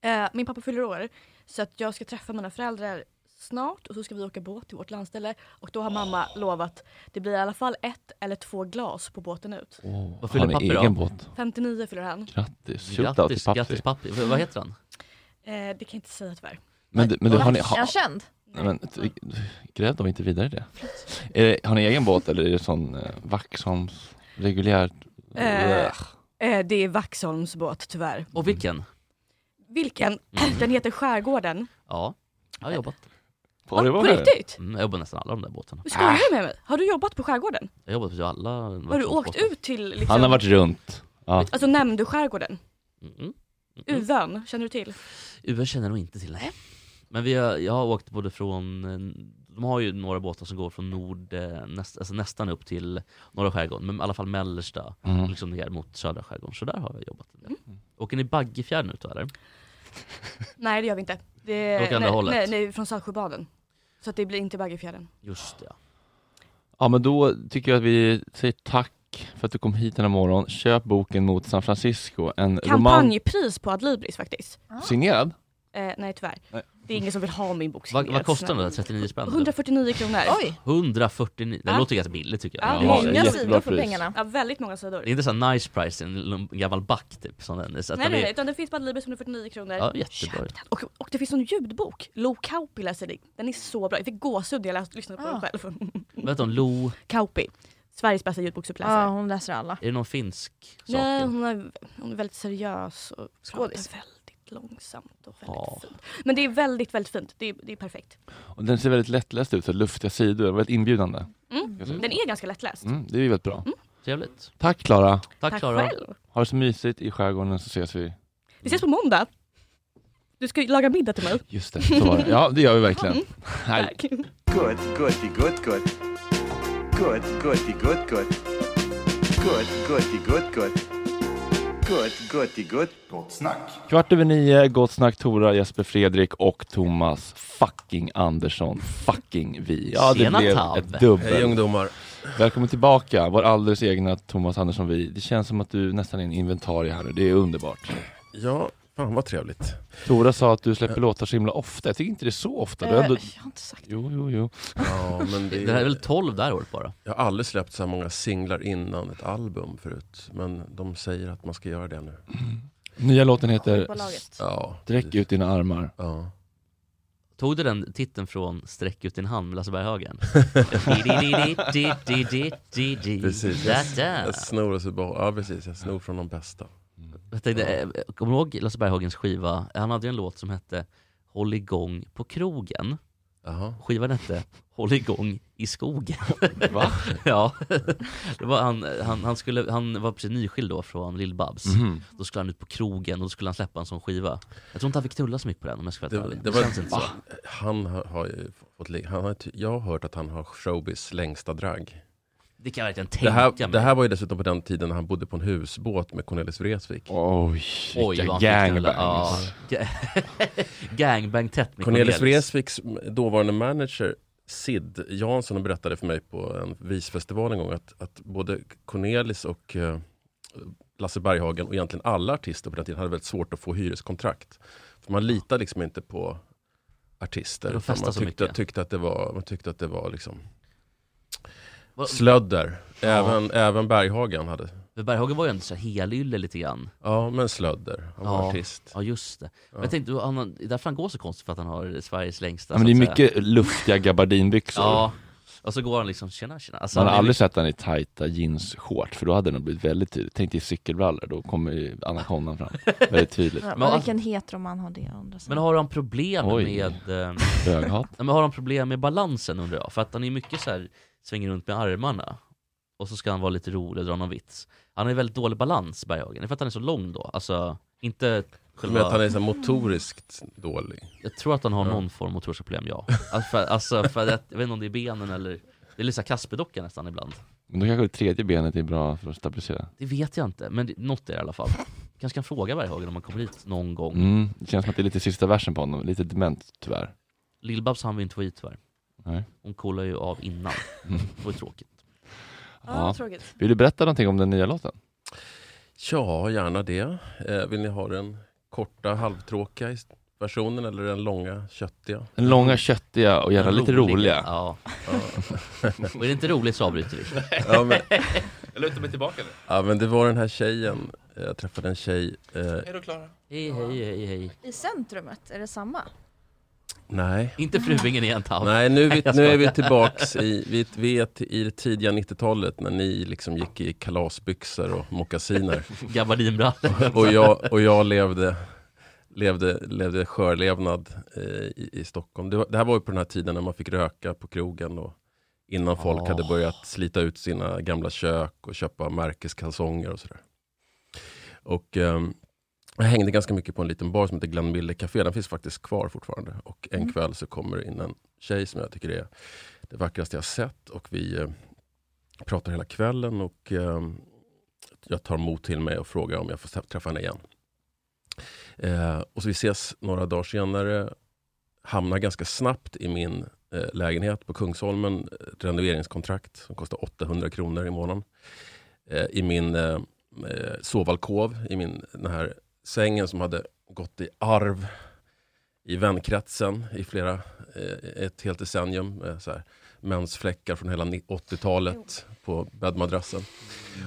S11: Eh, min pappa fyller år så att jag ska träffa mina föräldrar snart och så ska vi åka båt till vårt landställe och då har mamma lovat det blir i alla fall ett eller två glas på båten ut.
S3: Vad
S1: har
S3: fyller
S1: ni
S3: papper
S1: egen
S3: då?
S1: båt?
S11: 59 fyller han.
S1: Grattis, shootout
S3: Grattis,
S1: till
S3: grattis
S1: pappi.
S3: pappi. V- Vad heter han?
S11: Eh, det kan jag inte säga tyvärr.
S1: Men, du- men du, har ni...
S4: Är han känd?
S1: Nej, men, t- gräv dem inte vidare i det. Är det. Har ni egen båt eller är det sån eh, Vaxholms reguljär?
S11: Eh, eh, det är Vaxholms båt tyvärr.
S3: Och vilken?
S11: Vilken?
S3: Mm.
S11: Den heter Skärgården.
S3: Ja, jag har jobbat.
S1: Har du
S11: på riktigt?
S3: Mm, jag jobbar nästan alla de där båtarna.
S11: Men Skojar du med mig? Har du jobbat på Skärgården?
S3: Jag har jobbat på alla
S11: Har du åkt ut till liksom,
S1: Han har varit runt. Ja.
S11: Alltså nämnde du Skärgården?
S3: Mm.
S11: Uvön, känner du till?
S3: Uber känner jag nog inte till, nej. Men vi har, jag har åkt både från, eh, de har ju några båtar som går från nord, eh, näst, alltså nästan upp till norra skärgården, men i alla fall mellersta,
S1: Mm.
S3: liksom ner mot södra skärgården. Så där har jag jobbat. en del.
S11: Mm.
S3: Åker ni Baggefjärden ut då eller?
S11: Nej det gör vi inte. Det,
S3: Åt andra
S11: nej,
S3: hållet.
S11: nej, nej, från Saltsjöbaden. Så att det blir inte Baggefjärden.
S3: Just det.
S1: Ja men då tycker jag att vi säger tack för att du kom hit den här morgon. Köp boken mot San Francisco. En roman
S11: Kampanjpris på Adlibris faktiskt.
S1: Ah. signerad.
S11: Eh, nej tyvärr.
S1: Nej.
S11: Det är ingen som vill ha min bok
S3: Vad,
S11: signerad,
S3: vad kostar den
S11: snälla.
S3: där? 39 spänn?
S11: 149 kronor. Oj!
S3: 149, det
S11: Ja.
S3: låter ganska billigt tycker
S11: Ja,
S3: jag.
S11: det är många
S1: jättebra
S11: sidor för
S1: pris.
S11: pengarna. Ja, väldigt många sidor.
S3: Det är inte så här nice price, en l- gammal back typ. Som den. är. Så att
S11: Nej,
S3: den
S11: nej,
S3: är-
S11: nej, utan den finns på Adlibris under 49 kronor.
S3: Ja, jättebra.
S11: Och, och det finns en ljudbok. Lo Kauppi läser det. Den är så bra. Jag fick gåshud när jag läste, lyssnade på den själv.
S3: Vänta, Lo,
S11: Kauppi. Sveriges bästa ljudboksuppläsare.
S4: Ja, hon läser alla.
S3: är det någon finsk sak?
S11: Nej, hon är, hon är väldigt seriös och
S4: Skådis.
S11: pratar väldigt långsamt och väldigt
S1: Ja.
S11: fint. Men det är väldigt, väldigt fint. Det är, det är perfekt.
S1: Och den ser väldigt lättläst ut, så luftiga sidor, väldigt inbjudande.
S11: Mm.
S1: Jag ser.
S11: Den är ganska lättläst.
S1: Mm, det är ju väldigt bra.
S3: Trevligt.
S1: Tack Klara.
S3: Tack
S11: Tack
S3: Klara.
S11: själv.
S1: Ha det så mysigt i skärgården så ses vi.
S11: Vi ses på måndag. Du ska ju laga middag till mig. Mm.
S1: Just det, så var det. Ja, det gör vi verkligen. Hej.
S11: Tack.
S12: Good, goody, good, good. Good, goody, good, good. Good, goody, good, good. Good, goody, good. Gott snack.
S1: Kvart över nio, Gott Snack Tora, Jesper Fredrik och Thomas fucking Andersson, fucking vi. Ja, det
S3: Tjena,
S1: blev
S3: Tab.
S1: ett dubbel.
S3: Hej, ungdomar.
S1: Välkommen tillbaka, vår alldeles egna Thomas Andersson vi. Det känns som att du nästan är en inventarie här nu, det är underbart.
S13: Ja, fan vad trevligt.
S1: Tora sa att du släpper låtar så himla ofta, jag tycker inte det är så ofta. Du har
S4: Eh,
S1: ändå...
S4: jag har inte sagt
S1: Jo, jo, jo.
S13: Ja, men det,
S1: Det här är väl
S13: 12 där året bara? Jag har aldrig släppt så här många singlar innan ett album förut. Men de säger att man ska göra det nu.
S1: Nya låten heter
S3: Skivbolaget.
S13: Ja,
S1: Sträck ut dina armar.
S3: Tog du den titeln från Sträck ut din hand med Lasse Berghagen?
S13: precis.
S3: Da,
S13: Jag,
S3: da.
S13: jag snor och så bara, ja precis, jag snor från de bästa.
S1: Mm.
S3: Jag tänkte, eh, kommer du ihåg Lasse Berghagens skiva? Han hade ju en låt som hette Håll igång på krogen. Skivan hette Håll igång i skogen.
S1: Va?
S3: ja. Det var han, han, han, skulle, han var precis nyskild då från Lill-Babs.
S1: Mhm.
S3: Då skulle han ut på krogen och då skulle han släppa en sån skiva. Jag tror inte han fick knulla så mycket på den om jag ska vara
S13: Det,
S3: helt ärlig.
S13: det var,
S3: känns inte så.
S13: han har, har ju fått ligga, han har, ty- jag har hört att han har showbiz längsta drag.
S3: Det kan jag verkligen
S13: Det
S3: tänka
S13: här,
S3: mig.
S13: det här var ju dessutom på den tiden när han bodde på en husbåt med Cornelis Vreeswijk.
S1: Oj,
S3: Oj, vad han fick knulla. Ja. Gangbang tätt med
S13: Cornelis
S3: Cornelis.
S13: Vreeswijks dåvarande manager Sid Jansson berättade för mig på en visfestival en gång att, att både Cornelis och eh, Lasse Berghagen och egentligen alla artister på den tiden hade väldigt svårt att få hyreskontrakt. För man litade liksom inte på artister.
S3: De
S13: utan
S3: festar
S13: Man
S3: så
S13: tyckte,
S3: mycket.
S13: tyckte att det var, man tyckte att det var liksom
S3: Vad-
S13: slödder.
S3: Ja.
S13: Även, även Berghagen hade.
S3: För Berghagen var ju ändå så här helylle lite grann.
S13: Ja, men slödder. Han var artist.
S3: Ja, just det.
S13: Ja.
S3: Men jag tänkte, han, har- det är därför han går så konstigt, för att han har Sveriges längsta.
S1: Ja, men det är
S3: så att säga.
S1: mycket luftiga gabardinbyxor.
S3: Ja, och så går han liksom, tjena tjena. Alltså,
S1: Man har
S3: han är
S1: aldrig sett han i tajta jeansshorts för då hade det nog blivit väldigt tydligt. Tänk dig cykelbrallor, då kommer ju anakondan fram väldigt tydligt.
S4: Ja,
S3: Men-
S4: men vilken hetero man har det å andra
S3: Men
S4: sidan.
S3: har han problem
S1: Oj.
S3: med... ehm,
S1: Böghat.
S3: Nej, men har han problem med balansen undrar jag? För att han är mycket så här, svänger runt med armarna. Och så ska han vara lite rolig och dra någon vits. Han har ju väldigt dålig balans, Berghagen. Det är för att han är så lång då. Alltså, inte själva...
S13: Men att han är så här motoriskt dålig.
S3: Jag tror att han har
S13: Ja.
S3: någon form av motoriska problem, ja. Alltså, för, alltså, för att, jag vet inte om det är benen eller... Det är lite så här Kasperdocka nästan ibland.
S1: Men då kanske det tredje benet är bra för att stabilisera.
S3: Det vet jag inte, men det, något är det i alla fall. Kanske kan fråga Berghagen om han kommer hit någon gång.
S1: Mm, det känns som att det är lite sista versen på honom, lite dement tyvärr.
S3: Lill-Babs hann vi inte få hit tyvärr.
S1: Nej.
S3: Hon kollar ju av innan.
S13: Mm.
S3: Det var ju tråkigt.
S1: Ja. Vill du berätta någonting om den nya låten?
S13: Ja, gärna det. Eh, vill ni ha den korta, halvtråkiga is- versionen eller den långa, köttiga?
S1: Den långa, köttiga och gärna
S13: Den
S1: lite
S13: roliga.
S1: roliga.
S3: Ja. Och är det inte roligt så avbryter vi.
S13: ja, men,
S1: Jag lutar mig tillbaka nu.
S13: ja, men det var den här tjejen. Eh, Jag träffade en tjej. Eh,
S1: Är du klara?
S3: Hej, hej, hej, hej.
S4: I centrumet, är det samma?
S13: nej.
S3: Inte Fruingen igen, Tom.
S13: Nej, nu, är
S3: Nej,
S13: vi,
S3: jag
S13: nu är
S3: skojar.
S13: vi tillbaks i, vi, vi är t- i det tidiga 90-talet när ni liksom gick i kalasbyxor och mockasiner.
S3: Gabardinbrallor.
S13: och jag, och jag levde, levde, levde skörlevnad eh, i, i Stockholm. Det, var, det här var ju på den här tiden när man fick röka på krogen och innan folk hade
S3: Åh.
S13: börjat slita ut sina gamla kök och köpa märkeskalsonger och sådär. Och ehm, jag hängde ganska mycket på en liten bar som heter Glenn Miller Café. Den finns faktiskt kvar fortfarande. Och en
S3: Mm.
S13: kväll så kommer det in en tjej som jag tycker är det vackraste jag sett. Och vi eh, pratar hela kvällen och ehm, jag tar mod till mig och frågar om jag får tä- träffa henne igen. Eh, och så vi ses några dagar senare, hamnar ganska snabbt i min eh, lägenhet på Kungsholmen, ett renoveringskontrakt som kostar 800 kronor i månaden. Eh, I min eh, eh, sovalkov, i min, den här sängen som hade gått i arv i vänkretsen i flera, eh, ett helt decennium. Med så här, mensfläckar från hela ni- 80-talet på bäddmadrassen.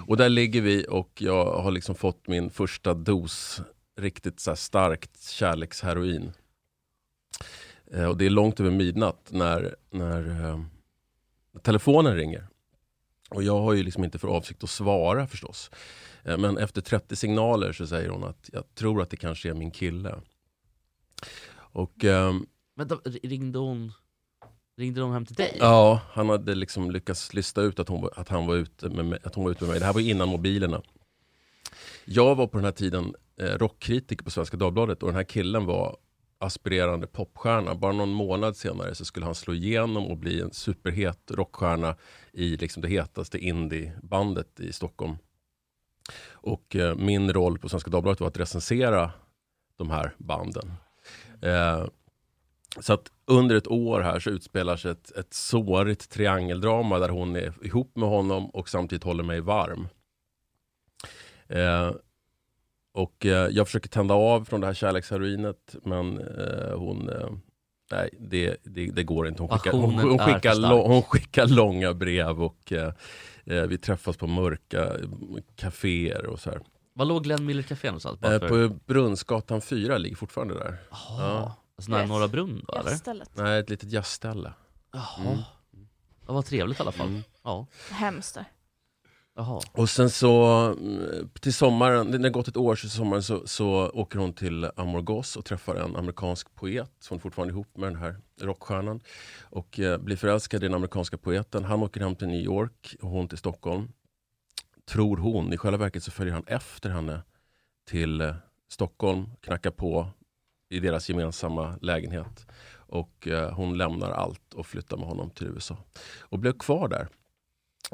S13: Och där ligger vi och jag har liksom fått min första dos riktigt så här starkt kärleksheroin. Eh, och det är långt över midnatt när, när eh, telefonen ringer. Och jag har ju liksom inte för avsikt att svara förstås. Eh, Men efter 30 signaler så säger hon att jag tror att det kanske är min kille. Och ehm,
S3: Vänta, ringde hon... Ringde de hem till dig?
S13: ja, han hade liksom lyckats lista ut att hon, var- att, han var ute med mig, att hon var ute med mig. Det här var ju innan mobilerna. Jag var på den här tiden eh, rockkritiker på Svenska Dagbladet och den här killen var aspirerande popstjärna. Bara någon månad senare så skulle han slå igenom och bli en superhet rockstjärna i liksom det hetaste indiebandet i Stockholm. Och eh, min roll på Svenska Dagbladet var att recensera de här banden. Eh, så att under ett år här så utspelar sig ett, ett sårigt triangeldrama där hon är ihop med honom och samtidigt håller mig varm. Eh, och eh, jag försöker tända av från det här kärleksheroinet men eh, hon, eh, nej det, det, det går inte. Hon skickar, hon,
S3: Passionen
S13: hon,
S3: är
S13: skickar
S3: för stark.
S13: lång- hon skickar långa brev och eh, eh, vi träffas på mörka eh, kaféer och så här.
S3: Var låg Glenn Miller Café någonstans? Bara
S13: Eh,
S3: för-
S13: på Brunnsgatan 4 ligger fortfarande där.
S3: Jaha. Alltså nära Norra Brunn då, eller? Jazzstället.
S13: Nej, ett litet jazzställe.
S3: Jaha.
S13: Mm.
S3: Ja, vad trevligt i alla fall. Ja.
S4: Hemskt.
S3: Jaha.
S13: Och sen så mm, till sommaren, när det har gått ett år så till sommaren så, så åker hon till Amorgos och träffar en amerikansk poet. Hon är fortfarande ihop med den här rockstjärnan. Och eh, blir förälskad i den amerikanska poeten. Han åker hem till New York och hon till Stockholm. Tror hon. I själva verket så följer han efter henne till eh, Stockholm, knackar på i deras gemensamma lägenhet. Och eh, hon lämnar allt och flyttar med honom till USA. Och blev kvar där.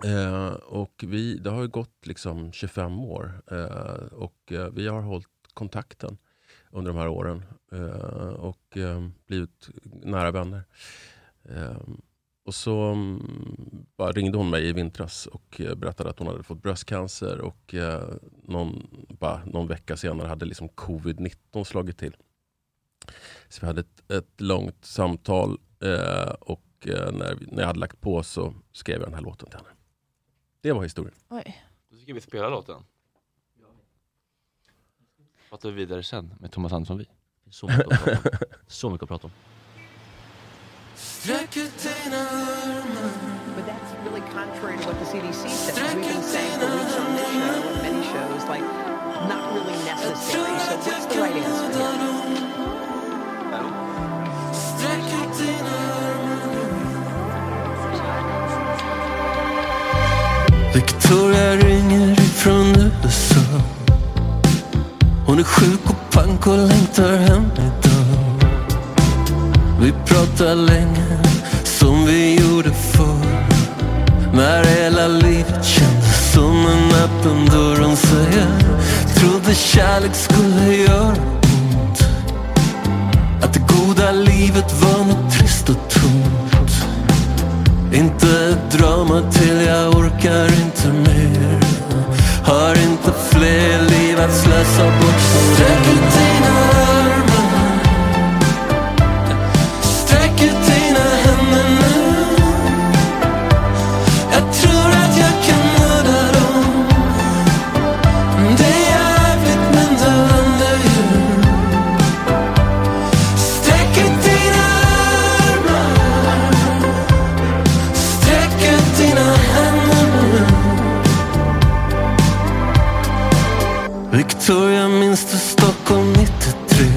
S13: Eh, och vi, det har ju gått liksom 25 år eh, och eh, vi har hållit kontakten under de här åren eh, och eh, blivit nära vänner. Eh, och så mm, bara ringde hon mig i vintras och eh, berättade att hon hade fått bröstcancer och eh, någon, bara någon vecka senare hade liksom covid-19 slagit till. Så vi hade ett, ett långt samtal eh, och eh, när, vi, när jag hade lagt på så skrev jag den här låten till henne. Det var historien.
S4: Oj.
S1: Då ska vi spela låten. Pratar vi vidare sen med Thomas Andersson Vi.
S3: Så mycket att prata om. Så mycket att prata om.
S5: Sträck ut dina armar
S14: But that's really contrary to what the CDC says. We've been saying for weeks on this show, and many shows, like, not really necessary. So what's the right answer Oh. here?
S5: Sträck ut dina armar Victoria ringer ifrån USA Hon är sjuk och pank och längtar hem idag Vi pratar länge som vi gjorde förr När hela livet kändes som en öppen dörr Hon säger, trodde kärlek skulle göra ont Att det goda livet var något trist och tomt Inte ett drama till jag orkar inte mer Har inte fler liv att slösa bort så Sträck ut dina armar Sträck ut dina händer nu Jag tror att jag kan mörda dem Det är jävligt men det vänder ju Sträck ut dina armar Sträck ut dina händer nu Victoria, minns du Stockholm 93?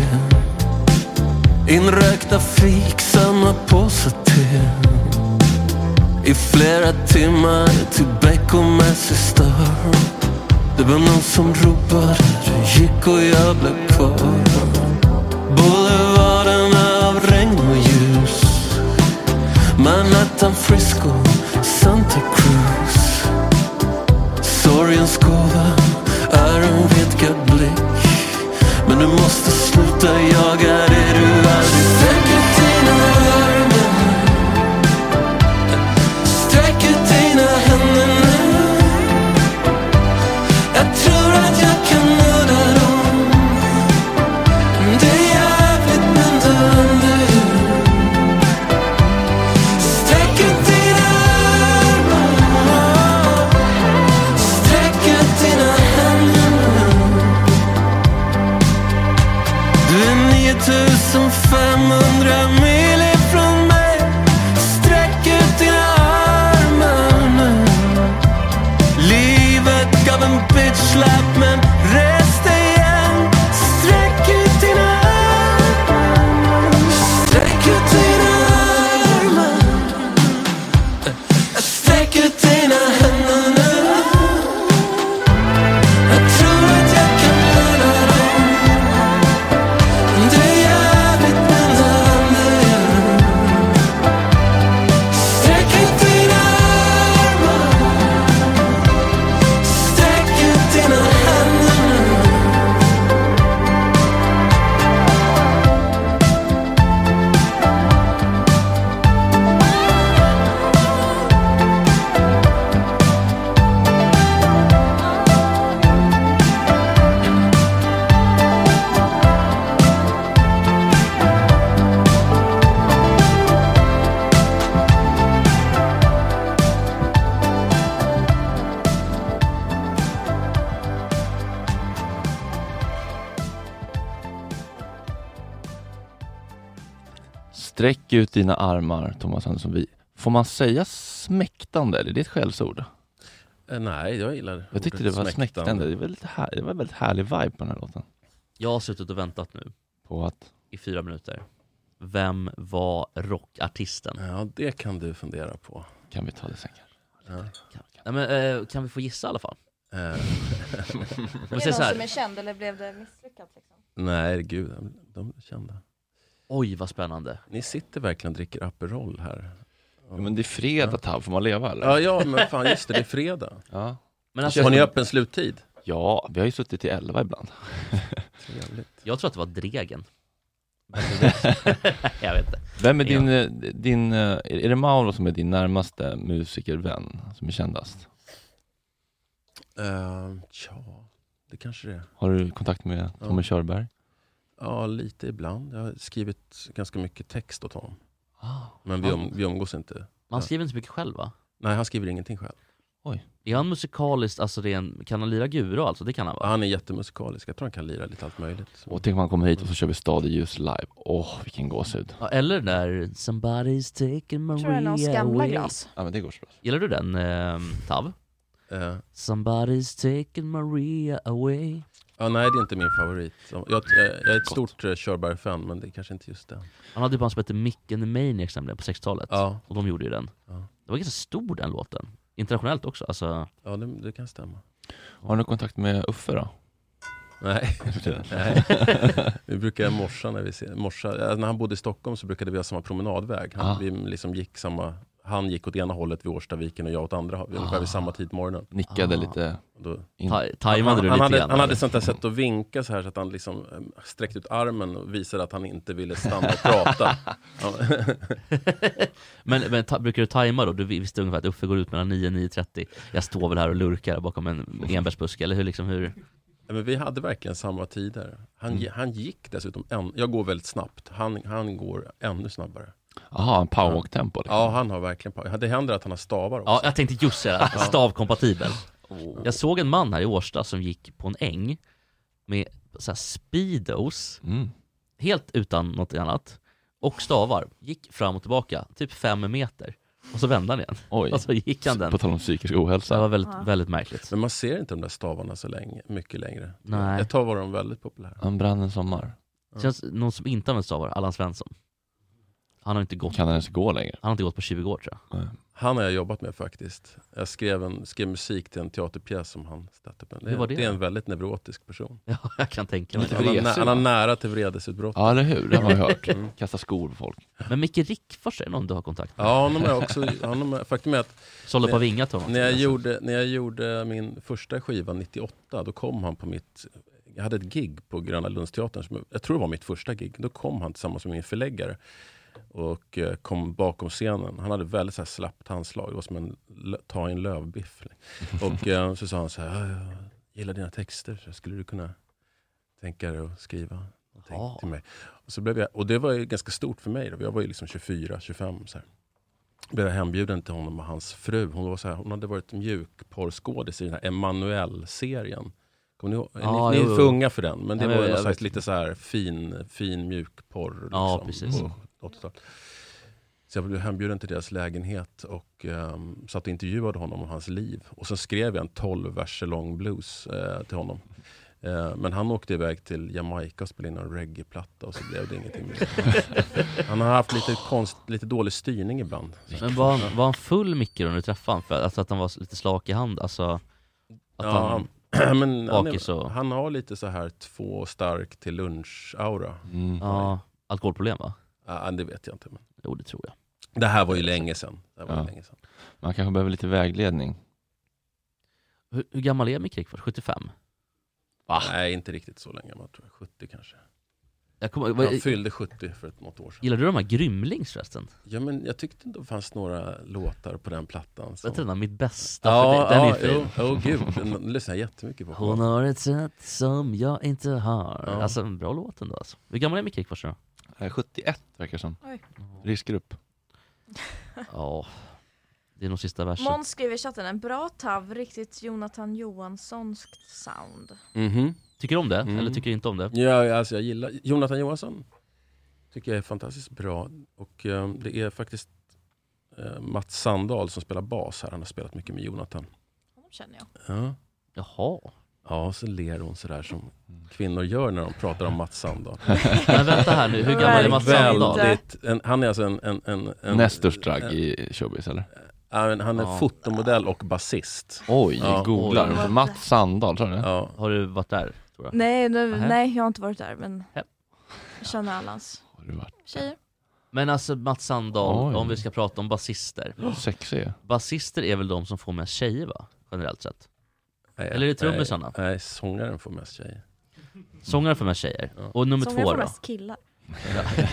S5: Inrökta fik, samma påse te I flera timmar till Beck och Massey Star Det var någon som ropade, du gick och jag blev kvar Boulevarden av regn och ljus Manhattan, Frisco, Santa Cruz Sorgens gåva är en vidgad blick Men du måste sluta jaga det du aldrig fick dina armar Sträck ut dina händer nu Jag tror att jag kan mörda dem Det är jävligt men det vänder ju Sträck ut dina armar Sträck ut dina händer Du är 9500 mil ifrån mig Sträck ut dina armar nu Livet gav en bitchlap men res dig igen Sträck ut dina armar Sträck ut dina armar Sträck ut dina händer nu Jag tror att jag kan göra dem Det är jävligt
S1: Sträck ut dina armar, Thomas Andersson. Vi. Får man säga smäktande? Eller är det ett skällsord?
S13: Eh, Nej, jag gillar
S1: Jag tyckte det var
S13: ordet
S1: smäktande. Det var, väldigt här, det var en väldigt härlig vibe på den här låten.
S3: Jag har suttit och väntat nu.
S1: På att?
S3: I fyra minuter. Vem var rockartisten?
S13: Ja, det kan du fundera på.
S1: Kan vi ta det sen kanske?
S3: Nej, men, eh, kan vi få gissa i alla fall?
S13: Eh.
S4: Är
S3: Men
S4: det
S3: säg så
S4: någon som är
S3: här.
S4: känd eller blev det misslyckat? Liksom?
S13: Nej, gud. de- De är kända.
S3: Oj, vad spännande.
S13: Ni sitter verkligen och dricker Aperol här.
S1: Ja, men det är fredag, Tab. Får man leva eller?
S13: Ja, ja, men fan just det, det är fredag.
S1: Ja.
S3: Men alltså-
S13: Har ni
S3: jag-
S13: öppen sluttid?
S1: Ja, vi har ju suttit till elva ibland.
S3: Jag tror att det var Dregen. jag vet inte.
S1: Vem är din, eh, din, eh, är- är det Mauro som är din närmaste musikervän, som är kändast?
S13: Uh, ja, det kanske det är.
S1: Har du kontakt med Tommy
S13: Ja.
S1: Körberg?
S13: Ja, lite ibland. Jag har skrivit ganska mycket text åt honom.
S1: Ah,
S13: Men vi, um, vi umgås inte.
S3: Man skriver inte så mycket själv va?
S13: Nej, han skriver ingenting själv.
S3: Är han musikaliskt, alltså ren, kan han lira gura alltså? Det kan han va?
S13: Han är jättemusikalisk. Jag tror han kan lira lite allt möjligt.
S1: Och tänk om han kommer hit och så kör vi Stad i ljus live. Åh, vilken gåshud.
S3: Ja, eller den där Somebody's taking Maria
S4: Tror jag är någons gamla
S3: away.
S4: glas.
S1: Ja men det går så bra. Eh.
S3: Gillar du den eh, Tav? Somebody's taking Maria away.
S13: Ja, nej, det är inte min favorit. Jag, jag, jag är ett stort eh, Körberg-fan, men det är kanske inte just den.
S3: Han hade ju band som hette Mick and the Maniacs nämligen på 60-talet. Och de gjorde ju den. Det var ganska stor den låten. Internationellt också. Alltså,
S13: Ja, det, det kan stämma.
S1: Har du kontakt med Uffe då?
S13: Nej. Nej. Vi brukar morsa när vi ser, morsa, eh, när han bodde i Stockholm så brukade vi ha samma promenadväg. Han,
S1: Ah.
S13: vi liksom gick samma, han gick åt ena hållet vid Årstaviken och jag åt andra, ah. ungefär vid samma tid på morgonen.
S1: Nickade Ah. lite
S13: Då,
S1: in-
S13: han,
S1: Taj-
S13: han,
S1: tajmade du
S13: han,
S1: lite
S13: hade,
S1: grann,
S13: han
S1: eller?
S13: hade sånt där sätt att vinka så här så att han liksom eh, sträckte ut armen och visade att han inte ville stanna och prata. Ja.
S3: men men ta, brukar du tajma då? Du visste ungefär att Uffe går ut mellan 9 och 9.30. Jag står väl här och lurkar bakom en enbärsbuske, eller hur? Liksom, hur?
S13: Men vi hade verkligen samma tider. Han,
S1: Mm.
S13: gi- han gick dessutom, en, jag går väldigt snabbt, han, han går ännu snabbare.
S1: Jaha, en powerwalk-tempo liksom.
S13: Ja, han har verkligen power. Det händer att han har stavar också.
S3: Ja, jag tänkte just säga det. Stavkompatibel.
S1: Oh.
S3: Jag såg en man här i Årsta som gick på en äng med så här speedos,
S1: Mm.
S3: helt utan något annat, och stavar. Gick fram och tillbaka, typ fem meter. Och så vände han igen. Och så gick han den.
S1: På tal om psykisk ohälsa.
S3: Det var väldigt, väldigt märkligt.
S13: Men man ser inte de där stavarna så länge, mycket längre.
S3: Nej.
S13: Ett tag var de väldigt populära.
S1: Han brann en sommar.
S3: Känns någon som inte använder stavar, Allan Svensson. Han har inte gått.
S1: Kan han ens gå längre?
S3: Han har inte gått på 20 år tror
S1: jag.
S13: Han har jag jobbat med faktiskt. Jag skrev, en, skrev musik till en teaterpjäs som han startade. på.
S3: Hur var det?
S13: det är en väldigt neurotisk person.
S3: Ja, jag kan tänka mig
S13: Han,
S3: det.
S13: har nä-
S3: Vresig,
S13: han har
S3: va?
S13: nära till vredesutbrott.
S1: Ja, eller hur? Det har man hört.
S13: Mm.
S1: Kasta skor på folk.
S3: Men Micke Rickfors är någon du har kontakt med?
S13: Ja, honom har jag också, honom har, faktum är att
S3: Sålde på vingat honom.
S13: När jag, gjorde, när jag gjorde min första skiva 98, då kom han på mitt jag hade ett gig på Gröna Lundsteatern, som, jag tror det var mitt första gig. Då kom han tillsammans med min förläggare och eh, kom bakom scenen. Han hade väldigt så här slappt handslag, det var som en lö- ta i en lövbiff. Och eh, så sa han så här, "Ja, jag gillar dina texter, så skulle du kunna tänka dig att skriva någonting till mig? Och, så blev jag, och det var ju ganska stort för mig, då. jag var ju liksom 24, 25. Så här blev jag hembjuden till honom och hans fru. Hon, var så här, hon hade varit mjukporrskådis i den här Emanuel-serien. Kommer ni, ihåg?
S3: Ja,
S13: ni, ni
S3: jo,
S13: är
S3: jo.
S13: för unga för den, men det
S3: Ja,
S13: var
S3: men
S13: ju
S3: jag
S13: någon slags
S3: vet.
S13: lite så här fin, fin mjukporr. Liksom,
S3: Ja, precis.
S13: på 80-talet. Så jag blev hembjuden till deras lägenhet och um, satt och intervjuade honom om hans liv. Och så skrev jag en 12 verser lång blues eh, till honom. Eh, Men han åkte iväg till Jamaica och spelade in en reggae-platta och så blev det ingenting mer. Han har haft lite, konst, lite dålig styrning ibland.
S3: Men var han, var han full Micke då när du träffade honom? För, alltså att han var lite slak i hand? Alltså, att
S13: Ja,
S3: han,
S13: men han,
S3: bakis och...
S13: är, han har lite så här två stark till lunch-aura.
S1: Mm.
S3: Ja, alkoholproblem va?
S13: Ja, det vet jag inte. Men.
S3: Jo, det tror jag.
S13: Det här var ju länge sedan. Det här var ju
S1: Ja.
S13: länge sedan.
S1: Man kanske behöver lite vägledning.
S3: Hur, hur gammal är Micke Rickfors? 75?
S13: Nej, inte riktigt så länge. Man tror jag 70 kanske.
S3: Jag kommer-
S13: han
S3: vad-
S13: fyllde 70 för ett, något år sedan.
S3: Gillar du de här Grymlings förresten?
S13: Ja, men jag tyckte inte det fanns några låtar på den plattan.
S3: Vet du den där, Mitt bästa
S13: Ja,
S3: för dig? Den
S13: ja,
S3: är ju fin.
S13: jo, oh, gud. Den lyssnar jag jättemycket på.
S3: Hon har ett sätt som jag inte har.
S13: Ja.
S3: Alltså en bra låt ändå alltså. Hur gammal är Micke Rickfors då?
S1: 71 Eh, verkar som.
S4: Oj.
S1: Riskgrupp.
S3: Ja, det är nog sista versen.
S4: Måns skriver i chatten en bra tav, riktigt Jonathan Johanssonskt sound.
S13: Mm.
S1: Mhm.
S3: Tycker du om det? Eller tycker du inte om det?
S13: Ja, alltså jag gillar Jonathan Johansson. tycker jag är fantastiskt bra. Och eh, Det är faktiskt eh, Mats Sandahl som spelar bas här. Han har spelat mycket med Jonathan.
S4: Honom känner jag.
S13: Ja. Jaha. Ja, så ler hon sådär som kvinnor gör när de pratar om Mats Sandahl.
S3: Men vänta här nu, hur gammal är Mats Sandahl?
S13: Väldigt, en, han är alltså en... en, en, en
S1: Näst störst dragg i showbiz eller?
S13: Ja, men han är
S1: Ja.
S13: fotomodell och basist.
S1: Oj, googlar. Mats Sandahl, tror du
S13: ja.
S3: Har du varit där? Tror jag.
S4: Nej, nu,
S3: Nähä.
S4: nej, jag har inte varit där men jag känner alla hans tjejer.
S3: Men alltså Mats Sandahl,
S1: Oj.
S3: om vi ska prata om basister.
S1: Sexiga.
S3: Basister är väl de som får mest tjejer va? Generellt sett. Eller är det trummisarna?
S13: Nej, nej, sångaren får mest tjejer.
S3: Sångaren får mest tjejer. Och nummer
S4: Sångaren
S3: två
S4: får
S3: då?
S4: mest killar.
S3: Ja.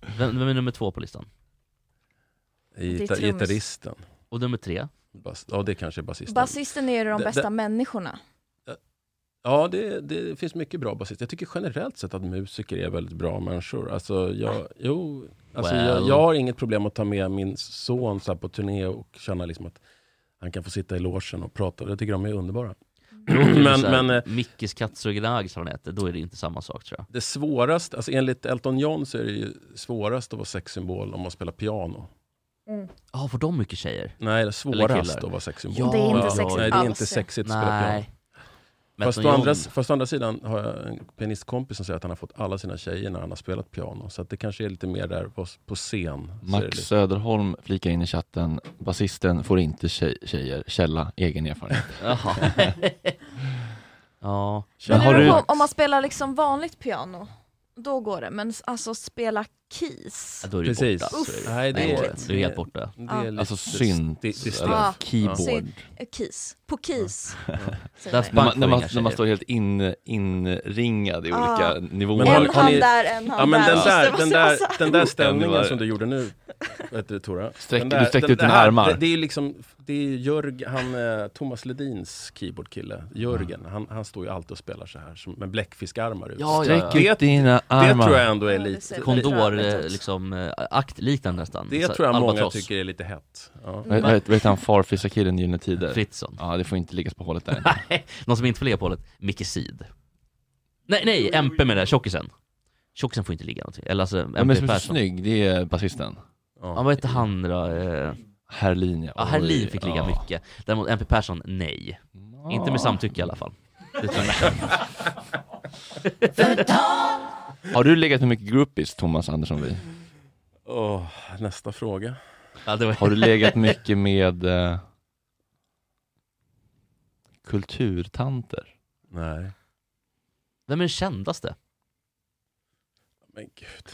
S3: vem, vem är nummer två på listan?
S13: Det är trummis. gitarristen.
S3: Och nummer tre?
S13: Bas, ja, det kanske är basisten.
S4: Basisten är ju de
S13: Det-
S4: bästa
S13: det-
S4: människorna.
S13: Ja, det, det finns mycket bra basister. Jag tycker generellt sett att musiker är väldigt bra människor. Alltså, jag, jo, alltså, jag,
S3: Well.
S13: jag har inget problem att ta med min son så här, på turné och känna liksom att han kan få sitta i logen och prata. Jag tycker de är underbara.
S3: men,
S13: men,
S3: men,
S13: men eh,
S3: Mickis Katsuginagi som han heter, då är det inte samma sak tror jag.
S13: det svåraste, alltså, enligt Elton John så är det ju svårast att vara sexsymbol om man spelar piano.
S3: Ja, får de mycket tjejer?
S13: Nej, det är
S3: Eller
S13: svårast
S3: killar?
S13: att vara sexsymbol.
S3: Ja,
S13: Nej, det är inte sexigt att spela piano.
S3: Nej. Men
S13: Fast
S3: som
S13: å,
S3: John-
S13: andra, fast å andra sidan har jag en pianistkompis som säger att han har fått alla sina tjejer när han har spelat piano. Så att det kanske är lite mer där på, på scen. Så är det liksom-
S1: Max
S13: lite-
S1: Söderholm flikar in i chatten, basisten får inte tjej, tjejer, källa egen erfarenhet.
S3: Jaha. ja.
S1: Men
S4: Men
S1: har
S4: det beror
S1: du,
S4: på om- om man spelar liksom vanligt piano, då går det. Men alltså spela keys.
S3: Ja, då är du
S13: Precis.
S3: borta.
S4: Uff,
S3: Så är det-
S13: Nej, det är,
S3: Du är helt borta.
S13: det är
S4: Ja.
S13: lite
S1: alltså
S13: sti-
S1: synt,
S13: det- det är
S1: eller
S4: Ja.
S1: keyboard.
S4: Sin- eh, Keys. På keys. säger
S1: När
S4: man ju.
S1: man, när,
S3: inga
S1: man, när
S3: tjejer.
S1: man står helt in, inringad i
S3: Ah.
S4: Ja.
S1: olika nivåer.
S13: Men har- En har ni- hand
S4: där, en hand
S13: Ja, men
S4: där.
S13: den
S4: Måste
S13: där,
S4: vara
S13: den
S4: så-
S13: där,
S4: så-
S13: den där
S1: Ännu
S13: ställningen
S1: värre.
S13: som du gjorde nu, vet du, Tora.
S1: Sträck-
S13: den
S1: du sträckte ut
S13: den
S1: dina
S13: här-
S1: armar.
S13: Det, det är liksom, det är Jörg, han, eh, Thomas Ledins keyboardkille, Jörgen,
S1: Mm.
S13: han, han står ju alltid och spelar så här, som, med bläckfiskarmar ut.
S3: Ja, ja, ja.
S1: Sträck ut dina
S13: Det
S1: armar.
S13: tror jag ändå är
S3: Ja, det
S13: lite...
S3: Kondor, eh, liksom, eh, akt liknande nästan.
S13: Det
S3: Så-
S13: tror jag många
S3: albatross.
S13: tycker är lite hett.
S3: Mm.
S13: Ja.
S1: Vad- Vad heter- vad heter han, farfisa-killen i Gyllene Tider?
S3: Fritzson.
S1: Ja, det får inte liggas på hålet där.
S3: Nej, någon som inte får ligga på hålet, Micke Sid. Nej, nej, MP med det, tjockisen. Tjockisen får inte ligga någonting. Eller alltså, MP
S1: Ja, men som är så
S3: Persson.
S1: snygg, det är basisten.
S3: Ja, vad hette han då? Eh,
S1: Herlin ja.
S3: Ja, Herlin fick
S1: Oj,
S3: ligga
S1: ja.
S3: mycket. Däremot MP Persson, nej. Inte med samtycke i alla fall. Det tror jag.
S1: Har du legat med mycket groupies, Thomas Andersson vi?
S13: Åh, nästa fråga.
S3: Ja, det var-
S1: Har du legat mycket med eh, kulturtanter?
S13: Nej.
S3: Vem är den kändaste?
S13: Men gud.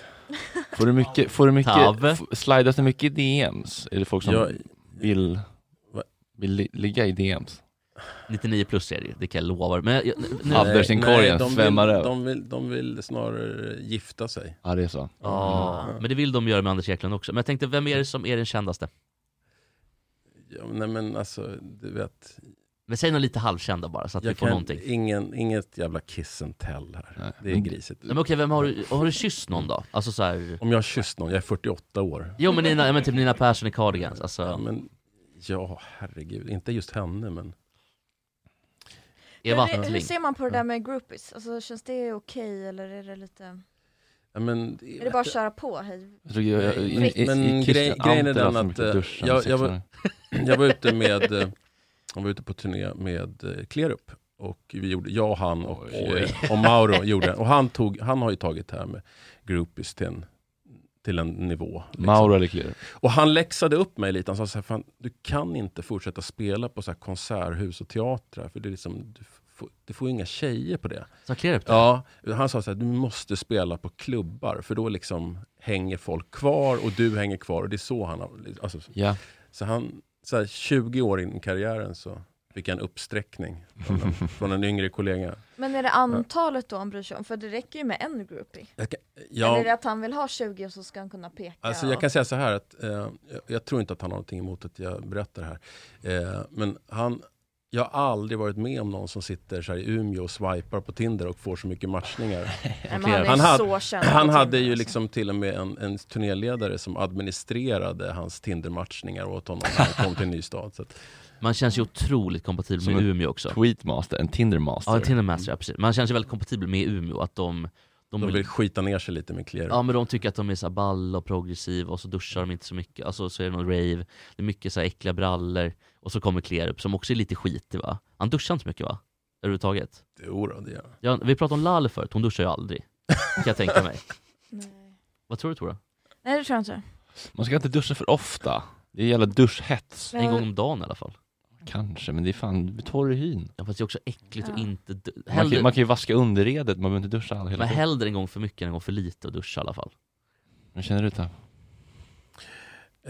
S1: Får du mycket, får du mycket,
S3: Tave.
S1: f- slidas det mycket i DMs? Är det folk som
S13: Jag-
S1: vill, vill li- ligga i DMs?
S3: 99 plus är det ju, det kan jag lova. Men jag, jag- nu,
S1: Ja, Anders in korgen,
S13: de vill-
S1: svämmar över.
S13: De vill, de vill snarare gifta sig.
S1: Ja, det är så.
S3: Ja,
S13: Mm.
S3: men det vill de göra med Anders Eklund också. Men jag tänkte, vem är det som är den kändaste?
S13: Ja, nej men alltså, du vet.
S3: Men säg någon lite halvkända bara, så att vi
S13: Jag
S3: får
S13: kan
S3: någonting.
S13: ingen, inget jävla kiss and tell här. Det är
S3: Men-
S13: grisigt.
S3: Nej, men okej, vem har du, har du kysst någon då? Alltså så här...
S13: Om jag har kysst någon, jag är 48 år.
S3: Jo men Nina, ja, men typ Nina Persson i Cardigans, alltså.
S13: men, ja, herregud. Inte just henne, men.
S3: Eva
S4: hur, hur
S3: Attling.
S4: ser man på det där med groupies? Alltså, känns det okej eller är det lite...
S13: Ja, men,
S4: Är det bara att köra på? Hej.
S1: Jag tror Alltså, jag- jag- i- i- i-
S13: Men
S1: i-
S13: grej,
S1: Christian
S13: grejen är
S1: Antela
S13: den
S1: som
S13: att
S1: brukar
S13: eh,
S1: duscha med
S13: jag, jag, var,
S1: sexåringar.
S13: jag var ute med eh, jag var ute på turné med eh, Klerup. Och vi gjorde, jag, han och,
S1: Oj.
S13: eh, och Mauro gjorde Och han, tog, han har ju tagit det här med groupies till en, till en nivå. liksom.
S1: Mauro eller Klerup?
S13: Och han läxade upp mig lite. Han sa så här, fan, du kan inte fortsätta spela på så här konserthus och teatrar. För det är liksom, du, får, du får inga tjejer på det.
S3: Sa Klerup det?
S13: Ja, han sa så här, du måste spela på klubbar. För då liksom hänger folk kvar och du hänger kvar. Och det är så han har... Alltså,
S1: Ja.
S13: Så han, så här, 20 år in i karriären så fick jag en uppsträckning från en, från en yngre kollega.
S4: Men är det antalet då han bryr sig om? För det räcker ju med en groupie.
S13: Jag kan,
S4: Eller är
S13: jag,
S4: det att han vill ha 20 och så ska han kunna peka?
S13: Alltså
S4: och-
S13: jag kan säga så här att eh, jag, jag tror inte att han har någonting emot att jag berättar det här. Eh, men han, jag har aldrig varit med om någon som sitter så här i Umeå och swipar på Tinder och får så mycket matchningar.
S4: men han är så känd på Tinder,
S13: han
S4: alltså.
S13: hade ju liksom till och med en, en turnéledare som administrerade hans Tinder-matchningar åt honom när han kom till en ny stad. Så att,
S3: Man känns ju otroligt kompatibel
S1: Som
S3: med
S1: en
S3: Umeå också.
S1: tweetmaster, en tindermaster.
S3: Ja, en Tinder Master, ja, precis. Man känns ju väldigt kompatibel med Umeå, att de,
S13: De vill skita ner sig lite med Clear.
S3: Ja men de tycker att de är så här balla och progressiva och så duschar de inte så mycket, alltså så är det någon rave, det är mycket så här äckliga brallor och så kommer Clear upp som också är lite skitig va? Han duschar inte så mycket va? Överhuvudtaget?
S13: Jo då, det gör han.
S3: ja, Vi pratade om Lale förut, hon duschar ju aldrig. Kan jag tänka mig. Vad tror du Tora?
S4: Nej det tror jag inte.
S1: Man ska inte duscha för ofta. Det gäller duschhets.
S4: En gång om
S3: dagen i alla fall.
S1: Kanske, men det är fan, du blir torr i hyn.
S3: Ja fast det är också äckligt
S1: och
S3: att inte du-
S1: Man,
S3: Hellre-
S1: kan, man kan ju vaska underredet, man behöver inte duscha all hela
S3: Men
S1: tiden.
S3: hellre en gång för mycket än en gång för lite och duscha i alla fall.
S1: Hur känner du det?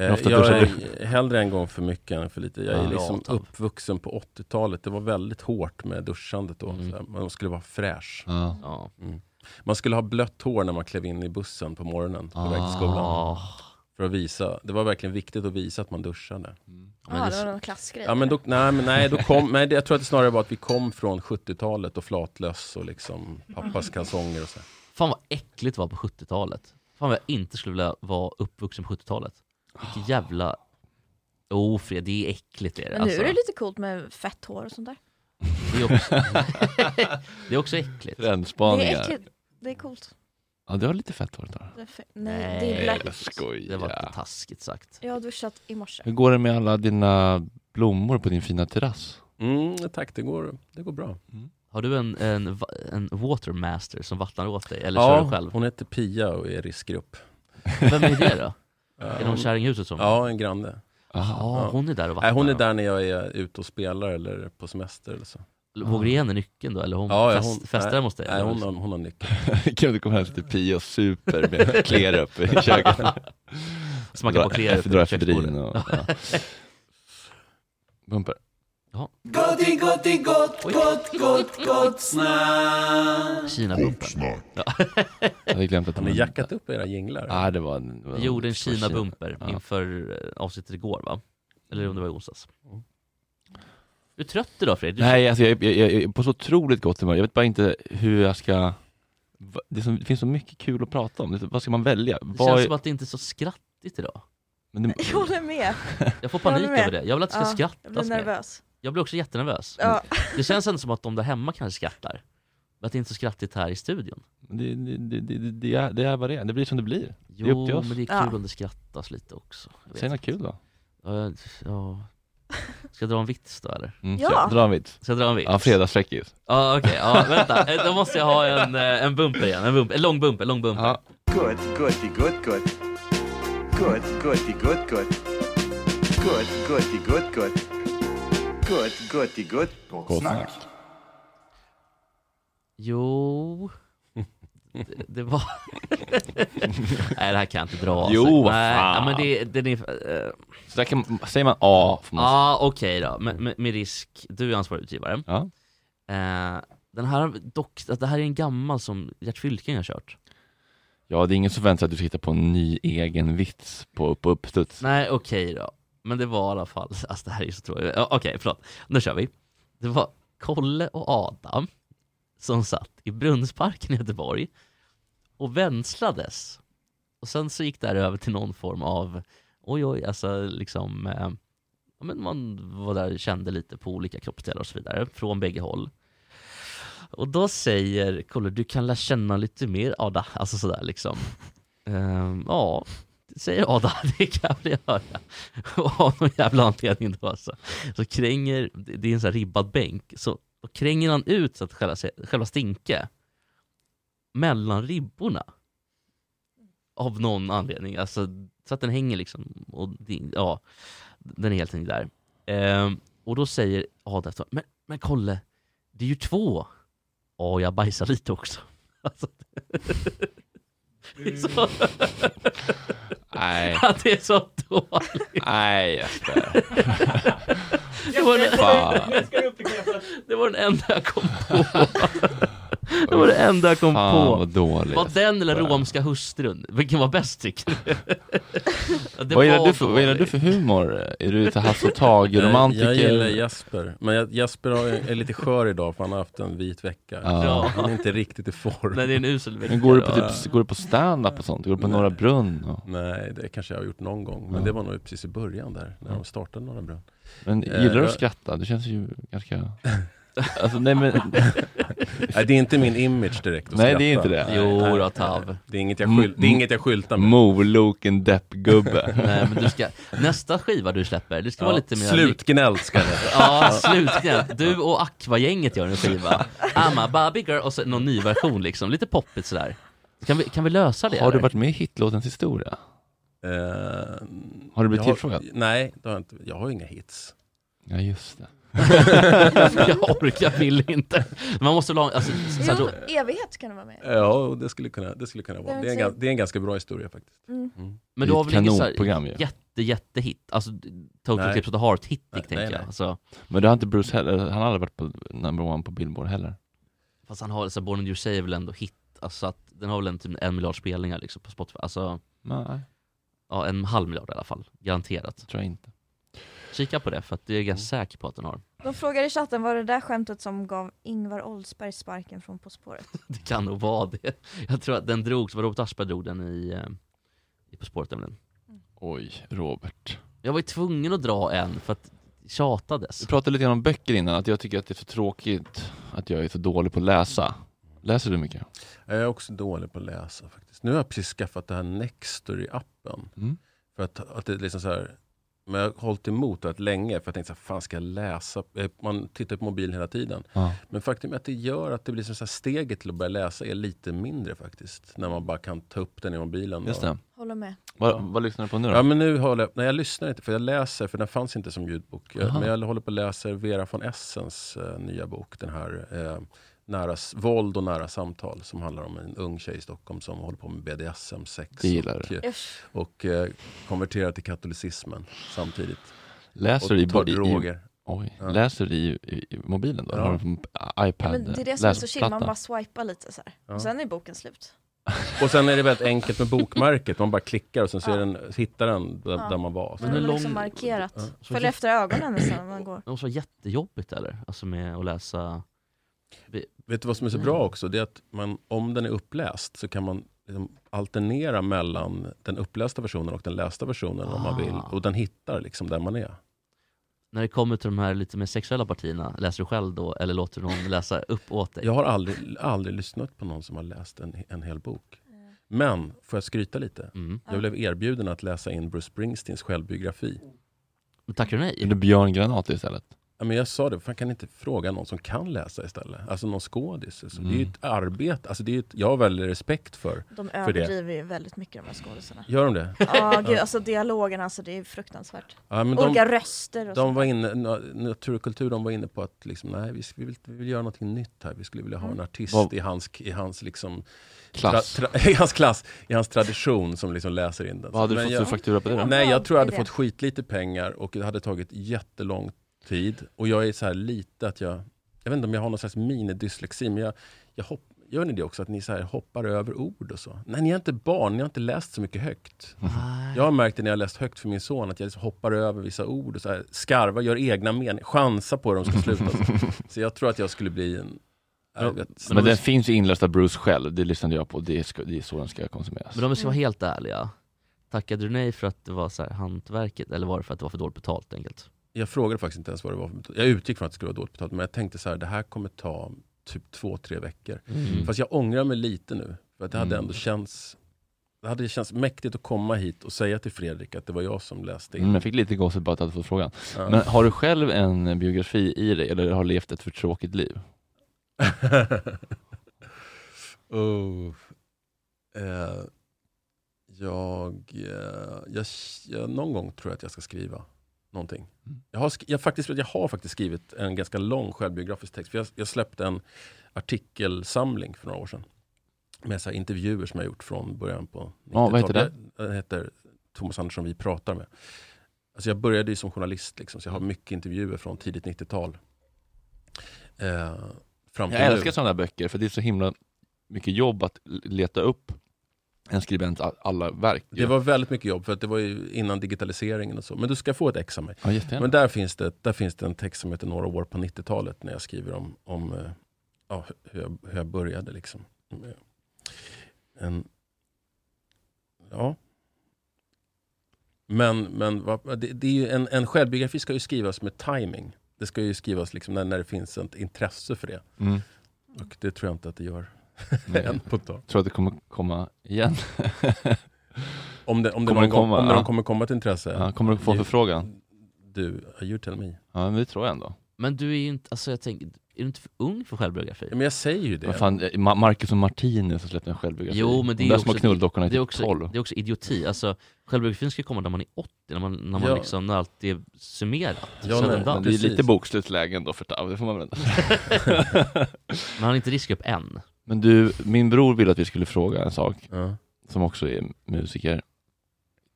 S13: Eh,
S1: ofta
S13: jag
S1: duschar
S13: är hellre en gång för mycket än för lite. Jag är
S1: Ja.
S13: liksom
S1: Ja,
S13: uppvuxen på 80-talet. Det var väldigt hårt med duschandet då.
S4: Mm.
S13: Så här, Man skulle vara fräsch.
S3: Ja.
S13: Mm. Man skulle ha blött hår när man klev in i bussen på morgonen på väg till skolan.
S3: Ah.
S13: För att visa. Det var verkligen viktigt att visa att man duschade.
S4: Ja, Men det- det var någon klassgrej,
S13: Ja, men då, nej, men nej, då kom, nej, det- jag tror att det snarare var att vi kom från 70-talet och flatlöss och liksom pappas kalsonger och så. här.
S3: Fan vad äckligt det var på 70-talet. Fan vad jag inte skulle vilja vara uppvuxen på 70-talet. Vilket jävla... Jo oh, Fred, det är äckligt är det. Alltså,
S4: Men
S13: Alltså-
S4: nu är det lite coolt med fett hår och sånt där.
S3: det, är också... det är också äckligt.
S4: Det
S1: Trendspaningar.
S4: är äckligt. Det är coolt.
S1: Ja, du har lite fett hår Tara.
S4: Det är fe- nej, det är black.
S1: jag skojar.
S3: Det var inte taskigt sagt.
S4: Jag har duschat i morse.
S1: Hur går det med alla dina blommor på din fina terrass?
S13: Mm, tack, det går, det går bra.
S3: Har du en, en, va- en watermaster som vattnar åt dig, eller
S13: Ja,
S3: kör du själv?
S13: hon heter Pia och är riskgrupp.
S3: Vem är det då? Är det någon kärring i huset som-
S13: Ja, en granne.
S3: Aha,
S13: Ja.
S3: hon är där och
S13: Nej, hon är
S3: vattnar.
S13: där när jag är ute och spelar eller på semester eller så.
S3: Vågar du ge henne nyckeln då, eller hon fest- festar
S13: nej,
S3: hos dig,
S13: Nej,
S3: eller?
S13: hon, har- hon har nyckeln.
S1: Kan du komma hem till Pia och super med kler upp i köket?
S3: Smacka på kler upp i
S1: Dra efterdragen
S3: köksbordet.
S1: och... Ja. Bumper.
S5: Gotti, gotti, gott, gott, gott, gott snack.
S3: Kina-bumper.
S1: Jag hade glömt att
S13: Har ni jackat upp era jinglar?
S1: Ja, det var en... det var
S3: Vi gjorde en Kina-bumper
S1: Ja.
S3: inför eh, avsnittet igår va? Eller om det var i onsdags.
S13: Mm.
S3: Du är trött idag Fredrik? Du-
S1: Nej, alltså jag, är- jag, jag är på så otroligt gott humör. Jag vet bara inte hur jag ska... Va- Det, är så- det finns så mycket kul att prata om. Det, vad ska man välja?
S3: Det
S1: Vad
S3: känns
S1: är-
S3: som att det inte är så skrattigt idag.
S1: men det,
S4: Jag håller med.
S3: Jag får
S4: Jag håller
S3: panik
S4: med.
S3: över det. Jag vill att det ska
S4: Ja,
S3: skrattas
S4: jag blir
S3: mer.
S4: nervös.
S3: Jag blir också jättenervös.
S4: Ja.
S3: Det känns ändå som att de där hemma kanske skrattar. Men att det inte är så skrattigt här i studion.
S1: det, det, det, det, det, är, det är vad det är. Det blir som det blir. det är upp till
S3: Jo,
S1: oss.
S3: men det är kul om det skrattas lite också. Jag vet
S1: Säg något
S3: inte.
S1: kul då.
S3: Ja, ja. Ska jag dra en vits då eller?
S1: Mm, Ja. kör. Dra en vits.
S3: Ska jag dra en vits?
S1: Ja, fredagsfräckis.
S3: Ja okej, ja, vänta. Eh, Då måste jag ha en, eh, en bumper igen. En, bumper. en lång bumper, lång bumper.
S12: Good, goody, good, good. Good, goody, good, good. Good, goody, good, good. Good, goody, good.
S1: Gott snack.
S3: Jo... Det, det var... Nej det här kan jag inte dra.
S1: Jo,
S3: alltså.
S1: vad
S3: Nej,
S1: fan.
S3: ja, men det, den är... eh,
S1: Så där kan, säger man A får
S3: Ja,
S1: man...
S3: ah, okej då. Med, med, med risk, du är ansvarig utgivare. Eh, den här, dock, det här är en gammal som Gert Fylking har kört.
S1: Ja, det är ingen som väntar sig att du ska hitta på en ny egen vits på, på uppstuds.
S3: Nej, okej då. Men det var i alla fall, alltså det här är ju så tråkigt. Ja, Okej, förlåt. Nu kör vi. Det var Kolle och Adam som satt i Brunnsparken i Göteborg och vänslades. Och sen så gick det här över till någon form av, oj oj, alltså liksom, eh, ja, men man var där och kände lite på olika kroppsdelar och så vidare, från bägge håll. Och då säger Kolle, du kan lära känna lite mer Ada, alltså sådär liksom. Ehm, ja, säger Ada, det kan jag väl göra. Och av någon jävla anledning då alltså. Så kränger, det är en sån här ribbad bänk, så då kränger han ut så att själva, själva stinke mellan ribborna. Av någon anledning, alltså så att den hänger liksom. Och det, ja, den är helt enkelt där. Ehm, och då säger Ada efteråt, men, men Kolle, det är ju två. Ja, jag bajsar lite också. Alltså, det är
S2: Mm.
S3: så...
S1: Nej.
S3: Att det är så dåligt.
S1: Nej, Jesper.
S3: Det var, den,
S1: Fan.
S3: det var den enda jag kom på. Det var det enda jag kom
S1: Fan,
S3: på.
S1: vad dåligt.
S3: Var den eller romska hustrun? Vilken var bäst tycker du? Ja, det
S1: Vad gillar,
S3: var
S1: du för, vad gillar
S3: dåligt.
S1: du för humor? Är du så Hasse och Tage-romantiker?
S13: Jag gillar Jesper. Men jag, Jesper har- är lite skör idag för han har haft en vit vecka.
S1: Ja.
S13: Han är inte riktigt i form.
S3: Nej, det är en usel vecka.
S1: Men går du på,
S13: Ja.
S1: typ, går du på stand-up och sånt? Går du på
S13: Nej.
S1: Norra Brunn? Och...
S13: Nej, det kanske jag har gjort någon gång. Men
S1: Ja.
S13: det var nog precis i början där, när de startade Norra Brunn.
S1: Men
S13: Eh,
S1: gillar du
S13: jag-
S1: att skratta? Det känns ju ganska... Alltså, nej, men...
S13: Nej, det är inte min image direkt att
S1: Nej,
S13: skratta.
S1: det är inte det. Mm.
S13: Nej, nej, nej. Det är inget jag, skyl- det är inget jag skyltar med.
S1: Moloken deppgubbe.
S3: Nej, men du ska, nästa skiva du släpper, det ska vara
S1: Ja,
S3: lite mer...
S1: slutgnällt ska det.
S3: Ja, slutgnällt. Du och Aqua-gänget gör en skiva. Amma, Barbie Girl och sen någon ny version liksom, lite poppigt sådär. Kan vi, kan vi lösa det?
S1: Har du
S3: eller?
S1: varit med i hitlåtens historia? har du blivit
S13: Eh, Jag
S1: tillfrågad?
S13: Nej, det har jag, inte, jag har ju inga hits.
S1: Ja, just det.
S3: jag orkar, vill inte. Man måste väl ha... Alltså, så, så,
S4: Jo, evighet kan du vara med.
S13: Ja, och det skulle kunna, det skulle kunna vara. Det är, en, ga- det är en ganska bra historia faktiskt.
S4: Mm.
S3: men
S1: Det
S3: du
S1: är
S3: har
S1: ett
S3: väl ingen så här
S1: kanonprogram ju.
S3: jätte, jättehit? Alltså, Total
S1: Nej.
S3: Tips of the Heart hit, tänker
S1: nej,
S3: jag.
S1: nej.
S3: Alltså,
S1: Men det har inte Bruce heller, han har aldrig varit på number one på Billboard heller.
S3: fast han har, så här, Born in the USA är väl ändå hit? Alltså, att, den har väl en, typ en miljard spelningar liksom, på Spotify? Alltså,
S1: Nej.
S3: Ja, en halv miljard i alla fall. Garanterat.
S1: Tror jag inte. Mm.
S3: Kika på det, för att det är jag ganska säker på att den har.
S4: De frågar i chatten, var det där skämtet som gav Ingvar Oldsberg sparken från På spåret?
S3: Det kan nog vara det. Jag tror att den drogs, var Robert Aschberg drog den i, eh, i På spåret nämligen.
S1: Oj, Robert.
S3: Jag var ju tvungen att dra en för att tjatades.
S1: Vi pratade lite grann om böcker innan, att jag tycker att det är för tråkigt att jag är så dålig på att läsa. Läser du mycket?
S13: Jag är också dålig på att läsa faktiskt. Nu har jag precis skaffat det här Nextory-appen.
S1: Mm.
S13: För att, att det är liksom så här, men jag har hållit emot det rätt länge för jag tänkte så här, fan ska jag läsa? Eh, Man tittar på mobilen hela tiden.
S1: Ja.
S13: Men faktum är att det gör att det blir som så här, steget till att börja läsa är lite mindre faktiskt. När man bara kan ta upp den i mobilen.
S1: Just
S13: och-
S1: det.
S4: Håller med.
S1: Vad, vad lyssnar du på nu då?
S13: Ja, men nu håller jag, nej, jag lyssnar inte, för jag läser, för den fanns inte som ljudbok. Jag,
S1: Aha.
S13: men jag håller på och läser Vera von Essens eh, nya bok, den här eh, nära, s- Våld och nära samtal, som handlar om en ung tjej i Stockholm som håller på med BDSM, sex
S1: Det gillar
S13: och,
S1: du.
S13: eh, och eh, konverterar till katolicismen samtidigt.
S1: Läser
S13: och
S1: du i,
S13: tar
S1: i, i,
S13: droger.
S1: oj,
S13: Ja.
S1: läser du i, i, i mobilen då?
S13: Ja.
S1: Har du en
S4: Ja,
S1: iPad?
S4: men det är det som är så chill, man
S1: läsplatta?
S4: bara swipar lite så här.
S13: Ja.
S4: Och sen är boken slut.
S13: Och sen är det väldigt enkelt med bokmärket, man bara klickar och sen så är
S4: Ja.
S13: den, hittar den där,
S4: Ja.
S13: där man var.
S4: Man har liksom markerat.
S13: Ja.
S3: Så
S4: Följ
S3: jä-
S4: efter ögonen sen när man går.
S3: Det måste vara jättejobbigt eller? Alltså med att läsa... Mm.
S13: Vet du vad som är så
S3: Nej.
S13: bra också? Det är att man, om den är uppläst så kan man liksom alternera mellan den upplästa versionen och den lästa versionen om man vill.
S3: Ah.
S13: Och den hittar liksom där man är.
S3: När det kommer till de här lite mer sexuella partierna, läser du själv då eller låter du någon läsa upp åt dig?
S13: Jag har aldrig, aldrig lyssnat på någon som har läst en, en hel bok.
S4: Mm.
S13: Men, får jag skryta lite?
S3: Mm.
S13: Jag blev erbjuden att läsa in Bruce Springsteens självbiografi.
S3: Tackar du nej?
S1: Eller Björn Granat istället?
S13: Ja, men jag sa det, fan kan ni inte fråga någon som kan läsa istället? Alltså någon skådis. Alltså, Det är
S1: Mm.
S13: ju ett arbete, alltså, det är ju ett, jag har väldigt respekt för,
S4: De
S13: för det.
S4: överdriver ju väldigt mycket de här skådisarna.
S13: Gör de det?
S4: Ja, gud, alltså dialogen alltså, det är fruktansvärt.
S13: Ja, men
S4: Olika röster och
S13: de
S4: sånt.
S13: var inne, na- Natur och kultur de var inne på att liksom, nej, vi, sk- vi, vill, vi vill göra något nytt här. Vi skulle vilja ha
S4: Mm.
S13: en artist
S1: Vad-
S13: i hans, i hans, liksom,
S1: Klass.
S13: Tra, tra, I hans klass, i hans tradition som liksom läser in den.
S1: Vad hade du
S13: Men
S1: fått
S13: jag-
S1: för faktura på det då?
S13: Nej, jag tror jag hade
S1: Bra idé.
S13: fått skitlite pengar och det hade tagit jättelång tid. Och jag är så här lite att jag, jag vet inte om jag har någon slags minidyslexi, men jag, jag hopp, gör ni det också? Att ni så här hoppar över ord och så? Nej, ni är inte barn, ni har inte läst så mycket högt. Jag har märkt det när jag har läst högt för min son, att jag liksom hoppar över vissa ord och så här, skarvar, gör egna men, chansar på hur de ska sluta. så jag tror att jag skulle bli en... jag vet-
S1: Men, den finns ju inläst av Bruce själv, det lyssnade jag på, det, ska, det är så den ska konsumeras.
S3: Men om vi ska vara helt ärliga, tackade du nej för att det var så här hantverket eller var det för att det var för dåligt betalt enkelt?
S13: Jag frågade faktiskt inte ens vad det var för metod. Jag utgick från att det skulle vara dåligt betalt, men jag tänkte så här, det här kommer ta typ två, tre veckor.
S1: Mm.
S13: Fast jag ångrar mig lite nu, för att det hade
S1: Mm.
S13: ändå känts det hade känts mäktigt att komma hit och säga till Fredrik att det var jag som läste in.
S1: Mm, jag fick lite gåshud bara att jag hade fått frågan.
S13: Ja.
S1: Men har du själv en biografi i dig, eller har levt ett för tråkigt liv?
S13: oh. eh, jag, eh, jag, jag, någon gång tror jag att jag ska skriva någonting.
S1: Mm.
S13: Jag har, sk- jag, faktiskt, jag har faktiskt skrivit en ganska lång självbiografisk text. För jag, jag släppte en artikelsamling för några år sedan. Med så här intervjuer som jag gjort från början på
S1: Ja, vad heter
S13: 90-talet. Den heter Thomas Andersson vi pratar med. Alltså jag började ju som journalist, liksom, så jag har mycket intervjuer från tidigt 90-tal. Eh, fram till
S1: Jag
S13: nu.
S1: älskar sådana där böcker, för det är så himla mycket jobb att leta upp en skribents a- alla verk.
S13: Det var väldigt mycket jobb, för att det var ju innan digitaliseringen och så. Men du ska få ett ex av mig.
S1: Ja, jättegärna.
S13: Men där finns, det, där finns det en text som heter Några år på 90-talet, när jag skriver om, om eh, ja, hur, jag, hur jag började. Liksom. Mm, ja. En, ja. Men, men vad- det, det är ju en, en självbiografi ska ju skrivas med timing. Det ska ju skrivas liksom när, när det finns ett intresse för det.
S1: Mm.
S13: Och det tror jag inte att det gör.
S1: Nej.
S13: Än på ett tag.
S1: Tror att det kommer komma igen?
S13: Om det, om
S1: Kommer
S13: det någon
S1: det
S13: gång,
S1: komma?
S13: om det
S1: Ja.
S13: någon kommer komma ett intresse.
S1: Ja, kommer du få förfrågan?
S13: Du, you tell me.
S1: Ja, men det tror jag ändå.
S3: Men du är ju inte, alltså jag tänker, är du inte för ung för självbiografi?
S13: Men jag säger ju det.
S1: Vad fan, eh, Ma- Marcus och Martinus har släppt en självbiografi.
S3: Jo men det
S1: De
S3: är
S1: där
S3: ju
S1: små
S3: också,
S1: knulldockorna är
S3: det är
S1: typ
S3: också,
S1: 12.
S3: det är också idioti. Alltså, självbiografin ska komma när man är 80, när man, när man
S1: Ja.
S3: liksom, när allt är summerat.
S1: Ja, nej, men det är lite bokslutsläge ändå för Tav, det får man väl ändå
S3: Men han är inte riskgrupp än.
S1: Men du, min bror ville att vi skulle fråga en sak
S13: Ja.
S1: som också är musiker.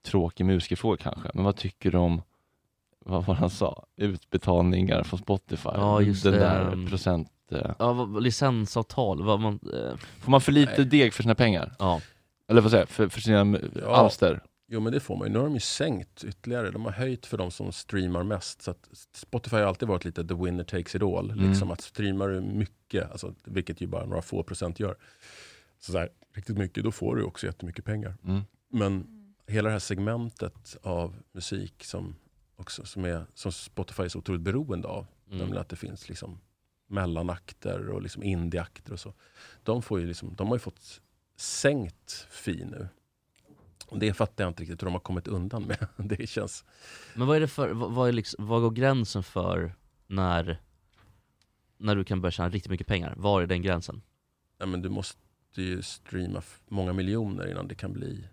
S1: Tråkig musikerfråga kanske, men vad tycker du om vad var han sa? Utbetalningar från Spotify?
S3: Ja, just
S1: Den
S3: det,
S1: där
S13: Mm.
S3: ehm,
S1: procent... eh,
S3: Ja, vad- vad- licensavtal, vad man... Eh,
S1: Får man för lite deg för sina pengar?
S3: Ja.
S1: Eller vad säger jag, för, för sina
S13: Ja.
S1: alster?
S13: Jo men det får man ju. Nu har de ju sänkt ytterligare. De har höjt för de som streamar mest. Så att Spotify har alltid varit lite the winner takes it all.
S1: Mm.
S13: Liksom att streamar du mycket, alltså, vilket ju bara några få procent gör. Så där, riktigt mycket, då får du också jättemycket pengar.
S1: Mm.
S13: Men hela det här segmentet av musik som, också, som, är, som Spotify är så otroligt beroende av.
S3: Mm.
S13: Nämligen att det finns liksom mellanakter och liksom indieakter och så. De, får ju liksom, de har ju fått sänkt fi nu. Och det fattar jag inte riktigt hur de har kommit undan med. Det känns...
S3: Men vad är det för, vad, vad, är liksom, vad går gränsen för när, när du kan börja tjäna riktigt mycket pengar? Var är den gränsen?
S13: Nej, men du måste ju streama f- många miljoner innan det kan bli...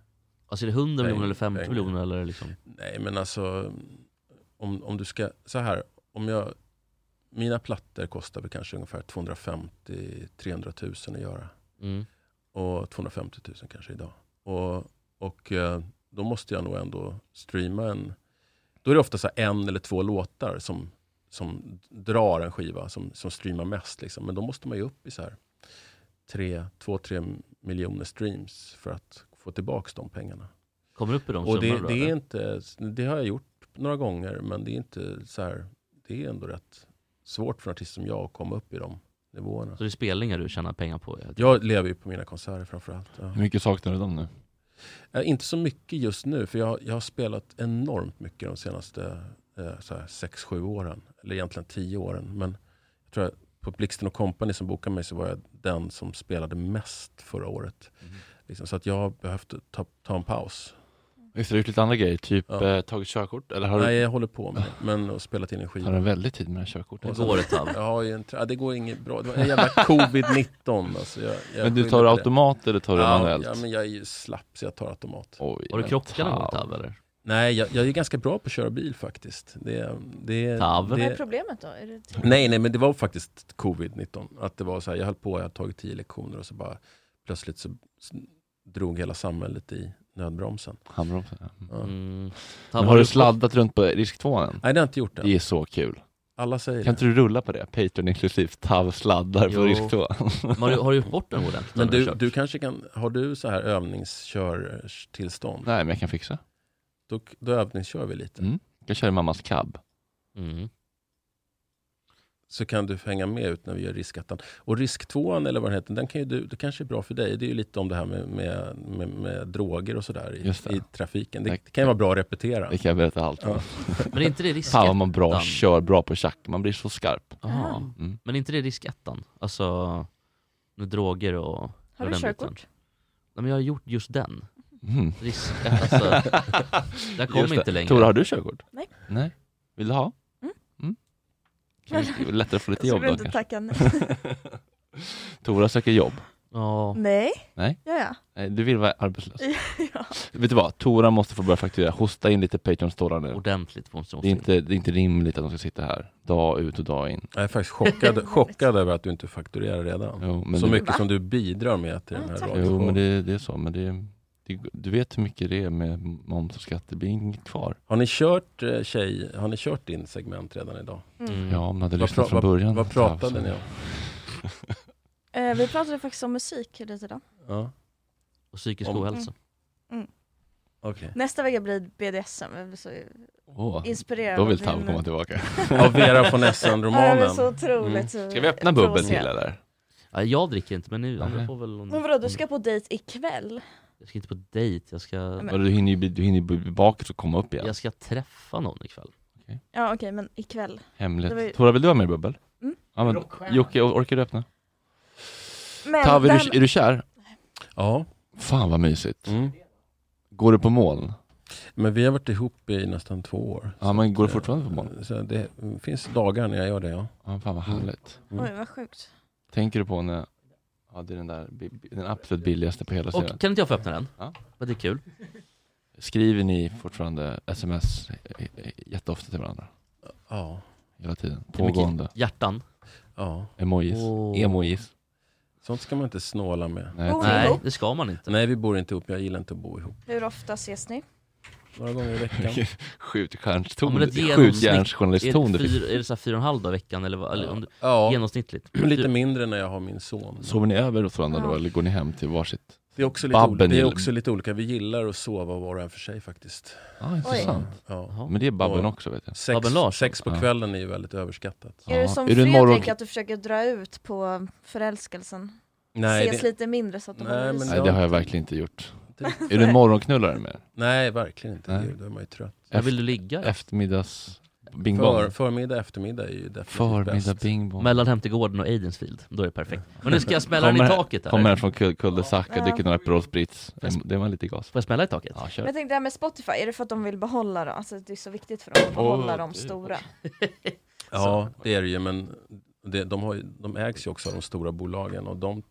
S3: Alltså är det 100 miljoner
S13: peng-
S3: eller 50
S13: pengar.
S3: miljoner eller liksom?
S13: Nej men alltså, om, om du ska, så här, om jag, mina plattor kostar väl kanske ungefär 250-300 000 att göra.
S3: Mm.
S13: Och 250 000 kanske idag. Och, och eh, då måste jag nog ändå streama en, då är det ofta så här en eller två låtar som, som drar en skiva, som, som streamar mest. Liksom. Men då måste man ju upp i så här tre, två, tre miljoner streams för att få tillbaka de pengarna.
S3: Kommer upp i de
S13: Och det,
S3: summorna då,
S13: det, är
S3: eller?
S13: inte, det har jag gjort några gånger, men det är inte så här, det är ändå rätt svårt för en artist som jag att komma upp i de nivåerna.
S3: Så det är spelningar du tjänar pengar på?
S13: Jag lever ju på mina konserter framförallt. Ja.
S1: Hur mycket saknar du dem nu?
S13: Eh, Inte så mycket just nu, för jag, jag har spelat enormt mycket de senaste eh, 6-7 åren. Eller egentligen 10 åren. Men jag tror att på Blixten och Company som bokade mig så var jag den som spelade mest förra året.
S3: Mhm.
S13: Liksom, så att jag har behövt ta, ta en paus.
S1: Visst har du gjort lite andra grejer? Typ
S13: Ja.
S1: eh, tagit körkort? Eller har
S13: Nej,
S1: du...
S13: jag håller på med men och spelat in en skiva.
S1: Har du väldigt tid med körkortet?
S13: Och sen- Jag har ju en, tra- ja, det går inget bra. Det var en jävla covid-19. Alltså, jag, jag
S1: Men du
S13: skyller
S1: tar
S13: på det.
S1: automat eller tar du
S13: ja,
S1: manuellt?
S13: Ja, men jag är ju slapp så jag tar automat.
S1: Oj,
S3: Har du
S13: men
S3: krockat någon gång,
S13: Tav.
S3: Tav, eller?
S13: Nej, jag, jag är ganska bra på att köra bil faktiskt. Det, det,
S3: Tav.
S4: Vad är
S13: det,
S4: problemet då? Är det
S13: Nej, nej, men det var faktiskt covid-19. Att det var så här, jag höll på, jag hade tagit tio lektioner och så bara plötsligt så s- drog hela samhället i nödbromsen.
S1: Handbromsen, ja.
S13: Ja.
S3: Mm.
S1: Men har du sladdat runt på risk 2 än?
S13: Nej, det har jag inte gjort än.
S1: Det är så kul.
S13: Alla säger
S1: Kan
S13: det.
S1: inte du rulla på det? Patreon inklusivt Tav sladdar på
S3: Jo.
S1: risk 2.
S3: Men har du- har du gjort bort den ordentligt?
S13: Men
S3: eller
S13: du,
S3: kört?
S13: du kanske kan, har du så här övningskörtillstånd?
S1: Nej, men jag kan fixa.
S13: Då, då övningskör vi lite.
S1: Mm. Jag kör i mammas cab.
S13: Mm. så kan du hänga med ut när vi gör riskettan. Och risktvåan eller vad den heter, den kan ju du, det kanske är bra för dig. Det är ju lite om det här med, med, med, med droger och sådär
S1: Just
S13: i,
S1: det.
S13: i trafiken. Det, det kan ju vara bra att repetera.
S1: Det kan jag berätta allt om.
S13: Ja.
S3: Men är inte det risk
S1: Fan vad man bra
S3: ettan?
S1: kör bra på tjack. Man blir så skarp.
S3: Aha.
S1: Mm.
S3: Men är inte det risk ettan? Alltså, med droger och...
S4: Har
S3: och
S4: du
S3: den biten.
S4: körkort?
S3: Nej men jag har gjort just den.
S1: Mm.
S3: Risk alltså, Jag kom
S1: Just det.
S3: inte längre.
S1: Tora, har du körkort?
S4: Nej.
S1: Nej. Vill du ha? Mm. Det är lättare att få lite
S4: Jag
S1: jobb
S4: skulle
S1: då
S4: inte
S1: kanske.
S4: tacka nej.
S1: Tora söker jobb.
S3: Ja.
S4: Nej.
S1: Nej?
S4: Ja, ja.
S1: Nej, Du vill vara arbetslös.
S4: ja.
S1: Vet du vad? Tora måste få börja fakturera. Hosta in lite Patreon-stålar nu.
S3: Ordentligt måste
S1: Det är, inte, det är inte rimligt att de ska sitta här dag ut och dag in.
S13: Jag är faktiskt chockad, chockad över att du inte fakturerar redan.
S1: Jo, men
S13: så
S1: det-
S13: mycket
S1: Va?
S13: som du bidrar med till den här
S1: Jo, men
S13: radioshowen.
S1: det, det är så. Men det, det, du vet hur mycket det är med moms och skatt. Det blir inget kvar.
S13: Har ni kört eh, tjej, har ni kört din segment redan idag?
S1: Mm. Ja, om ni hade
S13: Vad
S1: lyssnat
S13: pra-
S1: från början.
S13: Vad, vad pratade ni om?
S4: Eh, vi pratade faktiskt om musik lite idag.
S13: Ja.
S3: Och psykisk
S13: Om-
S1: Alltså.
S3: ohälsa.
S4: Mm.
S13: Okej.
S4: Nästa vecka blir BDSM. Så
S1: Åh,
S4: inspirerad
S1: då vill
S4: av
S1: Tav
S4: din-
S1: komma tillbaka.
S13: Av Vera von Essen-romanen.
S4: Ja, det är så otroligt. Mm.
S1: Ska vi öppna bubbel till
S4: provocerande.
S1: eller?
S3: Ja, jag dricker inte men nu, andra
S1: Nej.
S3: får väl...
S4: Men vadå, du ska på dejt ikväll?
S3: Jag ska inte på dejt, jag ska...
S4: Men-
S1: Vadå, Du hinner ju bli- du hinner ju bli bakis och komma upp igen.
S3: Jag ska träffa någon ikväll.
S4: Ja okej, men ikväll. Det var ju-
S1: Hemligt. Tora, vill du ha mer bubbel?
S4: Mm.
S1: Ja, men,
S4: Rockstjärna.
S1: Jocke, or- orkar du öppna?
S4: Men
S1: Tav, är,
S4: den-
S1: du, är du kär?
S13: Ja. Mm.
S1: Fan vad mysigt. Går du på moln?
S13: Men vi har varit ihop i nästan två år. eh,
S1: Ja, men går du fortfarande på moln?
S13: Så det finns dagar när jag gör det, ja. Mm.
S1: ja fan vad härligt.
S4: Oj vad sjukt.
S1: Tänker du på när... Ja, det är den där, bi- bi- den absolut billigaste på hela
S3: Och
S1: sidan.
S3: kan inte jag få öppna den?
S1: Ja.
S3: Vad det är kul.
S1: Skriver ni fortfarande sms eh, eh, jätteofta till varandra?
S13: Ja.
S1: Hela tiden?
S3: Det är mycket
S1: Pågående?
S3: Hjärtan.
S13: Ja.
S1: Emojis?
S13: Åh.
S1: Emojis?
S13: Sånt ska man inte snåla med.
S1: Nej.
S4: Bor ni Nej, ihop?
S3: det ska man inte.
S13: Nej, vi bor inte ihop. Jag gillar inte att bo ihop.
S4: Hur ofta ses ni?
S13: Några gånger i veckan.
S1: Skjutjärnston.
S3: men ett genomsnitt-
S1: Skjutjärnsjournalistton
S3: Är
S1: du
S3: det,
S1: fick.
S3: fyra, är det så här fyra och en halv dag i veckan? Eller, vad- eller om du,
S13: Ja.
S3: Genomsnittligt.
S13: Lite mindre när jag har min son.
S1: Sover ni över hos varandra då, eller går ni hem till varsitt?
S13: Det är, också lite
S1: Babben
S13: olika. det är
S1: gillar-
S13: också lite olika. Vi gillar att sova var och en för sig faktiskt.
S1: Ja, Ah, intressant.
S13: Ja.
S1: Men det är Babben
S13: Och
S1: också, vet jag.
S13: Sex,
S1: Babben Larsson.
S13: sex på
S1: Ja.
S13: kvällen är ju väldigt överskattat.
S4: Är det som
S1: Är du en
S4: Fredrik
S1: morgon-
S4: att du försöker dra ut på förälskelsen?
S13: Nej,
S4: ses
S13: det-
S4: lite mindre så att de
S13: Nej,
S4: håller
S13: men
S4: sig.
S1: Nej, det har jag verkligen inte gjort.
S13: Det-
S1: Är du en morgonknullare med?
S13: Nej, verkligen inte.
S1: Nej.
S13: Gud, då är man ju trött.
S1: Efter- Eftermiddags... Bing
S13: För,
S1: bong.
S13: förmiddag, eftermiddag är ju definitivt
S1: Förmiddag,
S13: bäst.
S1: bing bong.
S3: Mellan Hemtegården och Aidensfield, då är det perfekt. Men nu ska jag smälla den i
S1: Kommer-
S3: taket här.
S1: Kommer här från Kul- Kuldersacka,
S4: Ja.
S1: dricker några Aperol Spritz. Det var lite gas.
S3: Får jag smälla i taket?
S1: Ja,
S4: Men
S1: kör.
S4: jag tänkte det här med Spotify, är det för att de vill behålla då? Alltså det är så viktigt för dem att behålla
S1: Åh,
S4: de
S1: det-
S4: stora.
S13: Ja, det är det ju. Men det, de, har ju, de ägs ju också av de stora bolagen och de,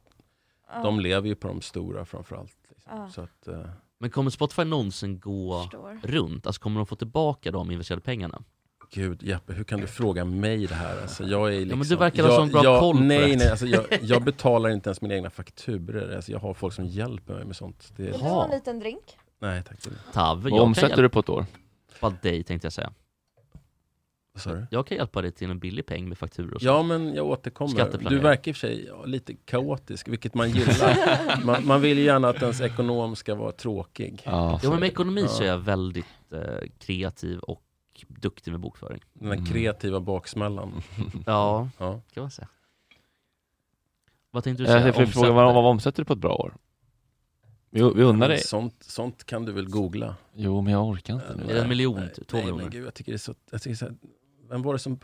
S4: Ja.
S13: de lever ju på de stora framförallt. Liksom.
S4: Ja.
S13: Så att, eh,
S3: Men kommer Spotify någonsin gå
S4: Förstår.
S3: runt? Alltså kommer de få tillbaka de investerade pengarna?
S13: Gud Jeppe, hur kan du fråga mig det här? Alltså, jag är liksom,
S3: Ja, men du verkar ha
S13: jag,
S3: sån bra
S13: jag,
S3: koll på
S13: nej,
S3: det.
S13: nej, alltså, jag, jag betalar inte ens mina egna fakturor. Alltså, jag har folk som hjälper mig med sånt. Det,
S4: Vill du ha en liten drink?
S13: Nej, tack. det-
S3: Tav,
S1: Vad
S3: jag kan
S1: omsätter
S3: hjälpa-
S1: du på ett år?
S3: Bara dig tänkte jag säga.
S13: Vad sa du?
S3: Jag kan hjälpa dig till en billig peng med fakturor och så.
S13: Ja, men jag återkommer. Du
S3: Skatteplanering.
S13: verkar i och för sig ja, lite kaotisk, vilket man gillar. man, man vill ju gärna att ens ekonom ska vara tråkig.
S1: Ja,
S3: Ja men med ekonomi
S13: Ja.
S3: så är jag väldigt eh, kreativ och duktig med bokföring.
S13: Den
S1: Mm.
S13: där kreativa baksmällan.
S3: Ja,
S13: Ja.
S3: kan man säga. Vad tänkte du säga?
S1: Jag fick fråga, vad, vad omsätter du på ett bra år? Vi, vi undrar dig.
S13: Sånt, sånt kan du väl googla?
S1: Jo, men jag orkar inte nu.
S3: Är det en miljon?
S13: Nej,
S3: Två
S13: nej,
S3: miljoner?
S13: men gud, jag tycker det är så... Jag tycker så här, vem var det som...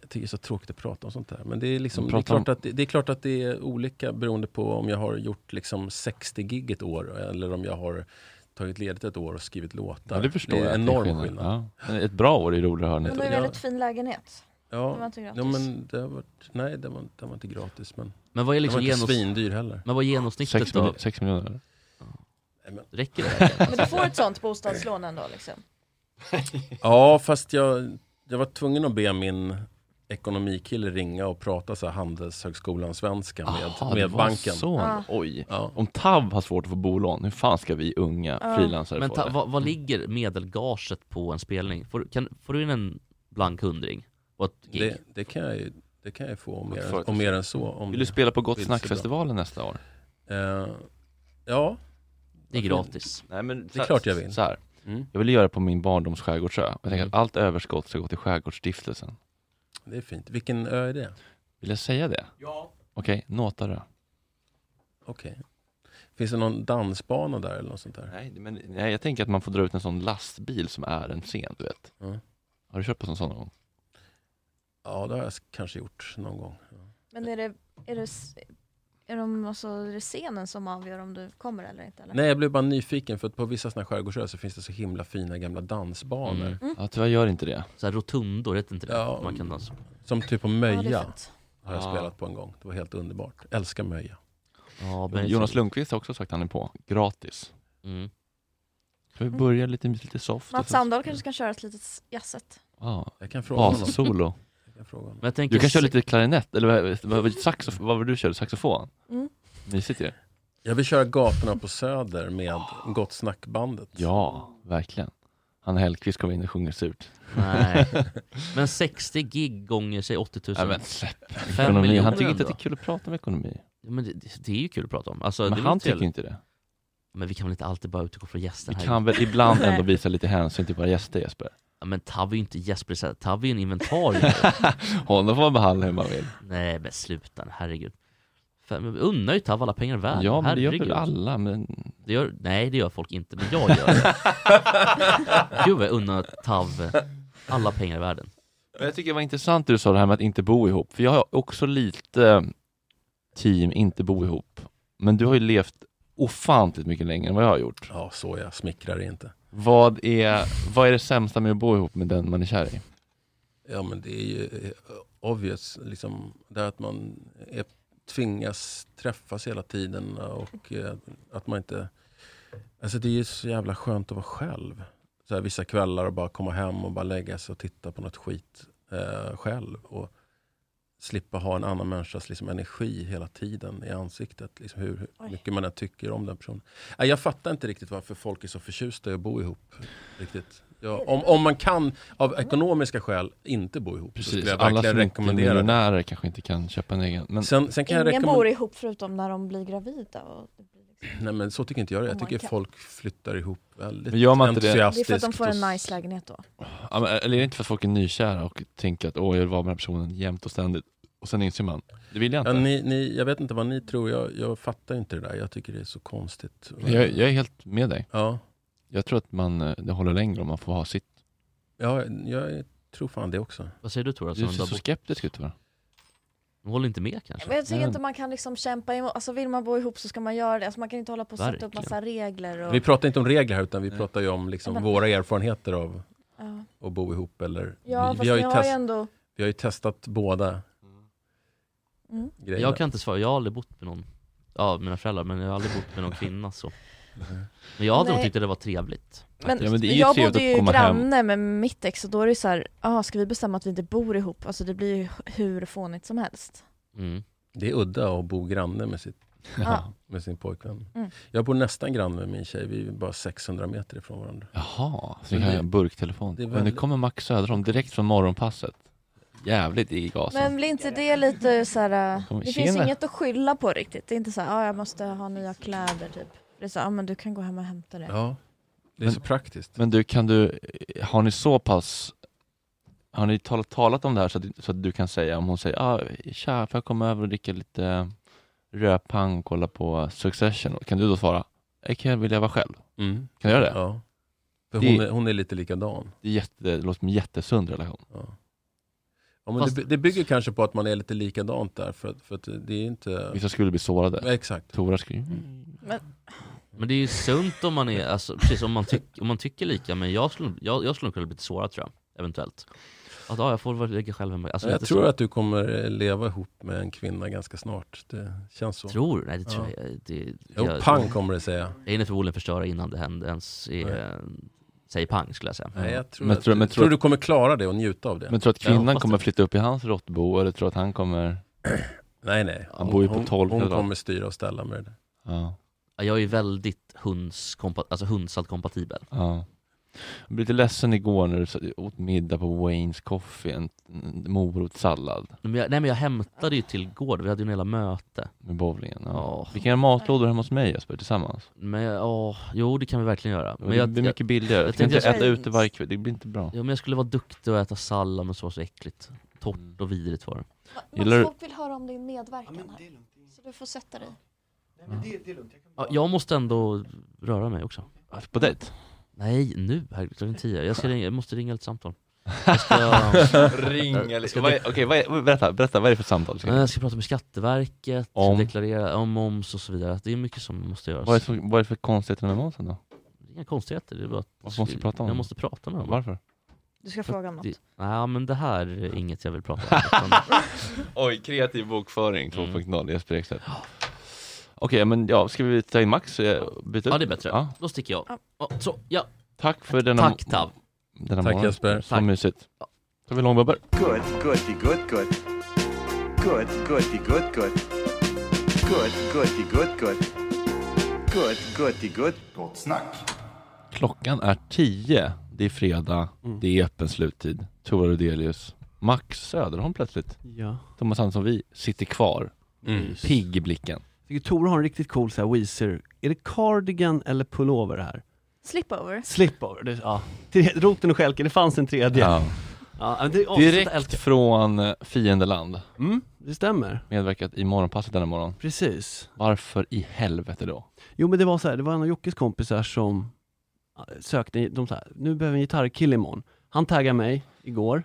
S13: Jag tycker det är så tråkigt att prata om sånt där. Men det är, liksom, det är,
S1: Prata om-
S13: klart, att det, det är klart att det är olika beroende på om jag har gjort liksom 60 gig ett år eller om jag har tagit ledigt ett år och skrivit låtar.
S1: Ja, det förstår
S13: är
S1: jag. att det är
S13: enorm skillnad.
S1: Ja. Ett bra år är roligare att höra
S4: De har ju
S1: än
S4: väldigt fin lägenhet.
S13: Ja,
S4: Den var inte gratis.
S13: ja men det har varit, nej den var, den var inte gratis men
S3: Men vad är liksom
S13: den var inte
S3: genos...
S13: svindyr heller.
S3: Men vad är
S1: ett
S3: genomsnittet
S1: sex,
S3: då?
S1: miljoner, sex miljoner eller?
S3: Räcker det? verkligen?
S4: Men du får ett sånt bostadslån ändå liksom?
S13: Ja fast jag, jag var tvungen att be min ekonomikille ringa och prata så här Handelshögskolan-svenska
S1: Jaha,
S13: med,
S1: det
S13: med
S1: var
S13: banken.
S1: Så.
S4: Ja.
S1: Oj.
S13: Ja.
S1: Om TAB har svårt att få bolån, hur fan ska vi unga
S4: Ja.
S1: frilansare
S3: Men
S1: få
S3: ta,
S1: det?
S3: vad, vad ligger medelgaget på en spelning? Får, du- kan, får du in en blank hundring? Och ett gig?
S13: Det, det, kan jag ju, det kan jag ju få om
S1: Vad
S13: mer,
S1: fuck.
S13: om mer än så. Om Mm.
S1: Vill
S13: det
S1: du spela på Gott
S13: vill sig
S1: Snack-festivalen nästa år?
S13: bra. Eh, ja,
S3: det är gratis.
S1: Nej, men,
S13: det är klart jag vill.
S1: Så här.
S13: Mm.
S1: Jag ville göra det på min barndoms skärgårdsö. Jag tänker
S3: Mm.
S1: att allt överskott ska gå till Skärgårdsstiftelsen.
S13: Det är fint. Vilken ö är det?
S1: Vill jag säga det? Ja. Okej, Nåtarö.
S13: Okej. Finns det någon dansbana där eller något sånt där?
S1: Nej, men, nej, jag tänker att man får dra ut en sån lastbil som är en scen, du vet.
S13: Ja.
S1: Har du kört på en sån någon gång?
S13: Ja, det har jag s- kanske gjort någon gång.
S4: Men är det, är det, s- är de, alltså, är det scenen som avgör om du kommer eller inte? Eller?
S13: Nej, jag blev bara nyfiken för att på vissa sådana skärgårdsöar så finns det så himla fina gamla dansbanor.
S3: Mm.
S1: Ja, tyvärr gör inte det.
S3: Så här rotundor, heter inte det?
S13: Ja.
S3: Man kan dansa.
S13: Som typ på
S4: Ja, det är
S13: Möja
S4: fett.
S13: har jag
S1: Ja.
S13: spelat på en gång. Det var helt underbart. Älskar Möja.
S3: Ja, men-
S1: Jonas Lundqvist har också sagt att han är på. Gratis.
S3: Mm.
S1: Ska vi börja lite, lite soft?
S4: Mats Sandahl kanske kan köra ett litet s- jazzet?
S1: Ja,
S13: Jag kan fråga honom.
S1: bassolo.
S13: Jag kan fråga honom.
S3: Men jag tänker,
S1: Du kan köra lite klarinett, eller vad- vad, vad, saxo, vad var det du körde? Saxofon?
S4: Mm.
S1: Mysigt ju.
S13: Jag vill köra Gatorna på Söder med Gott Snack-bandet.
S1: Ja, verkligen. Hanna Hellquist kommer in och sjunger surt.
S3: Nej. Men 60 gig gånger, säg 80 000.
S1: Nej men släpp
S3: Fem
S1: ekonomi.
S3: miljoner
S1: Han tycker inte att
S3: ändå.
S1: det är kul att prata om ekonomi.
S3: Ja, Men det, det är ju kul att prata om. Alltså,
S1: Men
S3: det är
S1: han
S3: väl
S1: tycker
S3: trevligt.
S1: inte det.
S3: Men vi kan väl inte alltid bara utgå från gästen
S1: Vi
S3: här.
S1: kan väl ibland ändå visa lite hänsyn till våra gäster Jesper.
S3: Ja, men Tavi är ju inte Jesper, så här, Tavi är en inventarie.
S1: Honom får man behandla hur man vill.
S3: Nej men sluta, herregud. Fan, men vi unnar ju Tav alla pengar i världen.
S1: Ja, men det gör
S3: herregud.
S1: väl alla, men
S3: Det gör, nej det gör folk inte, men jag gör det. Gud vad jag unnar Tav Alla pengar i världen.
S1: Men Jag tycker det var intressant det du sa det här med att inte bo ihop, för jag har också lite eh, team inte bo ihop. Men du har ju levt ofantligt mycket längre än vad jag har gjort.
S13: Ja, så jag smickrar det inte.
S1: Vad är, vad är det sämsta med att bo ihop med den man är kär i?
S13: Ja men det är ju eh, obvious, liksom, det här att man är, tvingas träffas hela tiden och eh, att man inte... Alltså det är ju så jävla skönt att vara själv. Så här, vissa kvällar och bara komma hem och bara lägga sig och titta på något skit eh, själv. Och slippa ha en annan människas liksom, energi hela tiden i ansiktet. Liksom, hur, hur mycket man än tycker om den personen. Nej, jag fattar inte riktigt varför folk är så förtjusta i att bo ihop. Riktigt. Ja, om, om man kan av ekonomiska skäl inte bo ihop så
S1: Precis,
S13: skulle jag
S1: alla
S13: verkligen
S1: som inte är
S13: rekommendera det.
S1: miljonärer kanske inte kan köpa en egen. Men
S13: Sen, sen kan jag
S4: Ingen
S13: rekommendera...
S4: bor ihop förutom när de blir gravida. Och...
S13: Nej men så tycker inte jag det.
S4: Om
S13: Jag
S4: man
S13: tycker
S4: kan.
S13: folk flyttar ihop väldigt
S1: Men gör man inte det?
S4: Oh Det är för att de
S13: entusiastiskt.
S4: får en
S13: och-
S4: nice lägenhet då.
S1: Ja, men, eller är det inte för att folk är nykära och tänker att åh, jag vill vara med den här personen jämt och ständigt. Och sen inser man, det vill jag inte.
S13: Ja, ni, ni, jag vet inte vad ni tror, jag, jag fattar inte det där. Jag tycker det är så konstigt.
S1: jag, jag är helt med dig.
S13: Ja.
S1: Jag tror att man, eh, det håller längre om man får ha sitt.
S13: Ja, jag tror fan det också.
S3: Vad säger du Tora?
S1: Du ser så skeptisk ut va?
S3: Håller inte med kanske?
S4: Men jag tycker inte man kan liksom kämpa emot, alltså vill man bo ihop så ska man göra det. Alltså man kan inte hålla på och sätta upp
S13: Verkligen.
S4: massa regler. Och...
S13: Vi pratar inte om regler här, utan vi pratar ju om liksom
S4: Ja, men-
S13: våra erfarenheter av
S4: Ja.
S13: att bo ihop. Eller,
S4: Ja,
S13: vi,
S4: fast
S13: vi, har
S4: ni
S13: ju
S4: har ju
S13: test,
S4: ändå-
S13: vi har ju testat båda.
S4: Mm.
S13: grejerna.
S3: Jag kan inte svara, jag har aldrig bott med någon Ja, mina föräldrar, men jag har aldrig bott med någon kvinna så Men jag hade nog
S4: Nej.
S3: tyckt att det var trevligt
S4: Men,
S3: faktiskt.
S4: men jag bodde ju granne med mitt ex och då är det ju så här, ah, ska vi bestämma att vi inte bor ihop? Alltså det blir ju hur fånigt som helst.
S3: Mm.
S13: Det är udda att bo granne med, sitt,
S4: Ja.
S13: med sin pojkvän.
S4: Mm.
S13: Jag bor nästan granne med min tjej, vi är bara 600 meter ifrån varandra.
S1: Jaha, så ni har en burktelefon.
S13: Alltså, Det är
S1: Men nu
S13: väldigt-
S1: kommer Max Söderholm direkt från morgonpasset. Jävligt i gasen.
S4: Men blir inte det lite så här, eh,
S1: Kommer-
S4: det finns
S1: Tjena.
S4: inget att skylla på riktigt. Det är inte så här, ah, jag måste ha nya kläder typ. Det är så här, ah, men du kan gå hem och hämta det.
S13: Ja, det är så praktiskt.
S1: Men du, kan du, har ni så pass, har ni talat, talat om det här så att, så att du kan säga, om hon säger, ah, tja, får jag komma över och dricka lite rödpang och kolla på Succession? Kan du då svara, ikväll vill jag vara själv?
S13: Mm.
S1: Kan du göra det?
S13: Ja. För
S1: Det-
S13: hon, är, hon är lite likadan.
S1: Det, är jätte, det låter som en jättesund relation.
S13: Ja, men
S1: Fast-
S13: det, by- det bygger kanske på att man är lite likadant där, för, att- för att det är inte...
S1: Vissa skulle bli sårade.
S13: Ja, Exakt.
S1: Tora skulle
S3: Men det är ju sunt om man är, alltså, precis om man, tyck, om man tycker lika Men jag skulle, jag, jag skulle nog kunna bli lite sårad tror jag, eventuellt Att ja, jag får vara lika själv hemma alltså,
S13: jag
S3: lite
S13: tror
S3: så.
S13: att du kommer eh, leva ihop med en kvinna ganska snart. Det känns så.
S3: Tror du? Nej det tror
S13: Ja.
S3: jag det,
S13: Jo,
S3: jag-
S13: pang kommer det säga.
S3: Jag är inne förmodligen förstöra innan det händer ens i, Säg pang skulle jag säga
S13: Nej, jag tror,
S1: Men
S13: att,
S1: tror-
S13: du-
S1: men
S13: tror
S1: tror-
S13: du kommer klara det och njuta av det.
S1: Men tror att
S13: Jag
S1: kvinnan
S13: hoppas
S1: kommer
S13: det.
S1: flytta upp i hans råttbo eller tror att han kommer...
S13: Nej, nej.
S1: Han bor ju på
S13: Hon-
S1: 12
S13: Hon
S1: kvadrat.
S13: kommer styra och ställa med det där.
S1: Ja.
S3: Ja, Jag är ju väldigt hundskompa- alltså hundsad kompatibel.
S1: Ja. Jag blev lite ledsen igår när du satt- åt middag på Waynes Coffee, en en morotssallad
S3: Men jag, nej men jag hämtade ju till gård, vi hade ju en hela möte.
S1: med bowlingen. Ja. Vi kan göra matlådor hemma hos mig Jesper, tillsammans.
S3: Men ja, jo det kan vi verkligen göra.
S1: Men det blir mycket billigare. Vi kan
S3: tänkte
S1: inte
S3: jag
S1: äta
S3: skulle-
S1: ute varje kväll, det blir inte bra.
S3: Ja men jag skulle vara duktig och äta sallad men så var så äckligt. Torrt och vidrigt var det.
S1: Mm. Gillar du-
S4: vill höra om din medverkan här. Så du får sätta dig.
S3: Ja, jag måste ändå röra mig också.
S1: På dejt?
S3: Nej, nu. Här, klockan tio. Jag, ska ringa, jag måste ringa lite samtal. Jag ska-
S1: Ringa
S3: Jag
S1: lite.
S3: ska
S1: Vad är- Okej, vad är- berätta, berätta, vad är det för samtal?
S3: Nej, Eh, Jag ska prata med Skatteverket,
S1: Om?
S3: deklarera om moms och så vidare. Det är mycket som måste göras.
S1: Vad är det för, vad är det för konstigheter med momsen då?
S3: Inga konstigheter. Det är bara att
S1: Varför måste du prata om
S3: jag
S1: det?
S3: måste prata med dem.
S1: Varför?
S4: Du ska fråga om
S3: Det,
S4: något.
S3: nej, men det här är inget jag vill prata om.
S1: Oj, kreativ
S3: Mm.
S1: bokföring 2.0, Jesper Ekstedt. Okej, men ja, ska vi ta in Max och eh, byta ut?
S3: Ja, det är bättre.
S1: Ja.
S3: Då sticker jag. Ja, så, ja.
S1: Tack för denna
S3: Tack, Tav.
S1: denna
S13: Tack,
S1: morgon.
S13: Jesper.
S1: Så mysigt. Tar vi långbubbar?
S12: Good, goody, good, good. Good, goody, good, good. Good, goody, good, good. Good, goody, good. Gott snack.
S1: Klockan är 10. Det är fredag.
S15: Mm.
S1: Det är öppen sluttid. Tora Rudelius. Max Söderholm plötsligt.
S15: Ja.
S1: Thomas Hansson, vi sitter kvar.
S15: Mm.
S1: Pigg i blicken.
S15: Tycker Tora har en riktigt cool så här Weezer, är det cardigan eller pullover det här?
S4: Slipover.
S15: Slipover, det, ja. Till- Roten och stjälken, det fanns en tredje.
S1: Ja.
S15: Ja, men det är avsnitt att
S1: Direkt
S15: älska.
S1: från eh, fiendeland.
S15: Mm, det stämmer.
S1: Medverkat i morgonpasset denna morgon.
S15: Precis.
S1: Varför i helvete då?
S15: Jo men det var så här, det var en av Jockes kompisar som eh, sökte, de så här, nu behöver en gitarrkille imorgon. Han taggade mig igår.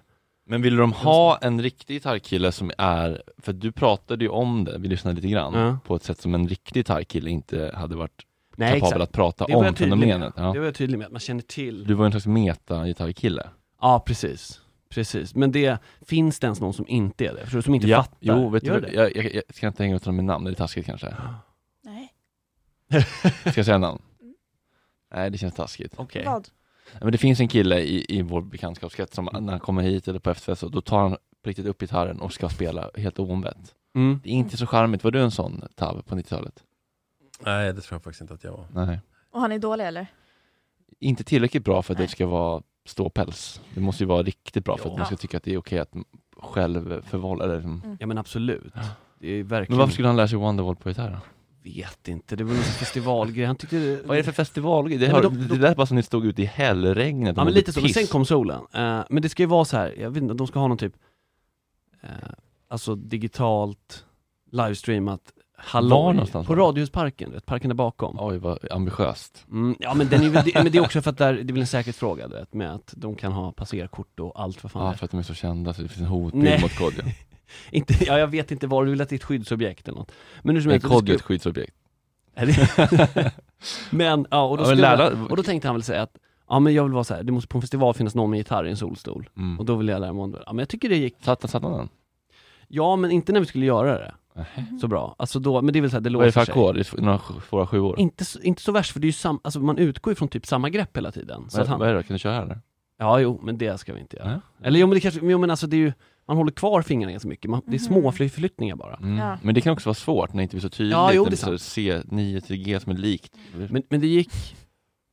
S1: Men vill de ha en riktig gitarrkille som är, för du pratade ju om det, vi lyssnade lite grann,
S15: Ja.
S1: på ett sätt som en riktig gitarrkille inte hade varit
S15: Nej,
S1: kapabel
S15: exakt.
S1: att prata
S15: Det var
S1: om
S15: jag tydlig med.
S1: fenomenet. Ja.
S15: Det var jag tydlig med, att man känner till.
S1: Du var en slags meta-gitarrkille.
S15: Ja, precis. Precis. Men det, finns det ens någon som inte är det? Förstår du, som inte
S1: ja,
S15: fattar?
S1: Jo, vet du,
S15: Gör
S1: vad?
S15: det?
S1: jag, jag, jag ska inte hänga ut honom med namn, det är taskigt kanske.
S4: Nej. Mm.
S1: Ska jag säga namn? Nej, det känns taskigt.
S15: Okej.
S4: Vad?
S1: Ja, Men det finns en kille i, i vår bekantskapskrets som när han kommer hit eller på efterfest, så- då tar han på riktigt upp gitarren och ska spela helt oombett.
S15: Mm.
S1: Det är inte så charmigt. Var du en sån Tav på 90-talet?
S13: Nej, det tror jag faktiskt inte att jag var.
S1: Nej.
S4: Och han är dålig eller?
S1: Inte tillräckligt bra för att det ska vara ståpäls. Det måste ju vara riktigt bra för att man ska tycka att det är okej att själv förvålla. Eller,
S4: Mm.
S1: liksom.
S15: Ja men absolut. Det är verkligen...
S1: Men varför skulle han lära sig Wonderwall på gitarr då?
S15: Vet inte, det var någon festivalgrej. Han tyckte det...
S1: Vad är det för festivalgrej? Det,
S15: Nej,
S1: hör,
S15: men då-
S1: det lät bara som ni stod ute i hällregnet och
S15: Ja men
S1: mådde
S15: lite så, men
S1: piss.
S15: sen kom solen. Eh, men det ska ju vara så här, jag vet inte, de ska ha någon typ, eh, alltså digitalt, livestreamat,
S1: Var
S15: hallå,
S1: någonstans
S15: på
S1: var det?
S15: Radiohusparken, du vet, parken där bakom.
S1: Oj vad ambitiöst.
S15: Mm, ja men, den är, väl- det- men det är också för att där, det är väl en säkerhetsfråga du vet, med att de kan ha passerkort och allt vad fan det
S1: Ja,
S15: är.
S1: för att de är så kända så det finns en
S15: Nej.
S1: hotbild mot Kodjo.
S15: inte, ja jag vet inte var du vill att det är ett skyddsobjekt eller något. Men hur som
S1: Men
S15: helst,
S1: Kodjo är
S15: det
S1: ett
S15: skulle-
S1: skyddsobjekt.
S15: Är det- men, ja, och, då
S1: Ja, men
S15: skulle,
S1: lära-
S15: och då tänkte han väl säga att Ja men jag vill vara så här. det måste på en festival finnas någon med gitarr i en solstol. Och då vill jag lära mig om det. Ja men jag tycker det gick.
S1: Mm. Satt, satt han den?
S15: Ja men inte när vi skulle göra det. Så bra. Alltså då, men det är väl så här, det
S1: Vad
S15: låter
S1: är det för
S15: sig.
S1: ackord? Det är sv- Några sj- svåra sjuor?
S15: Inte, så- inte så värst, för det är ju sam, alltså man utgår ju från typ samma grepp hela tiden. Så
S1: Vad-
S15: att han,
S1: Vad är det då? Kan du köra eller?
S15: Ja jo, men det ska vi inte göra. Eller jo men det kanske, jo men alltså det är ju, man håller kvar fingrarna ganska mycket, man, det är små förflyttningar bara.
S1: Mm. Men det kan också vara svårt när det inte blir så tydligt.
S15: Ja, jo,
S1: när
S15: det
S1: blir så C9 till G som är likt.
S15: Men, men det gick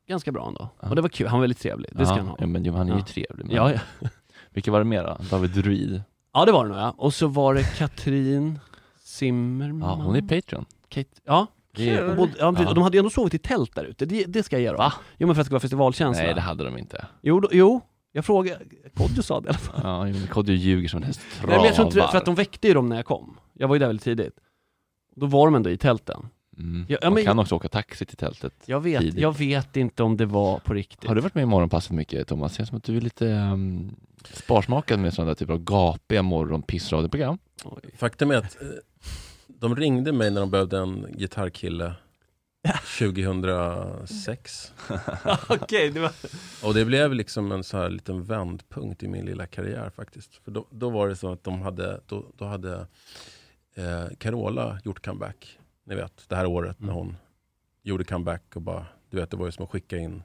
S15: ganska bra ändå. Och det var kul, han var väldigt trevlig. Det ska
S1: Ja,
S15: han ha.
S1: Ja, men jo, han är ju
S15: Ja.
S1: trevlig. Men...
S15: Ja, ja.
S1: Vilka var det mera? David Ruid?
S15: ja det var det nog ja. Och så var det Katrin Zimmerman.
S1: Ja, hon är Patreon.
S15: Kate, ja.
S1: Det är-
S15: Och både, ja, precis.
S1: Ja.
S15: Och de hade ju ändå sovit i tält där ute, det, det ska jag ge dem. Va? Jo men för att det ska vara festivalkänsla.
S1: Nej, det hade de inte.
S15: Jo, då, jo. Jag frågade, Kodjo sa det i alla fall.
S1: Ja, jo, men Kodjo ljuger som en häst
S15: Nej, men jag tror inte det, för att
S1: travar.
S15: de väckte ju dem när jag kom. Jag var ju där väldigt tidigt. Då var de ändå i tälten.
S1: Mm.
S15: Ja, ja,
S1: Man
S15: men-
S1: kan också åka taxi till tältet.
S15: Jag vet,
S1: tidigt.
S15: jag vet inte om det var på riktigt.
S1: Har du varit med i Morgonpass för mycket Thomas? Det känns som att du är lite um, sparsmakad med sådana där typer av gapiga morgonpissradioprogram.
S13: Faktum är att eh, de ringde mig när de behövde en gitarrkille 2006.
S15: Okej, det var...
S13: Och det blev liksom en så här liten vändpunkt i min lilla karriär faktiskt. För då, då var det så att de hade, då, då hade eh, Carola gjort comeback. Ni vet, det här året
S1: Mm.
S13: när hon gjorde comeback och bara, du vet, det var ju som att skicka in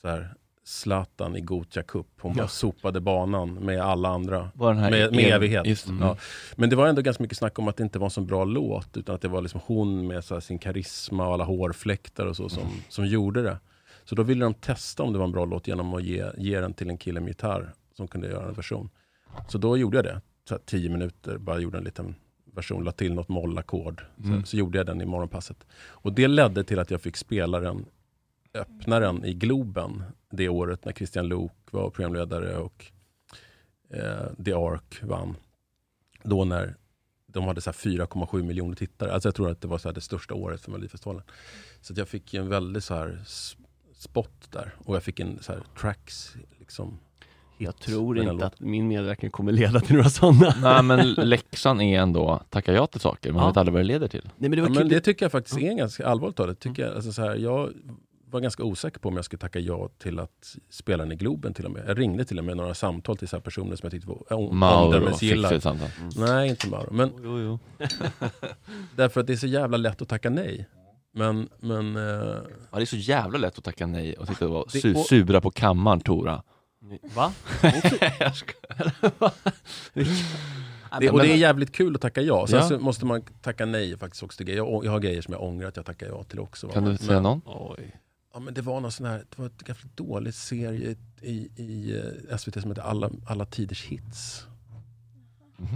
S13: så här Zlatan i Gothia Cup. Hon bara
S1: Ja.
S13: sopade banan med alla andra.
S1: Var den här
S13: med,
S1: el-
S13: med evighet.
S1: just det. Mm.
S13: Ja. Men det var ändå ganska mycket snack om att det inte var en så bra låt, utan att det var liksom hon med så här sin karisma och alla hårfläktar och så som, som gjorde det. Så då ville de testa om det var en bra låt genom att ge, ge den till en kille med gitarr som kunde göra en version. Så då gjorde jag det, så här, tio minuter, bara gjorde en liten version, la till något mollackord. Så,
S1: Mm.
S13: så gjorde jag den i morgonpasset. Och det ledde till att jag fick spela den, öppna den i Globen det året när Christian Lok var programledare och eh, The Ark vann. Då när de hade så här 4,7 miljoner tittare. Alltså jag tror att det var så här det största året för Melodifestivalen. Så att jag fick ju en väldig så här s- spot där. Och jag fick en så här tracks. Liksom,
S15: Jag
S13: hit
S15: tror
S13: med den
S15: inte
S13: låten.
S15: att min medverkan kommer leda till några sådana.
S1: Nej, men läxan är ändå tacka ja till saker. Man
S13: Ja.
S1: vet aldrig vad det leder till.
S15: Nej, men det
S13: det,
S15: var
S13: ja, men
S15: kul. Mm.
S13: det tycker jag faktiskt är en ganska allvarligt talat. Tycker jag, alltså så här, jag var ganska osäker på om jag skulle tacka ja till att spela den i Globen till och med. Jag ringde till och med några samtal till så här personer som jag tyckte var äh, om-
S1: Mauro
S13: omdömesgilla. Mm.
S1: fick sitt samtal.
S13: Nej, inte Mauro. Men, därför att det är så jävla lätt att tacka nej. Men, men... eh,
S1: Ja, det är så jävla lätt att tacka nej och sitta och vara
S13: Det-
S1: su-
S13: och-
S1: sura på kammaren, Tora.
S15: Va?
S1: Jag skojar.
S13: Det, och det är jävligt kul att tacka ja. Sen
S1: Ja.
S13: så måste man tacka nej faktiskt också. till grejer. Jag, jag har grejer som jag ångrar att jag tackar ja till också. va.
S1: Kan du
S13: Men-
S1: säga någon?
S13: Ja, men det var någon sån här, det var ett ganska dålig serie i, i eh, SVT som hette Alla, Alla tiders hits.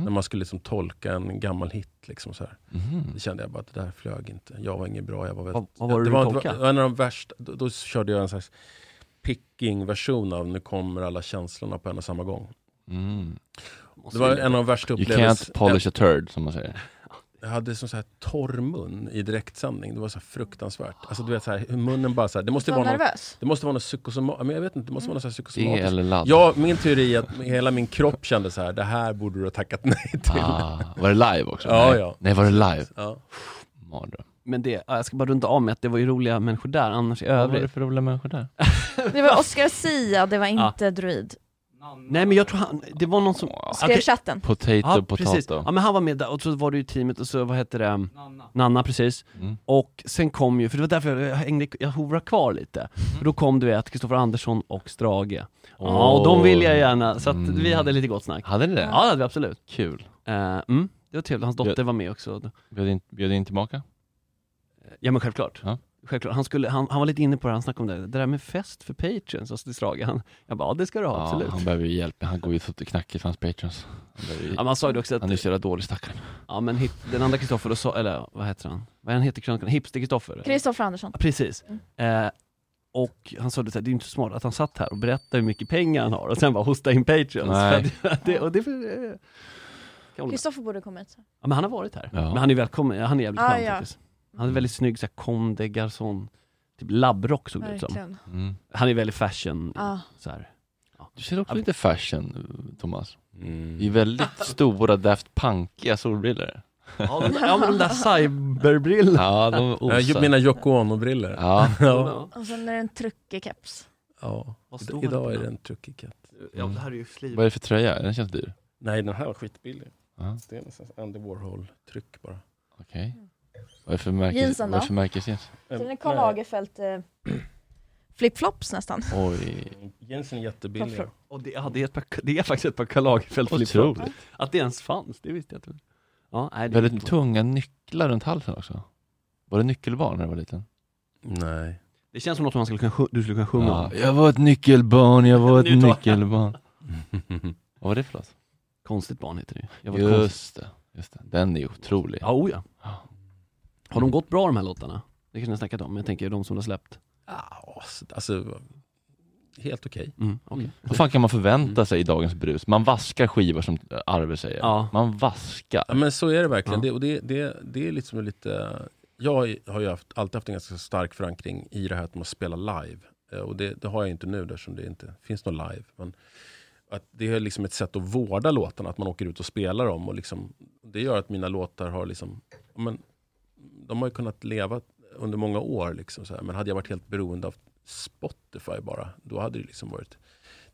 S13: När man skulle liksom tolka en gammal hit. Liksom så här.
S1: Mhm.
S13: Det kände jag bara att det där flög inte. Jag var ingen bra. Jag var väldigt,
S15: Vad- vad var det
S13: det
S15: du
S13: var,
S15: tolkade?
S13: Det var en av de värsta. Då, då körde jag en slags picking-version av Nu kommer alla känslorna på en och samma gång.
S1: Mm.
S13: Det var en av de värsta
S1: You
S13: upplevelserna.
S1: can't polish a turd, som man säger.
S13: Jag hade sån så här torr mun i direktsändning. Det var så här fruktansvärt. Alltså du vet så här, hur munnen bara så här, det måste
S4: Var
S13: vara
S4: nervös?
S13: Någon, det måste vara något psykosomatiskt. Men jag vet inte, det måste vara något så här
S1: Det
S13: psykosomatiskt.
S1: Mm. E eller ladd?
S13: Ja, min teori är att hela min kropp kände så här, det här borde du ha tackat nej till.
S1: Ah, var det live också?
S13: Ja,
S1: Nej.
S13: ja.
S1: Nej, var det live?
S13: Ja.
S1: Mardröm.
S15: Men det, ja, jag ska bara runda av med att det var ju roliga människor där annars i övrigt.
S1: var det för roliga människor där?
S4: Det var Oscar Sia, det var inte Druid.
S15: Nej men jag tror han, det var någon som...
S4: Skrev
S15: Okej.
S4: chatten.
S1: Potato, potato.
S15: Precis. Ja men han var med där och så var det ju teamet och så, vad hette det? Nanna. precis.
S1: Mm.
S15: Och sen kom ju, för det var därför jag hängde, jag hovrade kvar lite.
S1: Mm.
S15: För då kom du vet Kristoffer Andersson och Strage. Ja och de vill jag gärna, så att vi hade lite gott snack.
S1: Mm. Hade ni det?
S15: Ja det hade vi absolut.
S1: Kul.
S15: Eh, mm, det var trevligt, hans dotter var med också.
S1: Bjöd in, bjöd in tillbaka?
S15: Ja men självklart. Självklart. Han, skulle, han, han var lite inne på det, han snackade om det, det där med fest för patreons, alltså till Strage. Han, jag bara, ja det ska du ha, absolut.
S1: Ja, han behöver ju hjälp, han går ju så att det knackar för hans patrons. Han behöver ju-
S15: Ja, man sa ju det också att-
S1: Han är så jävla dålig stackaren.
S15: Ja men hip, den andra Kristoffer, då sa- eller vad heter han? Vad är han heter krönikan? Hipster Kristoffer?
S4: Kristoffer Andersson. Mm.
S15: Ja, Precis. Eh, och han sa det så här, det är inte så smart att han satt här och berättade hur mycket pengar han har och sen bara hosta in Patreons.
S1: Nej.
S15: För att- det, och det, kan jag hålla med.
S4: Kristoffer borde komma hit.
S15: ja, men han har varit här.
S1: Ja.
S15: Men han är välkommen, han är jävligt
S4: Ah,
S15: skön
S4: ja.
S15: faktiskt. Han är väldigt snygg, så här Comme des Garçons, typ labbrock såg det ut som.
S4: Verkligen. Ah.
S1: Mm.
S15: Han är väldigt fashion,
S4: Ja.
S15: så här.
S1: Du ser också lite fashion, Thomas.
S15: Mm.
S1: Det är väldigt stora Daft Punkiga solbrillor.
S15: Ja, men- ja, men de där cyberbrillorna.
S1: Ja, de osar.
S13: Jag, mina Yoko Ono-brillor.
S1: Ja.
S13: ja.
S4: Och sen är det en truckig keps.
S13: ja.
S15: Vad står det på
S13: Idag är
S15: den?
S13: det en truckig katt.
S15: Ja, det här är ju
S1: Vad är det för tröja? Den känns dyr.
S13: Nej, den här var skitbillig.
S1: Ja.
S13: Det är nästan Andy Warhol-tryck bara.
S1: Okej. Vad är det för märkes... Vad
S4: Jeansen då?
S1: är det för märkesjeans?
S4: Så den är
S13: Ehm, Nej.
S4: Karl Lagerfeld eh, flipflops nästan.
S1: Oj.
S13: Jensen är jättebillig.
S4: Varför?
S15: Och det, ja, det, är ett par, det är faktiskt ett par Karl Lagerfeld flipflops.
S1: Otroligt.
S15: Att det ens fanns, det visste jag inte. Ja, nej, det är
S1: Väldigt
S15: inte-
S1: tunga nycklar runt halsen också. Var det nyckelbarn när du var liten?
S13: Nej.
S15: Det känns som något man skulle kunna, sj- du skulle kunna sjunga
S1: Ja,
S15: om.
S1: jag var ett nyckelbarn, jag var ett
S15: Nu tar jag.
S1: nyckelbarn. Vad var det för låt?
S15: Konstigt barn heter det ju. Jag var ett konstigt-
S1: Just det, just det. Den är otrolig.
S15: Ja, oh ja. Har de gått bra de här låtarna? Det kanske ni har snackat om, men jag tänker de som du har släppt.
S13: Ja, så- alltså, helt okej.
S15: Mm, okej.
S1: Vad fan kan man förvänta sig i dagens brus? Man vaskar skivor som Arve säger.
S15: Ja.
S1: Man vaskar.
S13: Ja, men så är det verkligen.
S1: Ja.
S13: Det, och det, det, det är liksom lite... Jag har ju haft, alltid haft en ganska stark förankring i det här att man spelar live. Eh, Och det, det har jag inte nu eftersom det inte finns någon live. Men att det är liksom ett sätt att vårda låtarna, att man åker ut och spelar dem. Och liksom, det gör att mina låtar har liksom... ja, Men, de har ju kunnat leva under många år. Liksom, så här. Men hade jag varit helt beroende av Spotify bara, då hade det liksom varit...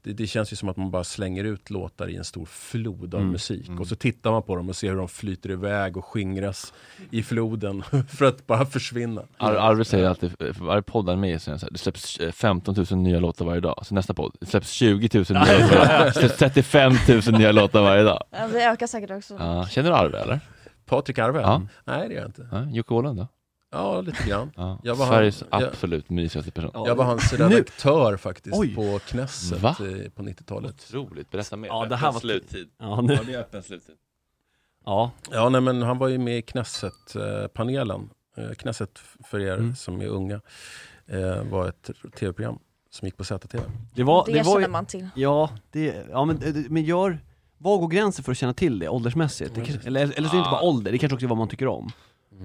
S13: Det, det känns ju som att man bara slänger ut låtar i en stor flod av
S1: Mm,
S13: musik.
S1: mm.
S13: Och så tittar man på dem och ser hur de flyter iväg och skingras i floden för att bara försvinna.
S1: Ar Arve säger alltid, för varje podd han är med i så är han så här, det släpps eh, 15 000 nya låtar varje dag. Så nästa podd, det släpps 20 000 nya låtar varje dag. Det släpps 35 000 nya låtar varje dag.
S4: Ja, Det ökar säkert också.
S1: Ja, känner du Arve eller?
S13: Patrik Arve?
S1: Ja.
S13: Nej, det gör jag inte.
S1: Ja, Jocke Åhlund då?
S13: Ja, lite grann.
S1: Ja.
S13: Jag var
S1: Sveriges
S13: han- jag-
S1: absolut mysigaste person.
S13: Jag var hans redaktör faktiskt
S1: Oj.
S13: på Knesset
S1: Va?
S13: eh, på 90-talet.
S1: Otroligt, berätta mer.
S15: Ja, det här var-
S1: sluttid.
S15: Ja, nu-
S1: det är öppen sluttid.
S15: Ja,
S13: Ja, nej, men han var ju med i Knesset-panelen. Eh, Knesset, f- för er
S1: Mm.
S13: som är unga, eh, var ett tv-program som gick på ZTV.
S15: det var,
S4: Det
S15: det var
S4: känner man till.
S15: Ja, det, ja men, eh, men gör, vad går gränsen för att känna till det åldersmässigt? Det kanske, eller, eller så är det inte bara ålder, det kanske också är vad man tycker om.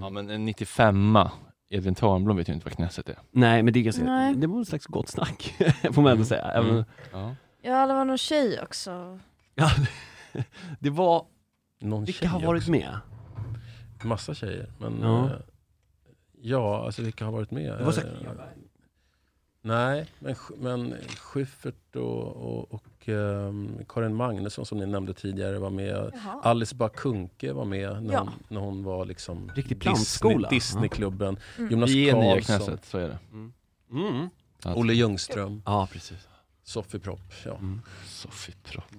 S1: Ja men en 95a, Edvin Törnblom vet ju inte vad knäset är.
S15: Nej men det är ganska,
S4: Nej.
S15: det var en slags gott snack, får man ändå säga. Även-
S1: Mm. Ja.
S4: Ja, det var någon tjej också.
S15: Ja, det var,
S13: Någon
S15: vilka
S13: tjej
S15: har varit
S13: också.
S15: med?
S13: Massa tjejer. Men
S15: Ja.
S13: ja, ja alltså vilka har varit med?
S15: Det var så-
S13: Eh, Nej, men, Sch- men Schyffert och, och, och ehm, Karin Magnusson som ni nämnde tidigare var med.
S4: Jaha.
S13: Alice Bah Kuhnke var med när,
S4: Ja.
S13: hon, när hon var liksom
S15: Riktig
S13: Disney,
S15: plantskola.
S13: Disneyklubben.
S4: Mm.
S13: Jonas
S1: Vi är nya i
S13: Karlsson,
S1: knäset, så är det.
S15: Mm.
S1: Alltså.
S13: Olle Ljungström,
S15: Ja precis. Mm.
S13: Sofie Propp. Ja.
S1: Sofie Propp.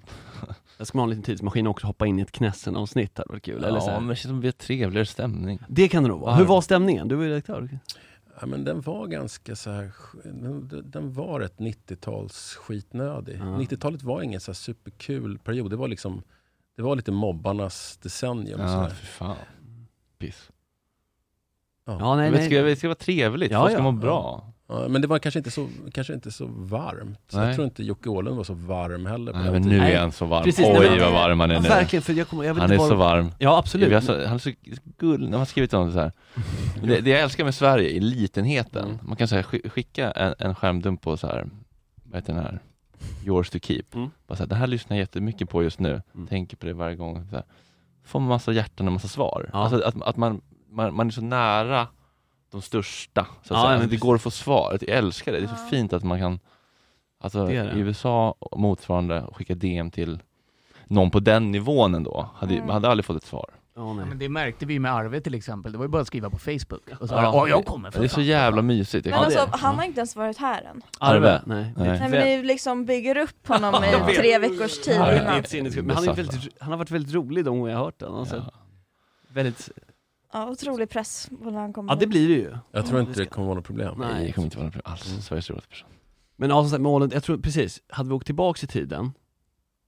S15: Jag ska man ha en liten tidsmaskin och också hoppa in i ett Knessen-avsnitt, det var kul. Eller så
S1: Ja
S15: här.
S1: men det känns som vi har trevligare stämning.
S15: Det kan det nog vara.
S1: Ja.
S15: Hur var stämningen? Du var ju direktör.
S13: Ja, men den var ganska så här, den, den var ett 90-tals skitnödig.
S15: Ja.
S13: 90-talet var ingen så här superkul period. Det var liksom, det var lite mobbarnas decennium. och så
S1: Ja
S13: här.
S1: för fan. Piss.
S15: Ja, nej,
S1: Men det,
S15: nej.
S1: ska, det ska vara trevligt,
S15: Ja,
S1: folk ska
S15: ja.
S1: må bra.
S13: Ja, men det var kanske inte så, kanske inte så varmt. Så
S1: Nej.
S13: jag tror inte Jocke Åhlund var så varm heller. på
S1: Nej,
S13: den
S1: men
S13: tiden.
S1: nu är han så varm. Oj, vad varm han är nu.
S15: verkligen, för jag kommer- jag vet
S1: han
S15: inte
S1: är
S15: vad-
S1: så varm.
S15: Ja, absolut.
S1: Vi har så, han är så gullig. De har skrivit om det så här. Det, det jag älskar med Sverige i
S15: Mm.
S1: litenheten, man kan så här, sk- skicka en, en skärmdump på så här, vad heter den här, Yours to keep.
S15: Mm.
S1: Bara så här, det här lyssnar jag jättemycket på just nu, tänker på det varje gång. Så här. Får man massa hjärtan och massa svar. Alltså att, att man, man, man är så nära de största, så
S15: Ja,
S1: att säga.
S15: men
S1: Alltså, det
S15: precis.
S1: går att få svar. Jag älskar det, det är så fint att man kan Alltså
S15: Det är det.
S1: i USA och motsvarande, och skicka DM till någon på den nivån ändå, hade,
S4: Mm.
S1: man hade aldrig fått ett svar.
S2: Ja, men det märkte vi med Arve till exempel. Det var ju bara att skriva på Facebook. Och så
S1: Ja.
S2: bara, ja, jag kommer för
S1: Det är så
S2: fan."
S1: jävla mysigt.
S4: Men
S1: Ja, det
S4: alltså,
S1: är det.
S4: han har inte ens varit här än.
S1: Arve?
S15: Nej.
S1: Nej.
S4: Nej men ni liksom bygger upp honom
S15: Ah, Jag
S4: i
S15: vet.
S4: tre veckors tid
S15: Ja, det är
S4: innan.
S15: ett sinnessjukt. Men han, är väldigt, han har varit väldigt rolig de gånger jag har hört den. Alltså. Väldigt,
S4: Ja, otrolig press på när han kommer
S15: ja det
S4: hit.
S15: blir det ju.
S13: Jag tror inte det kommer vara något problem.
S1: Nej, det kommer inte vara något problem
S15: Mm.
S1: alls. Sveriges roligaste person.
S15: Men alltså, ja, som sagt, med Åhlund, jag tror precis, hade vi åkt tillbaks i tiden,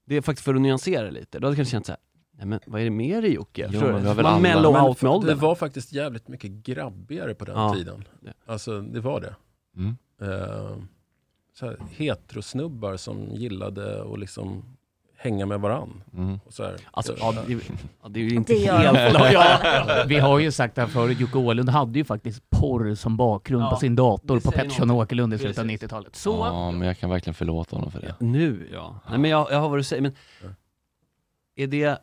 S15: det är faktiskt för att nyansera lite, då hade jag kanske känt såhär, nej men vad är det med dig Jocke? Förstår du? Man mellow out med
S13: Det
S15: åldern.
S13: var faktiskt jävligt mycket grabbigare på den
S15: Ja.
S13: tiden. Alltså, det var det.
S1: Mm.
S13: Eh, så här, heterosnubbar som gillade att liksom hänga med varann.
S1: Mm.
S13: Och så här,
S15: Alltså,
S13: Eh,
S15: ja, det, ja, det är ju inte
S13: Det gör
S15: helt...
S13: de.
S2: Ja, vi har ju sagt det här förut, Jocke Åhlund hade ju faktiskt porr som bakgrund
S15: Ja,
S2: på sin dator
S15: det
S2: på
S15: säger
S2: Pettersson och
S15: någonting.
S2: Åkerlund i slutet av
S15: Precis.
S2: 90-talet. Så!
S1: Ja, men jag kan verkligen förlåta honom för det.
S15: Nu ja. Nej men jag, jag har vad du säger, men är det,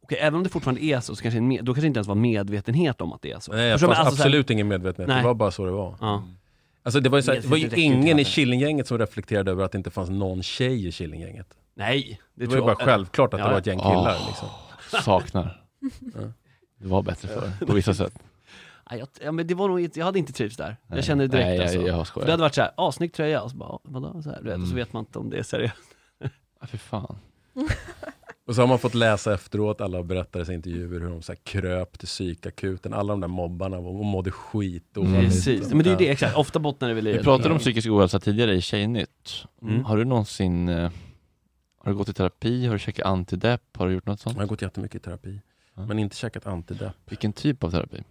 S15: okej även om det fortfarande är så, så kanske det är en med, då kanske det inte ens var medvetenhet om att det är så.
S13: Nej,
S15: Förstår du?
S13: fast
S15: Alltså, så här-
S13: absolut ingen medvetenhet.
S15: Nej.
S13: Det var bara så det var.
S15: Ja.
S13: Alltså, det var ju, så här, det var ju
S15: Medvetenhet räcker inte
S13: ingen i
S15: heller.
S13: Killinggänget som reflekterade över att det inte fanns någon tjej i Killinggänget.
S15: Nej,
S13: Det, var ju bara självklart att det var ett gäng killar.
S1: Åh,
S13: Liksom.
S1: Saknar. Det var bättre förr, på vissa sätt.
S15: Nej, jag, ja, men det var nog inte, jag hade inte trivts där.
S1: Nej.
S15: Jag känner det direkt
S1: Nej, jag-
S15: alltså.
S1: jag har skojat. Mm.
S15: För det hade varit såhär, ah snygg tröja, och så bara, "Ah, vadå? Så, här, du vet, och så vet man inte om det är seriöst.
S1: Ja, för fan.
S13: Och så har man fått läsa efteråt alla berättares intervjuer hur de så här kröp till psykakuten. Alla de där mobbarna var- och mådde skit. Och
S1: Mm.
S15: Precis, men det är ju det exakt, ofta bottnar det väl i
S1: Vi
S15: att-
S1: pratade om psykisk ohälsa tidigare i Tjejnytt.
S15: Mm.
S1: Har du någonsin eh, har du gått i terapi, har du käkat antidepp, har du gjort något sånt?
S13: Jag har gått jättemycket i terapi, men inte käkat antidepp.
S1: Vilken typ av terapi?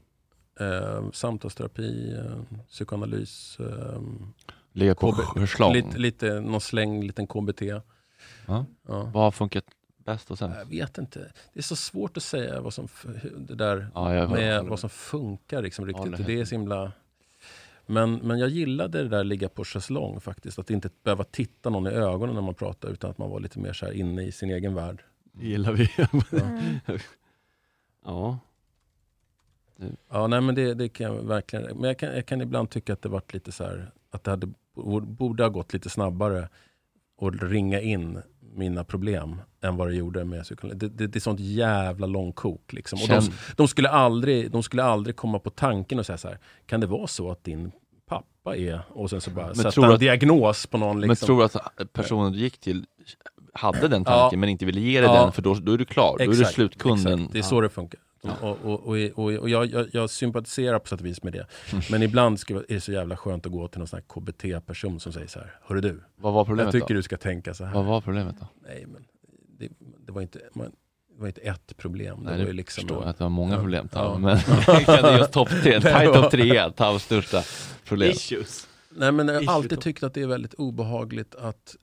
S13: Eh, samtalsterapi, eh, psykoanalys. Eh,
S1: Ligga på förslag?
S13: Lite, lite, någon släng, liten KBT.
S1: Ja.
S13: Ja.
S1: Vad har funkat bäst och sämst?
S13: Jag vet inte. Det är så svårt att säga vad som, f- hur- det där
S1: Ja, jag håller-
S13: med
S1: håller
S13: vad som funkar liksom riktigt.
S1: Håller
S13: Och det är så himla... Men, men jag gillade det där ligga på schäslong faktiskt. Att inte behöva titta någon i ögonen när man pratar utan att man var lite mer så här inne i sin egen värld.
S15: Det gillar vi.
S13: Ja.
S15: ja.
S13: Ja, nej men det, det kan jag verkligen. Men jag kan, jag kan ibland tycka att det varit lite så här, att det hade, borde ha gått lite snabbare och ringa in mina problem än vad det gjorde med psykologin. Det, det, det är sånt jävla långkok. Liksom. Och de,
S1: Känn-
S13: de, skulle aldrig, de skulle aldrig komma på tanken och säga så här, kan det vara så att din pappa är... Och sen så bara
S1: Men
S13: sätta
S1: tror
S13: en
S1: att-
S13: diagnos på någon. Liksom.
S1: Men tror du att personen du gick till hade den tanken
S13: Ja.
S1: men inte ville ge dig
S13: Ja.
S1: den för då, då är du klar, då är du
S13: Exakt,
S1: slutkunden.
S13: exakt. Det är så det funkar. Och, och, och, och, och jag, jag, jag sympatiserar på sätt och vis med det.
S1: Mm.
S13: Men ibland ska, är det så jävla skönt att gå till någon sån här KBT-person som säger så här, hörru du.
S1: Vad var problemet
S13: Jag tycker
S1: då?
S13: du ska tänka så här.
S1: Vad var problemet då?
S13: Nej, men det, det, var, inte, man, det var inte ett problem.
S1: Nej,
S13: det var
S1: du
S13: ju liksom
S1: förstår
S13: en-
S1: att det var många
S13: Ja.
S1: problem, Tao,
S13: Ja.
S1: men kan det just topp tre,
S13: Det
S1: tight
S13: var-
S1: topp tre är Taos största problem. Issues.
S13: Nej, men jag
S1: Issue
S13: har alltid
S1: topp.
S13: tyckt att det är väldigt obehagligt att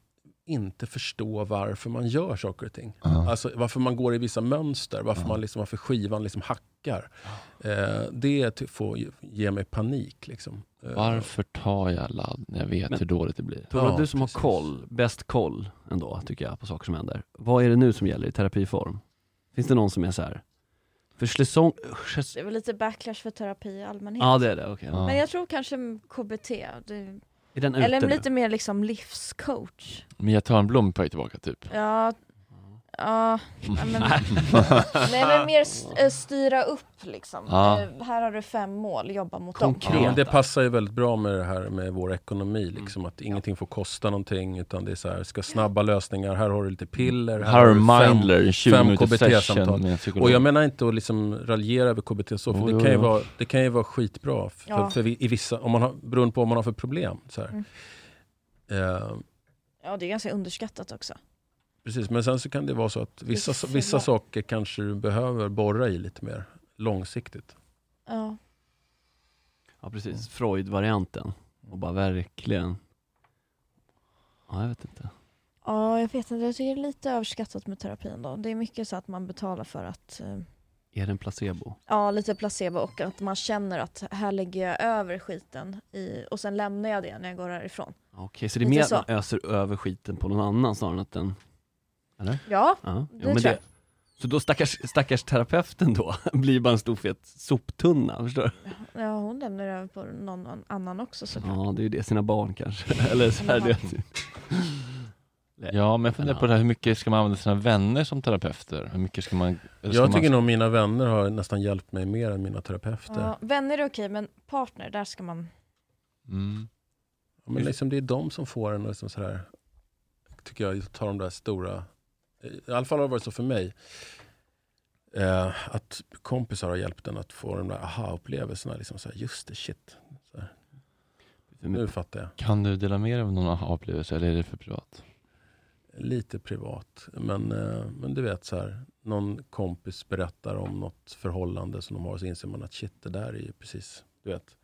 S13: inte förstå varför man gör saker och ting.
S1: Ja.
S13: Alltså varför man går i vissa mönster, varför, man liksom, varför skivan liksom hackar. Eh, det ty- får ju ge mig panik. Liksom. Eh,
S1: Varför tar jag ladd när jag vet
S15: Men-
S1: hur dåligt det blir?
S15: Tore, du som har koll, bäst koll ändå tycker jag på saker som händer. Vad är det nu som gäller i terapiform? Finns det någon som är så här? För schäslong...
S4: Det är väl lite backlash för terapi i allmänhet.
S15: Ja det är det, okej. Ja.
S4: Men jag tror kanske KBT. Det...
S15: Är den
S4: Eller
S15: ute nu?
S4: lite mer liksom livscoach.
S1: Mia Törnblom på väg tillbaka typ.
S4: Ja, ja nej, men, nej men mer s- eh, styra upp liksom.
S13: Ja.
S4: Eh, Här har du fem mål, jobba mot
S13: Ja,
S4: dem.
S13: men det passar ju väldigt bra med det här med vår ekonomi, liksom, att ingenting får kosta någonting, utan det är så här, ska snabba lösningar, här har du lite piller,
S1: Här har du Mindler, 20 minuters session med en psykolog.
S13: Och jag menar inte att liksom raljera över KBT så, för
S1: Jo,
S13: det,
S1: jo,
S13: kan ju
S1: jo.
S13: Vara, det kan ju vara skitbra, för,
S4: Ja.
S13: för vi, i vissa, om man har, beroende på vad man har för problem. Så här.
S4: Mm.
S13: Eh,
S4: Ja det är ganska underskattat också.
S13: Precis, men sen så kan det vara så att vissa,
S4: Vissa-
S13: vissa saker kanske du behöver borra i lite mer långsiktigt.
S4: Ja.
S15: Ja precis, Freud-varianten. Och jobbar verkligen. Ja, jag vet inte.
S4: Ja, jag vet inte. Jag tycker det är lite överskattat med terapin då. Det är mycket så att man betalar för att eh,
S15: Är det en placebo?
S4: Ja, lite placebo och att man känner att här lägger jag över skiten i, och sen lämnar jag det när jag går härifrån.
S15: Okej, så det är
S4: Lite
S15: mer
S4: så.
S15: att man öser över skiten på någon annan snarare än att den... Eller?
S4: Ja, det
S15: jo, men
S4: tror jag.
S15: Så då stackars, stackars terapeuten då blir bara en stor fet soptunna, förstår du?
S4: Ja, hon lämnar över på någon annan också såklart.
S15: Ja, det är ju det, sina barn kanske. Eller så här, det,
S1: Ja, men jag funderar på det här, hur mycket ska man använda sina vänner som terapeuter? Hur mycket ska man... eller ska
S13: Jag tycker
S1: man...
S13: nog mina vänner har nästan hjälpt mig mer än mina terapeuter.
S4: Ja, vänner är okej, men partner, där ska man...
S13: Ja, Men liksom det är de som får en och liksom sådär, tycker jag, tar de där stora... I alla fall har det varit så för mig. Eh, att kompisar har hjälpt en att få de där aha-upplevelserna. Liksom såhär, just det, shit. Såhär. Nu fattar jag.
S1: Kan du dela med dig av någon aha-upplevelse eller är det för privat?
S13: Lite privat. Men, eh, men du vet, såhär, någon kompis berättar om något förhållande som de har, så inser man att shit, det där är ju precis, du vet.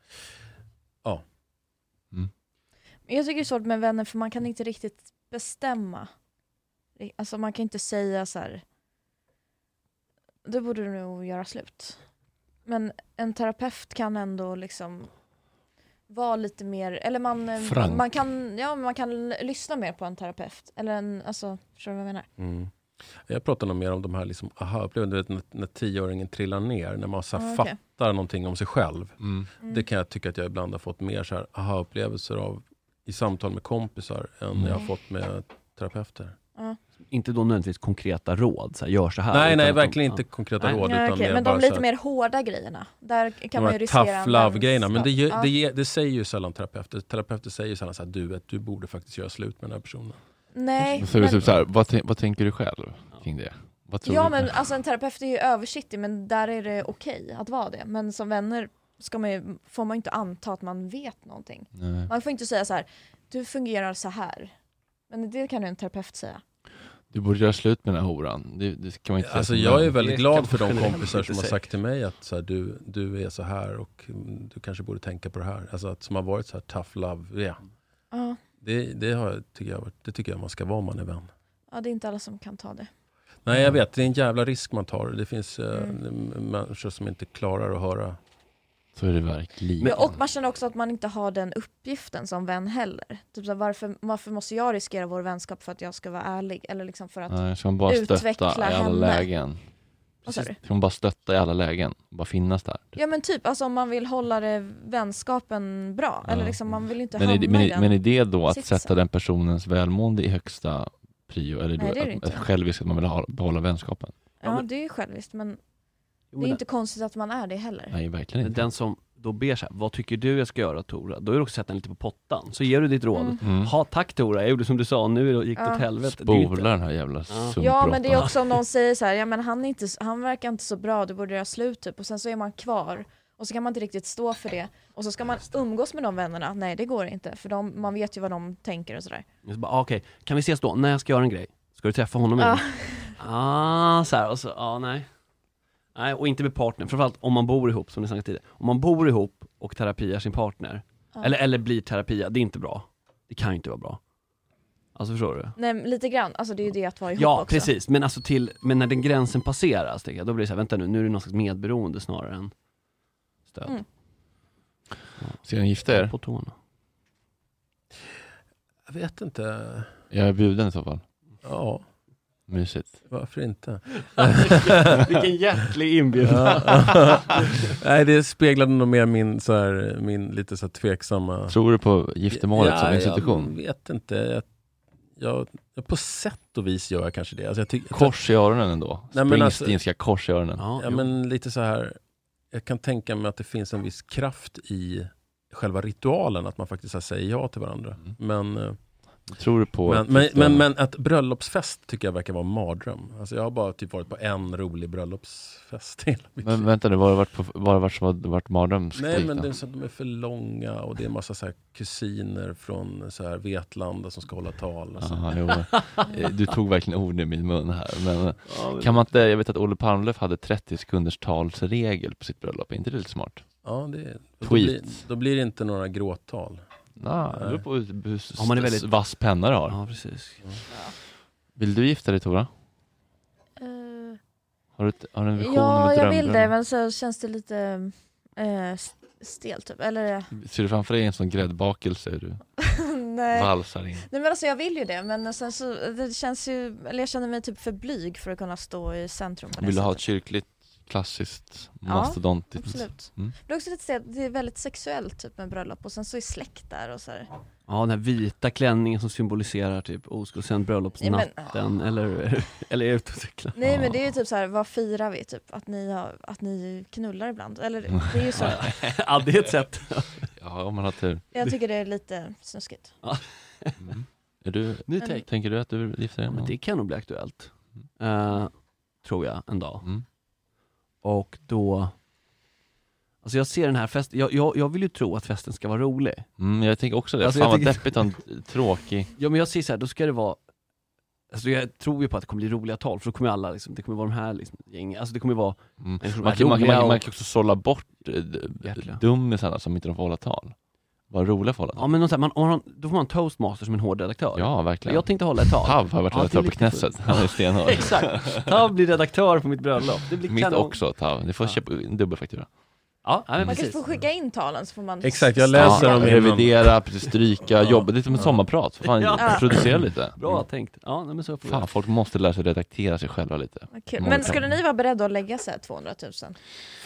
S13: Ja.
S4: Men Jag tycker det är svårt med vänner för man kan inte riktigt bestämma. Alltså man kan inte säga så här. Då borde du nog göra slut. Men en terapeut kan ändå liksom vara lite mer, eller man, eh,
S1: Frank.
S4: man kan, ja men man kan l- lyssna mer på en terapeut. Eller en, alltså, förstår du vad jag menar?
S13: Mm. Jag pratar nog mer om de här liksom, aha-upplevelserna, du vet när, när tioåringen trillar ner, när man så här
S4: Ja, okej.
S13: fattar någonting om sig själv.
S4: Mm.
S13: Det kan jag tycka att jag ibland har fått mer så här aha-upplevelser av i samtal med kompisar än
S15: Mm.
S13: jag har fått med terapeuter.
S15: Inte då nödvändigtvis konkreta råd, så här, gör så här.
S13: Nej,
S15: utan
S13: nej,
S15: att de-
S13: verkligen inte konkreta
S15: Nej.
S13: råd,
S4: Ja,
S13: utan
S4: okej,
S13: mer
S4: Men
S13: bara
S4: de lite
S13: så här-
S4: mer hårda grejerna, där kan man ju
S13: de här
S4: riskera
S13: tough
S4: en
S13: love-grejerna. Men det,
S4: vänskap.
S13: ju-
S4: Ja.
S13: det, ge- det säger ju sällan terapeuter. Terapeuter säger ju sällan så här, du, vet, du borde faktiskt göra slut med den här personen.
S4: Nej,
S1: Så är det
S4: men-
S1: typ så här, vad, tän- vad tänker du själv kring det? Vad tror
S4: Ja
S1: du?
S4: men alltså en terapeut är ju översittig men där är det okej att vara det. Men som vänner ska man ju, får man ju inte anta att man vet någonting.
S1: Nej.
S4: Man får inte säga så här, du fungerar så här. Men det kan ju en terapeut säga.
S1: Du borde göra slut med den här horan. Det, det kan man inte
S13: Alltså
S1: säga som
S13: jag
S1: vän.
S13: är väldigt glad för de
S1: generellt
S13: kompisar
S1: inte
S13: som har
S1: säga.
S13: sagt till mig att så här, du, du är så här och mm, du kanske borde tänka på det här. Alltså att, som har varit så här tough love. Ja.
S4: Ja.
S13: Det, det, har, jag- tycker jag, varit- det tycker jag man ska vara om man är vän.
S4: ja, det är inte alla som kan ta det.
S13: Nej jag vet, det är en jävla risk man tar. Det finns eh,
S4: Mm.
S13: människor som inte klarar att höra.
S1: Så är det verkligen.
S4: Men, och man känner också att man inte har den uppgiften som vän heller. Typ så här, varför, varför måste jag riskera vår vänskap för att jag ska vara ärlig? Eller liksom för att
S1: Nej, ska man bara
S4: utveckla
S1: stötta i alla
S4: henne?
S1: lägen?
S4: Vad sa du?
S1: Ska man bara stötta i alla lägen? Bara finnas där?
S4: Ja men typ, alltså om man vill hålla det, vänskapen bra. Eller liksom man vill ju inte
S1: Men är,
S4: hamna
S1: det, men,
S4: i
S1: är,
S4: den
S1: men är det då att
S4: sitsen.
S1: sätta den personens välmående i högsta prio? Eller
S4: Nej,
S1: då
S4: det är det
S1: att,
S4: inte.
S1: att själviskt att man vill ha, behålla vänskapen?
S4: Ja, det är ju själviskt men det är
S15: men
S4: ju inte konstigt att man är det heller.
S1: Nej, verkligen
S15: Men Den som då ber så här, vad tycker du jag ska göra Tora? Då är det också att sätta den lite på pottan. Så ger du ditt råd.
S4: Mm.
S1: Mm.
S15: Ha tack Tora, jag gjorde som du sa, nu är det- gick det
S4: Ja.
S15: åt helvete. Det är ju inte-
S1: Spola den här jävla
S15: Ja.
S1: sumpråttan.
S4: Ja men det är också om någon säger så här, ja men han, är inte, han verkar inte så bra, du borde göra slut typ. Och sen så är man kvar. Och så kan man inte riktigt stå för det. Och så ska man umgås med de vännerna. Nej det går inte, för de, man vet ju vad de tänker och sådär.
S15: Och Så bara, ah, okej, kan vi ses då? När jag ska göra en grej. Ska du träffa honom igen?
S4: Ja.
S15: Ah, så här, och så, ah, nej. Nej, och inte med partner. Framförallt om man bor ihop, som ni sagt tidigare. Om man bor ihop och terapiar sin partner,
S4: Ja.
S15: eller, eller blir terapia, det är inte bra. Det kan ju inte vara bra. Alltså förstår du?
S4: Nej men lite grann, alltså det är ju det att vara ihop
S15: Ja,
S4: också.
S15: precis. Men alltså till, men när den gränsen passeras, tänker jag, då blir det så här, vänta nu, nu är det någon slags medberoende snarare än stöd.
S4: Mm.
S1: Ska ni gifta er?
S15: På tårna.
S13: Jag vet inte.
S1: Jag är bjuden i så fall.
S13: Ja,
S1: Mysigt.
S13: varför inte?
S15: Vilken hjärtlig inbjudan.
S13: Ja. Nej, det speglade nog mer min, så här, min lite så här tveksamma...
S1: Tror du på giftermålet som
S13: Jag
S1: institution?
S13: vet inte. Jag, jag, jag, på sätt och vis gör jag kanske det. Alltså jag tycker-
S1: Kors i öronen ändå.
S13: Nej, men alltså-
S1: Springsteenska kors i öronen.
S13: Ja, men lite så här. Jag kan tänka mig att det finns en viss kraft i själva ritualen, att man faktiskt så här säger ja till varandra.
S1: Mm.
S13: Men, eh,
S1: Tror du på...
S13: men,
S1: att
S13: men,
S1: gifta-
S13: men, men att bröllopsfest tycker jag verkar vara en mardröm. Alltså jag har bara typ varit på en rolig bröllopsfest till.
S1: Men vänta nu, vad har det varit, på, vad har det varit som har varit mardrömslikt?
S13: Nej men
S1: då?
S13: det är så att de är för långa och det är massa så här kusiner från så här Vetlanda som ska hålla tal. Och så.
S1: Aha, jo. Eh, Du tog verkligen ord i min mun här. Men eh, kan man inte, jag vet att Olle Palmlöf hade 30 sekunders talsregel på sitt bröllop, är inte det lite smart?
S13: Ja, det, då,
S1: Tweet.
S13: blir, då blir det inte några gråttal.
S1: Nej, det beror på hur,
S15: Ja, man är väldigt-
S1: vass penna du har.
S15: Ja, precis.
S1: Vill du gifta dig Tora? Har du, ett- har du en vision om
S4: Ja,
S1: ett
S4: jag vill det
S1: drömbröllop?
S4: men så känns det lite eh, s- stelt typ. Eller
S1: Ser du framför dig en sån gräddbakelse? hur Du
S4: nej.
S1: valsar in.
S4: Nej men alltså jag vill ju det men sen så, det känns ju, eller jag känner mig typ för blyg för att kunna stå i centrum på det
S1: Vill du ha ett
S4: sättet.
S1: kyrkligt, klassiskt,
S4: Ja,
S1: mastodontiskt?
S4: absolut.
S1: Mm.
S4: Det är också lite stelt, det är väldigt sexuellt typ med bröllop och sen så är släkt där och så här.
S15: Ja, den här vita klänningen som symboliserar typ oskuld sen bröllopsnatten,
S4: Nej, men-
S15: eller, eller är jag ute och cyklar?
S4: ah. Nej men det är ju typ så här, vad firar vi? Typ att ni, har, att ni knullar ibland. Eller det är ju så.
S15: ja, det är ett sätt.
S1: Ja, om man har tur.
S4: Jag tycker det är lite snuskigt.
S1: Mm. Är du,
S15: Ny take.
S1: Tänker du att du vill gifta dig? Mm.
S15: Ja, men
S1: med
S15: det kan nog bli aktuellt. Eh, tror jag, en dag.
S1: Mm.
S15: Och då... Alltså jag ser den här festen, jag, jag, jag vill ju tro att festen ska vara rolig.
S1: någon? Mm, jag tänker också det.
S15: Alltså,
S1: Fan
S15: jag
S1: vad
S15: tänker-
S1: deppigt och en tråkig.
S15: Ja men jag säger så här, då ska det vara Alltså jag tror ju på att det kommer bli roliga tal, för då kommer alla liksom, det kommer vara de här liksom, gängen, alltså det kommer vara
S1: Mm.
S15: människor som
S1: Man,
S15: är
S1: kan, man, kan,
S15: roliga
S1: man,
S15: och-
S1: man kan också sålla bort eh, d- dummisarna som inte de får hålla tal. Vad roliga får hålla tal.
S15: Ja men någon så här, man, om man, då får man en toastmaster som en hård redaktör
S1: Ja, verkligen.
S15: Jag tänkte hålla ett tal
S1: Tav har varit
S15: det är
S1: redaktör på
S15: lite
S1: Knesset.
S15: fullt.
S1: Han är stenhård.
S15: Exakt, Tav blir redaktör på mitt bröllop det blir
S1: Mitt
S15: kanon.
S1: också Tav. Du får köpa en dubbelfaktura.
S15: Ja, ja men
S1: Mm.
S4: Man kanske
S15: precis
S4: får skicka in talen så får man
S1: Ja, Revidera, precis, stryka, jobba. Det är som ett sommarprat. Fan,
S4: Ja.
S1: producera lite. Mm.
S15: Bra tänkt, ja nej, men så får
S1: Fan, folk måste lära sig redaktera sig själva lite.
S4: Vad kul.
S1: Många
S4: Men
S1: kan.
S4: skulle ni vara beredda att lägga sig 200 000?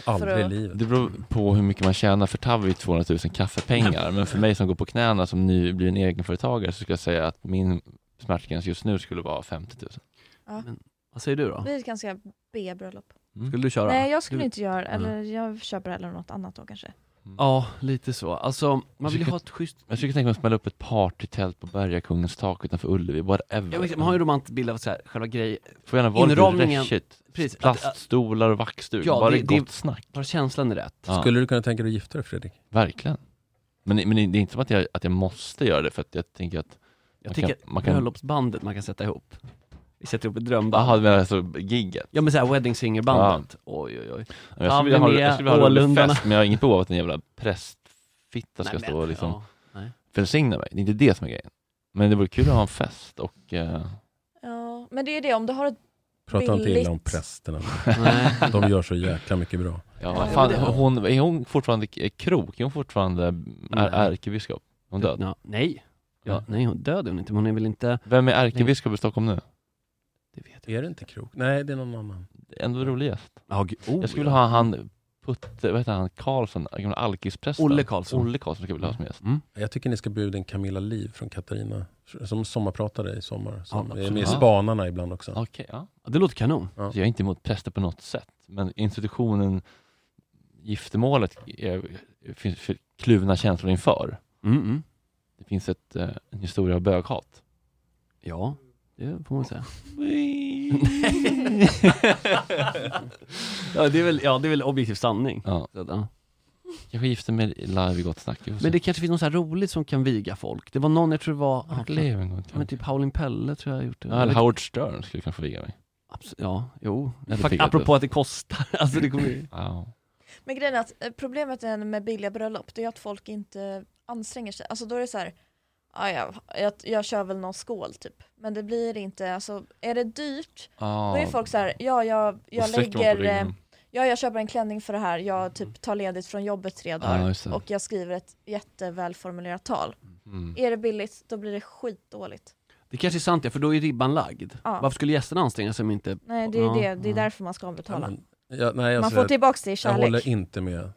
S1: Aldrig i livet. Det beror på hur mycket man tjänar. För Tav är ju 200 000 kaffepengar. Men för mig som går på knäna som ny blir en egenföretagare så skulle jag säga att min smärtgräns just nu skulle vara 50 000.
S4: Ja.
S15: Vad säger du då?
S4: Det blir ett ganska B-bröllop.
S1: Mm.
S15: Skulle du köra?
S4: Nej jag skulle
S15: Du-
S4: inte göra,
S15: Mm.
S4: eller jag köper eller något annat då kanske.
S15: Ja, lite så. Alltså, man vill ju
S1: försöker-
S15: ha ett schysst
S1: Jag skulle tänka mig att smälla upp ett partytält på Bergakungens tak utanför Ullevi,
S15: Ja,
S1: whatever.
S15: men man har ju en romantisk bild av så här, själva grejen,
S1: Får gärna vara lite reshigt.
S15: precis,
S1: Plaststolar och vaxduk, bara det, gott snack.
S15: Bara känslan är rätt.
S1: Ja.
S13: Skulle du kunna tänka dig att gifta dig Fredrik?
S1: Verkligen. Men, men det är inte som att jag, att jag måste göra det för att jag tänker att
S15: Jag tänker bröllopsbandet man kan sätta ihop. Vi sätter ihop ett drömband.
S1: Jaha, du menar alltså gigget?
S15: Ja men såhär Wedding Singer-bandet. Oj oj oj.
S1: Jag
S15: Ja,
S1: skulle vilja ha,
S15: men
S1: jag
S15: med
S1: skulle vilja ha en rolig
S15: Ålundarna.
S1: fest, men jag har inget behov av att en jävla prästfitta ska
S15: Nej,
S1: stå
S15: men,
S1: och liksom
S15: ja, nej.
S1: välsigna mig. Det är inte det som är grejen. Men det vore kul att ha en fest och... eh,
S4: Ja, men det är ju det, om du har ett
S13: Prata inte illa om
S4: billigt-
S13: prästerna.
S1: Nej.
S13: De gör så jäkla mycket bra.
S1: Ja, fan, hon, är hon fortfarande k- krok? Är hon fortfarande är, ärkebiskop? Är Hon död? Mm.
S15: Ja, nej. Ja, nej hon död är hon inte, men hon är väl inte...
S1: Vem är ärkebiskop i Stockholm nu?
S13: Är det inte krok? Nej, det är någon annan.
S1: Ändå rolig gäst.
S15: Ja, g- oh,
S1: jag skulle
S15: ja.
S1: vilja ha han Putte, vad heter han, Karlsson, gamla alkisprästen?
S13: Olle Karlsson.
S1: Olle Karlsson skulle jag vilja ha som gäst.
S15: Mm.
S13: Jag tycker ni ska bjuda in Camilla Liv från Katarina, som sommarpratare i sommar. Som
S1: Ja,
S13: är med i
S1: absolut.
S13: Spanarna ibland också.
S1: Okej, ja.
S15: Ja, det låter kanon.
S1: Så jag är inte emot präster på något sätt, men institutionen giftermålet är, finns för kluvna känslor inför.
S15: Mm,
S1: Det finns ett, eh, en historia av böghat.
S15: Ja, det får man säga. ja, det är väl, ja, det är väl objektiv sanning.
S1: Ja.
S15: Så att, ja.
S1: Kanske gifter mig live i Gott Snack. vi får se.
S15: Men det kanske finns något så här roligt som kan viga folk. Det var någon, jag tror det var...
S1: Mark Levengood,
S15: ja, men typ Pauline Pelle tror jag har gjort det.
S1: Ja, eller Howard Stern skulle kunna få viga mig.
S15: Abs- ja, jo.
S1: Ja, det
S15: Fakt,
S1: fick jag
S15: apropå
S1: inte.
S15: att det kostar. Alltså det kommer ju...
S1: Ja.
S4: Men grejen är att eh, problemet är med billiga bröllop, det är att folk inte anstränger sig. Alltså då är det så här, "Ah, ja, jag, jag kör väl någon skål typ. Men det blir inte, alltså är det dyrt,
S1: Ah.
S4: då är folk så här, ja jag, jag
S1: sträcker man på
S4: lägger, eh,
S1: ryggen.
S4: ja jag köper en klänning för det här, jag typ tar ledigt från jobbet tre
S1: Ah,
S4: dagar
S1: just det.
S4: och jag skriver ett jättevälformulerat tal.
S1: Mm.
S4: Är det billigt, då blir det skitdåligt.
S15: Det kanske är sant ja, för då är ribban lagd.
S4: Ja.
S15: Varför skulle gästerna anstränga sig om inte...
S4: Nej det är
S15: Ja,
S4: det, det är
S15: ja.
S4: därför man ska betala.
S13: Ja, nej,
S4: man
S13: alltså,
S4: får
S13: jag-
S4: tillbaks det i kärlek.
S13: Jag håller inte med